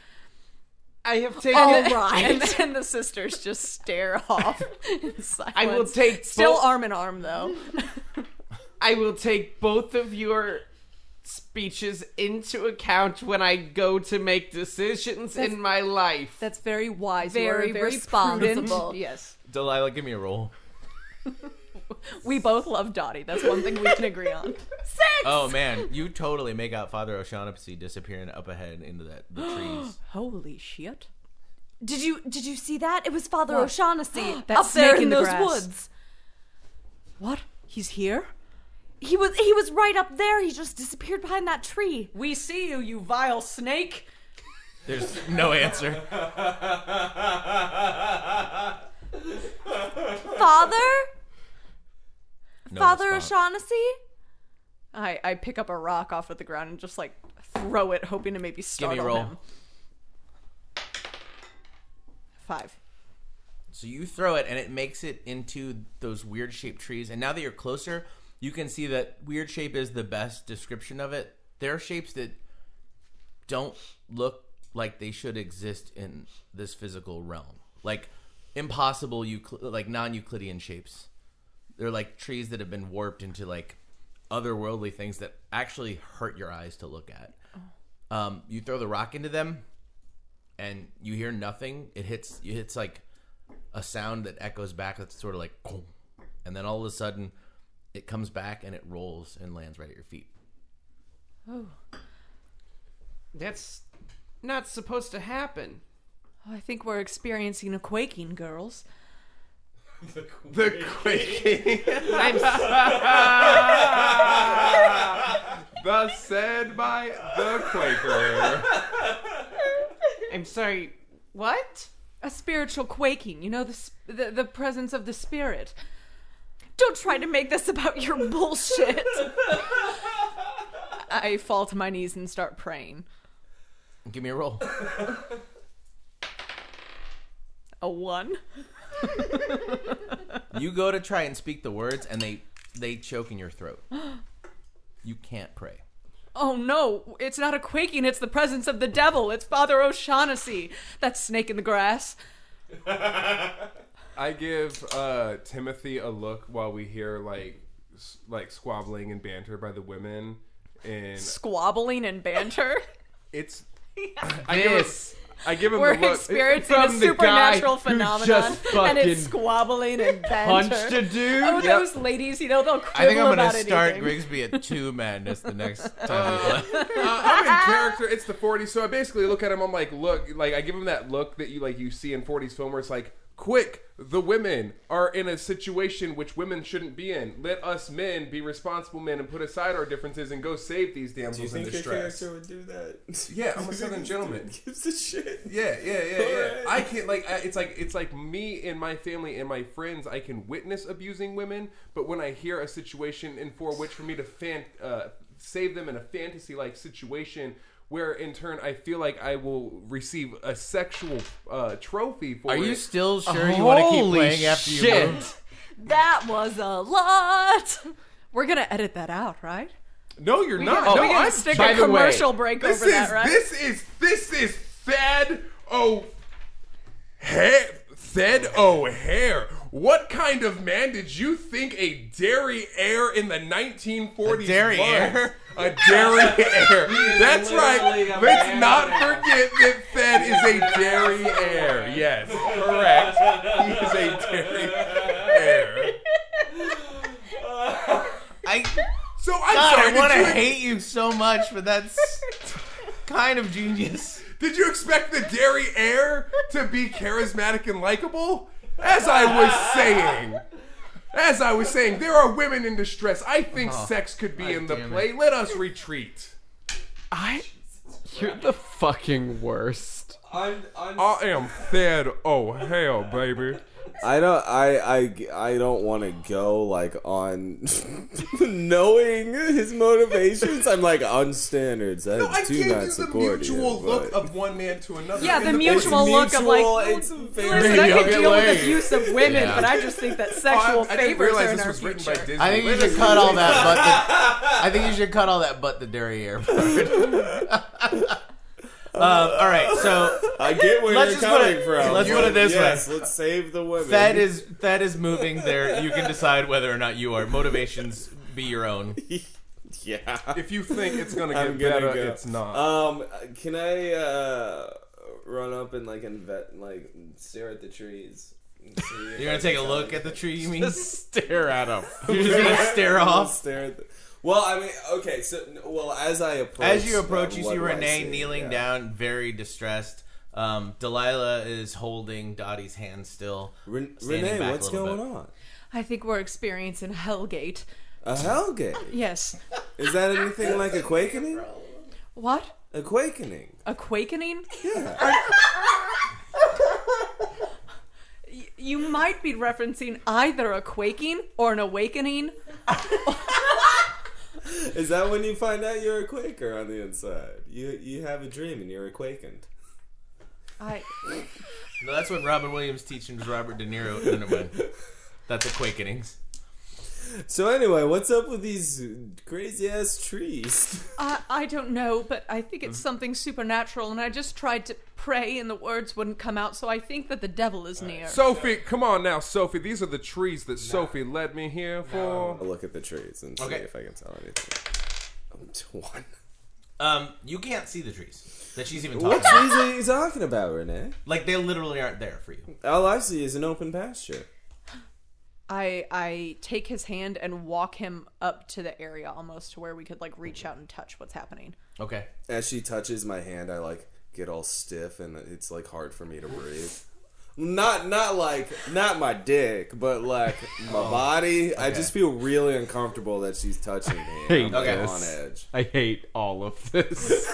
Speaker 5: I have taken
Speaker 10: all
Speaker 5: All right.
Speaker 10: And then the sisters just stare off. in
Speaker 5: I will
Speaker 10: silence.
Speaker 5: take
Speaker 10: still
Speaker 5: both-
Speaker 10: arm in arm though.
Speaker 5: I will take both of your speeches into account when I go to make decisions in my life.
Speaker 10: That's very wise.
Speaker 5: You are
Speaker 17: Very,
Speaker 5: very
Speaker 17: responsible.
Speaker 5: prudent.
Speaker 10: Yes.
Speaker 1: Delilah, give me a roll.
Speaker 10: We both love Dottie. That's one thing we can agree on.
Speaker 1: Oh man, you totally make out Father O'Shaughnessy disappearing up ahead into that the trees.
Speaker 10: Holy shit.
Speaker 7: Did you did you see that? It was Father
Speaker 19: What?
Speaker 7: O'Shaughnessy
Speaker 19: That
Speaker 7: up there
Speaker 19: snake
Speaker 7: in,
Speaker 19: in the
Speaker 7: those
Speaker 19: grass.
Speaker 7: woods.
Speaker 19: What? He's here?
Speaker 7: He was he was right up there. He just disappeared behind that tree.
Speaker 10: We see you, you vile snake.
Speaker 1: There's no answer.
Speaker 7: Father?
Speaker 1: No
Speaker 7: Father
Speaker 1: response.
Speaker 7: O'Shaughnessy?
Speaker 10: I, I pick up a rock off of the ground and just like throw it, hoping to maybe
Speaker 1: Give
Speaker 10: startle
Speaker 1: me a roll.
Speaker 10: him. Five.
Speaker 1: So you throw it, and it makes it into those weird shaped trees. And now that you're closer, you can see that weird shape is the best description of it. There are shapes that don't look like they should exist in this physical realm, like impossible, Eucl- like non-Euclidean shapes. They're like trees that have been warped into like otherworldly things that actually hurt your eyes to look at. Um, you throw the rock into them, and you hear nothing. It hits it hits like a sound that echoes back. That's sort of like, "Kong." and then all of a sudden, it comes back and it rolls and lands right at your feet.
Speaker 10: Oh,
Speaker 5: That's not supposed to happen.
Speaker 10: Oh,
Speaker 19: I think we're experiencing a quaking, girls.
Speaker 5: The quaking.
Speaker 20: I'm Thus said by the Quaker.
Speaker 5: I'm sorry. What?
Speaker 19: A spiritual quaking, you know, the, sp- the, the presence of the spirit.
Speaker 7: Don't try to make this about your bullshit.
Speaker 10: I fall to my knees and start praying.
Speaker 1: Give me a roll.
Speaker 10: A one.
Speaker 1: you go to try and speak the words, and they they choke in your throat. You can't pray.
Speaker 10: Oh no, it's not a quaking, it's the presence of the devil. It's Father O'Shaughnessy. That snake in the grass.
Speaker 3: I give uh, Timothy a look while we hear like s- like squabbling and banter by the women, and
Speaker 10: Squabbling and banter.
Speaker 3: it's I give
Speaker 10: This.
Speaker 3: him, I give him
Speaker 10: We're
Speaker 3: the look
Speaker 10: experiencing a
Speaker 3: from the guy
Speaker 10: supernatural
Speaker 3: who
Speaker 10: phenomenon,
Speaker 3: just
Speaker 10: and
Speaker 3: fucking-
Speaker 10: it's squabbling and banter.
Speaker 3: punched a dude?
Speaker 10: Oh,
Speaker 3: Yep.
Speaker 10: those ladies, you know they'll
Speaker 1: I
Speaker 10: quibble
Speaker 1: think I'm
Speaker 10: about
Speaker 1: going to start
Speaker 10: anything.
Speaker 1: Grigsby at two madness the next time we play.
Speaker 3: Uh, I'm in character. It's the 40s, so I basically look at him. I'm like, look, like I give him that look that you like you see in 40s film where it's like, quick, the women are in a situation which women shouldn't be in. Let us men be responsible men and put aside our differences and go save these damsels
Speaker 6: Do you think
Speaker 3: in
Speaker 6: your
Speaker 3: distress.
Speaker 6: character would do that?
Speaker 3: Yeah, I'm a southern gentleman.
Speaker 6: Gives a shit.
Speaker 3: Yeah, yeah, yeah, yeah.
Speaker 6: Alright.
Speaker 3: I can't like I- it's like it's like me and my family and my friends. I can witness abusing women, but when I hear a situation and for which for me to fan uh, save them in a fantasy like situation where in turn I feel like I will receive a sexual uh, trophy for
Speaker 1: Are you
Speaker 3: it.
Speaker 1: still sure you wanna keep
Speaker 3: Holy
Speaker 1: playing after you
Speaker 3: shit.
Speaker 1: moved?
Speaker 19: That was a lot. We're going to edit that out, right?
Speaker 3: No, you're
Speaker 19: We
Speaker 3: not.
Speaker 19: gotta-
Speaker 3: Oh, no,
Speaker 19: we gotta
Speaker 3: I'm,
Speaker 19: stick
Speaker 3: by
Speaker 19: a
Speaker 3: the way,
Speaker 19: commercial break
Speaker 3: this
Speaker 19: over
Speaker 3: is,
Speaker 19: that, right?
Speaker 3: This is this is Thad O. Hair, Thad O'Hare. What kind of man did you think a dairy heir in the 1940s a
Speaker 1: dairy
Speaker 3: was?
Speaker 1: heir?
Speaker 3: A dairy heir. That's
Speaker 1: Literally
Speaker 3: right.
Speaker 1: a
Speaker 3: Let's
Speaker 1: man
Speaker 3: not
Speaker 1: now.
Speaker 3: forget that Thad is a dairy heir. Yes, correct. He is a dairy heir.
Speaker 1: I
Speaker 3: so I'm
Speaker 1: God,
Speaker 3: sorry,
Speaker 1: I
Speaker 3: did
Speaker 1: want to
Speaker 3: you-
Speaker 1: hate you so much, but that's kind of genius.
Speaker 3: Did you expect the dairy heir to be charismatic and likable? As I was saying. As I was saying, there are women in distress. I think
Speaker 1: Oh,
Speaker 3: sex could be
Speaker 1: God
Speaker 3: in the
Speaker 1: damn
Speaker 3: play.
Speaker 1: it.
Speaker 3: Let us retreat.
Speaker 5: I. You're the fucking worst.
Speaker 3: I'm, I'm I am Thad O'Hare, baby.
Speaker 6: I don't. I. I. I don't want to go like on knowing his motivations. I'm like on standards. I
Speaker 3: I
Speaker 6: do
Speaker 3: gave
Speaker 6: not
Speaker 3: you the
Speaker 6: support you,
Speaker 3: mutual
Speaker 6: but-
Speaker 3: look of one man to another.
Speaker 10: Yeah, the
Speaker 3: In
Speaker 10: mutual look of like,
Speaker 6: mutual,
Speaker 10: "Well,
Speaker 6: it's
Speaker 10: listen, I
Speaker 3: Maybe I'll
Speaker 10: can
Speaker 3: get
Speaker 10: deal with
Speaker 3: laid."
Speaker 10: abuse of women,
Speaker 3: Yeah.
Speaker 10: but I just think that
Speaker 3: Oh, I-
Speaker 10: sexual
Speaker 3: I didn't
Speaker 10: favors
Speaker 3: realize
Speaker 10: are in
Speaker 3: this
Speaker 10: our
Speaker 3: was written
Speaker 10: future.
Speaker 3: by Disney.
Speaker 1: I think you should cut all that. But the, I think you should cut all that. But the derriere part. Uh, all right, so
Speaker 6: I get where
Speaker 1: let's just
Speaker 6: you're
Speaker 1: put
Speaker 6: coming
Speaker 1: it-
Speaker 6: from.
Speaker 1: Let's put it this
Speaker 6: yes,
Speaker 1: way:
Speaker 6: Let's save the women.
Speaker 1: that is that is moving there. You can decide whether or not you are motivations be your own.
Speaker 6: Yeah.
Speaker 3: If you think it's gonna
Speaker 6: I'm
Speaker 3: get better, it's not.
Speaker 6: Um, can I uh, run up and like inve- like stare at the trees? and see if
Speaker 1: You're
Speaker 6: I
Speaker 1: gonna
Speaker 6: can
Speaker 1: take a
Speaker 6: find
Speaker 1: look
Speaker 6: them?
Speaker 1: at the tree. You mean
Speaker 6: Just
Speaker 1: stare at them? You're just gonna stare
Speaker 6: I'm gonna
Speaker 1: off.
Speaker 6: Stare at the- well, I mean, okay. So, well, as I approach,
Speaker 1: As you approach,
Speaker 6: uh,
Speaker 1: you
Speaker 6: what
Speaker 1: see
Speaker 6: do I
Speaker 1: Renee
Speaker 6: see?
Speaker 1: kneeling
Speaker 6: Yeah.
Speaker 1: down, very distressed. Um, Delilah is holding Dottie's hand still. standing
Speaker 6: Renee,
Speaker 1: back a
Speaker 6: what's
Speaker 1: little
Speaker 6: going
Speaker 1: bit.
Speaker 6: on?
Speaker 10: I think we're experiencing Hellgate.
Speaker 6: A hellgate?
Speaker 10: Yes.
Speaker 6: Is that anything like a quakening?
Speaker 10: What?
Speaker 6: A quakening?
Speaker 10: A quakening?
Speaker 6: Yeah.
Speaker 10: you might be referencing either a quaking or an awakening.
Speaker 6: Is that when you find out you're a Quaker on the inside? You you have a dream and you're awakened.
Speaker 10: I.
Speaker 1: No, that's what Robin Williams teaches Robert De Niro. No, never mind. That's awakenings.
Speaker 6: So anyway, what's up with these crazy ass trees?
Speaker 10: I, I don't know, but I think
Speaker 1: Mm-hmm.
Speaker 10: it's something supernatural, and I just tried to pray, and the words wouldn't come out, so I think that the devil is near.
Speaker 21: Sophie, come on now, Sophie. These are the trees that Sophie led me here for.
Speaker 6: I'll look at the trees and see
Speaker 1: Okay.
Speaker 6: if I can tell anything. Um, t- One.
Speaker 1: Um, you can't see the trees that she's even talking
Speaker 6: What
Speaker 1: about.
Speaker 6: trees are you talking about, Renee?
Speaker 1: Like they literally aren't there for you.
Speaker 6: All I see is an open pasture.
Speaker 11: I I take his hand and walk him up to the area almost to where we could like reach out and touch what's happening.
Speaker 1: Okay.
Speaker 6: As she touches my hand, I like get all stiff and it's like hard for me to breathe. Not not like not my dick, but like my
Speaker 22: Oh,
Speaker 6: body. I
Speaker 22: okay.
Speaker 6: just feel really uncomfortable that she's touching me.
Speaker 22: hate
Speaker 6: I'm like,
Speaker 22: this.
Speaker 6: on edge.
Speaker 22: I hate all of this.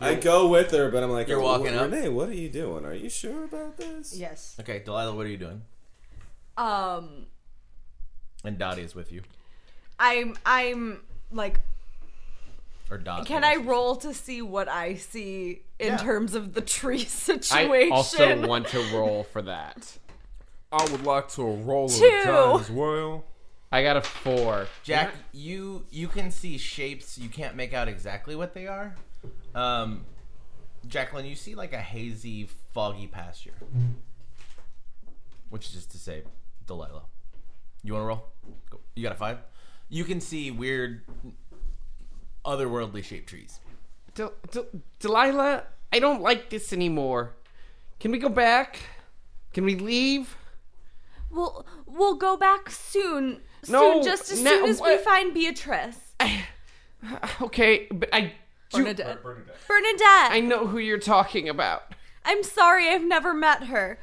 Speaker 6: I go with her, but I'm like,
Speaker 1: You're walking up?
Speaker 6: Renee, what are you doing? Are you sure about this?
Speaker 11: Yes.
Speaker 1: Okay, Delilah, what are you doing?
Speaker 23: Um,
Speaker 1: And Dottie is with you,
Speaker 23: I'm I'm like,
Speaker 1: or Dottie?
Speaker 23: can I roll to see what I see in
Speaker 1: Yeah.
Speaker 23: terms of the tree
Speaker 5: I
Speaker 23: situation?
Speaker 5: also want to roll for that.
Speaker 21: I would like to roll
Speaker 23: Two.
Speaker 21: a time as well.
Speaker 5: I got a four.
Speaker 1: Jack, you you can see shapes. You can't make out exactly what they are. Um, Jacqueline, you see like a hazy, foggy pasture, which is just to say, Delilah. You want to roll? Go. You got a five. You can see weird, otherworldly shaped trees.
Speaker 5: Del- Del- Delilah, I don't like this anymore. Can we go back? Can we leave?
Speaker 7: We'll we'll go back soon.
Speaker 5: No,
Speaker 7: soon, just as
Speaker 5: no,
Speaker 7: soon as we
Speaker 5: what-
Speaker 7: find Beatrice.
Speaker 5: Okay, but I do.
Speaker 7: Bernadette.
Speaker 5: Bernadette.
Speaker 7: Bernadette.
Speaker 5: I know who you're talking about.
Speaker 7: I'm sorry, I've never met her.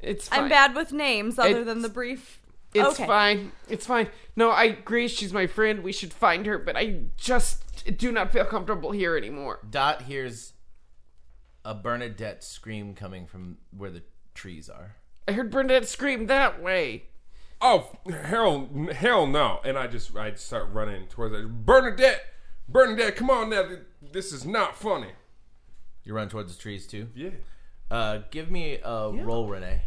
Speaker 5: It's fine.
Speaker 7: I'm bad with names other
Speaker 5: It's-
Speaker 7: than the brief.
Speaker 5: It's
Speaker 7: okay.
Speaker 5: fine. It's fine. No, I agree. She's my friend. We should find her, but I just do not feel comfortable here anymore.
Speaker 1: Dot hears a Bernadette scream coming from where the trees are.
Speaker 5: I heard Bernadette scream that way.
Speaker 21: Oh hell, hell no! And I just I start running towards it. Bernadette, Bernadette, come on now. This is not funny.
Speaker 1: You run towards the trees too.
Speaker 21: Yeah.
Speaker 1: Uh, give me a roll, Renee,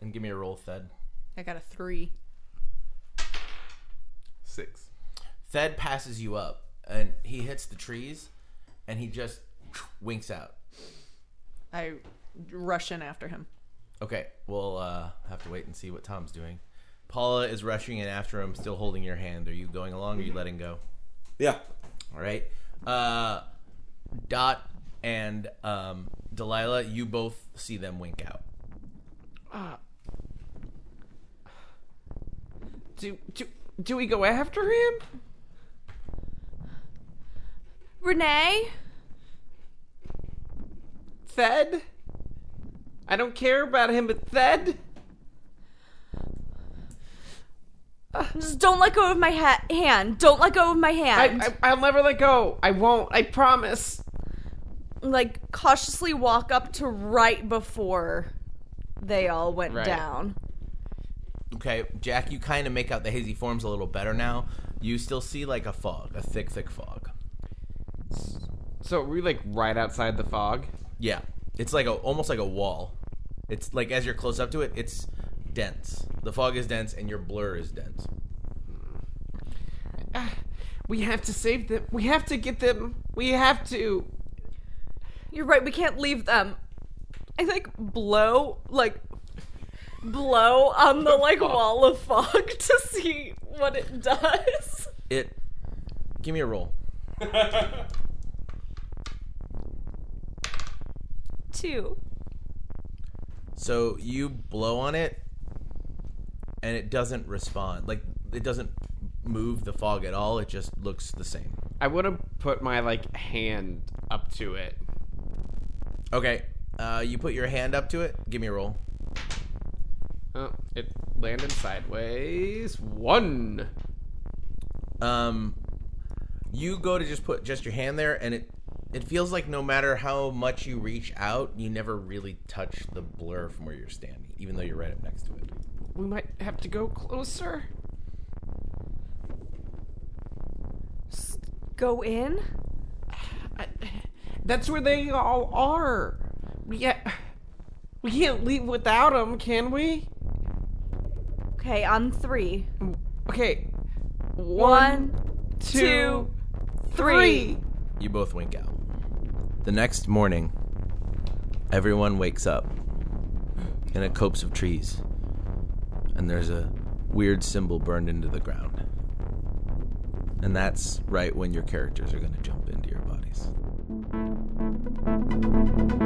Speaker 1: and give me a roll, Thed.
Speaker 11: I got a three.
Speaker 1: Six. Thed passes you up, and he hits the trees, and he just winks out.
Speaker 11: I rush in after him.
Speaker 1: Okay, we'll uh, have to wait and see what Tom's doing. Paula is rushing in after him, still holding your hand. Are you going along? Or are you letting go?
Speaker 6: Yeah.
Speaker 1: All right. Uh, Dot and um, Delilah, you both see them wink out.
Speaker 5: Uh, do do do we go after him?
Speaker 7: Renee?
Speaker 5: Thed? I don't care about him, but Thed?
Speaker 7: Just don't let go of my ha- hand. Don't let go of my hand.
Speaker 5: I, I, I'll never let go. I won't. I promise.
Speaker 7: like cautiously walk up to right before they all went
Speaker 1: Right.
Speaker 7: down.
Speaker 1: Okay, Jack, you kind of make out the hazy forms a little better now. You still see like a fog, a thick, thick fog.
Speaker 5: So are we like right outside the fog?
Speaker 1: Yeah, it's like a almost like a wall. It's like as you're close up to it, it's dense. The fog is dense, and your blur is dense.
Speaker 5: We have to save them. We have to get them. We have to.
Speaker 23: You're right. We can't leave them. I like blow like blow on the like wall of fog to see what it does.
Speaker 1: It. Give me a roll.
Speaker 7: Two.
Speaker 1: So you blow on it, and it doesn't respond. Like it doesn't move the fog at all. It just looks the same.
Speaker 5: I would have put my like hand up to it.
Speaker 1: Okay. Uh, you put your hand up to it. Give me a roll.
Speaker 5: Oh, it landed sideways. One.
Speaker 1: Um, you go to just put just your hand there, and it it feels like no matter how much you reach out, you never really touch the blur from where you're standing, even though you're right up next to it.
Speaker 5: We might have to go closer.
Speaker 23: Go in?
Speaker 5: That's where they all are. We ha- we can't leave without them, can we?
Speaker 23: Okay, on three.
Speaker 5: Okay.
Speaker 23: One,
Speaker 5: two,
Speaker 23: two,
Speaker 5: three.
Speaker 23: three.
Speaker 1: You both wink out. The next morning, everyone wakes up in a copse of trees, and there's a weird symbol burned into the ground. And that's right when your characters are going to jump into your bodies.
Speaker 24: Thank you.